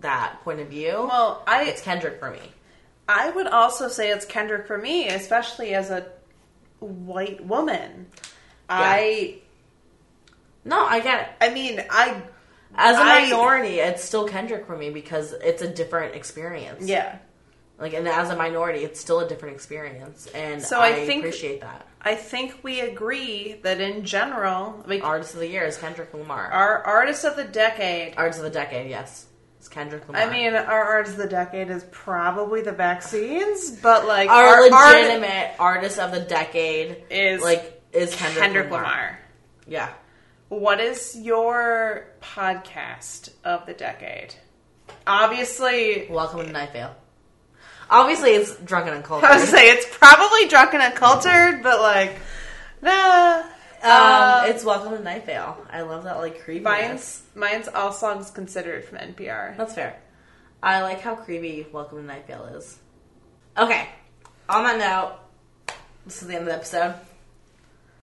[SPEAKER 1] that point of view.
[SPEAKER 2] Well, I
[SPEAKER 1] it's Kendrick for me.
[SPEAKER 2] I would also say it's Kendrick for me, especially as a white woman. I
[SPEAKER 1] No, I get it.
[SPEAKER 2] I mean, I
[SPEAKER 1] As a
[SPEAKER 2] I-
[SPEAKER 1] minority, it's still Kendrick for me because it's a different experience.
[SPEAKER 2] yeah.
[SPEAKER 1] Like, and as a minority, it's still a different experience, and
[SPEAKER 2] So
[SPEAKER 1] I,
[SPEAKER 2] I think-
[SPEAKER 1] appreciate that.
[SPEAKER 2] I think we agree that in general, like our,
[SPEAKER 1] Artist of the year is Kendrick Lamar.
[SPEAKER 2] artist of the decade.
[SPEAKER 1] Artist of the decade, yes, it's Kendrick Lamar.
[SPEAKER 2] I mean, our artist of the decade is probably the vaccines, but like
[SPEAKER 1] our,
[SPEAKER 2] art
[SPEAKER 1] legitimate artist of the decade
[SPEAKER 2] is
[SPEAKER 1] like is Kendrick,
[SPEAKER 2] Kendrick,
[SPEAKER 1] Lamar.
[SPEAKER 2] Lamar.
[SPEAKER 1] Yeah,
[SPEAKER 2] What is your podcast of the decade? Obviously,
[SPEAKER 1] Welcome to Night Vale. Obviously, it's drunken and cold.
[SPEAKER 2] I was gonna say it's probably drunken and cultured, but like, nah.
[SPEAKER 1] um, it's Welcome to Night Vale. I love that like creepiness.
[SPEAKER 2] mine's mine's all songs considered from NPR.
[SPEAKER 1] That's fair. I like how creepy Welcome to Night Vale is. Okay. On that note, this is the end of the episode.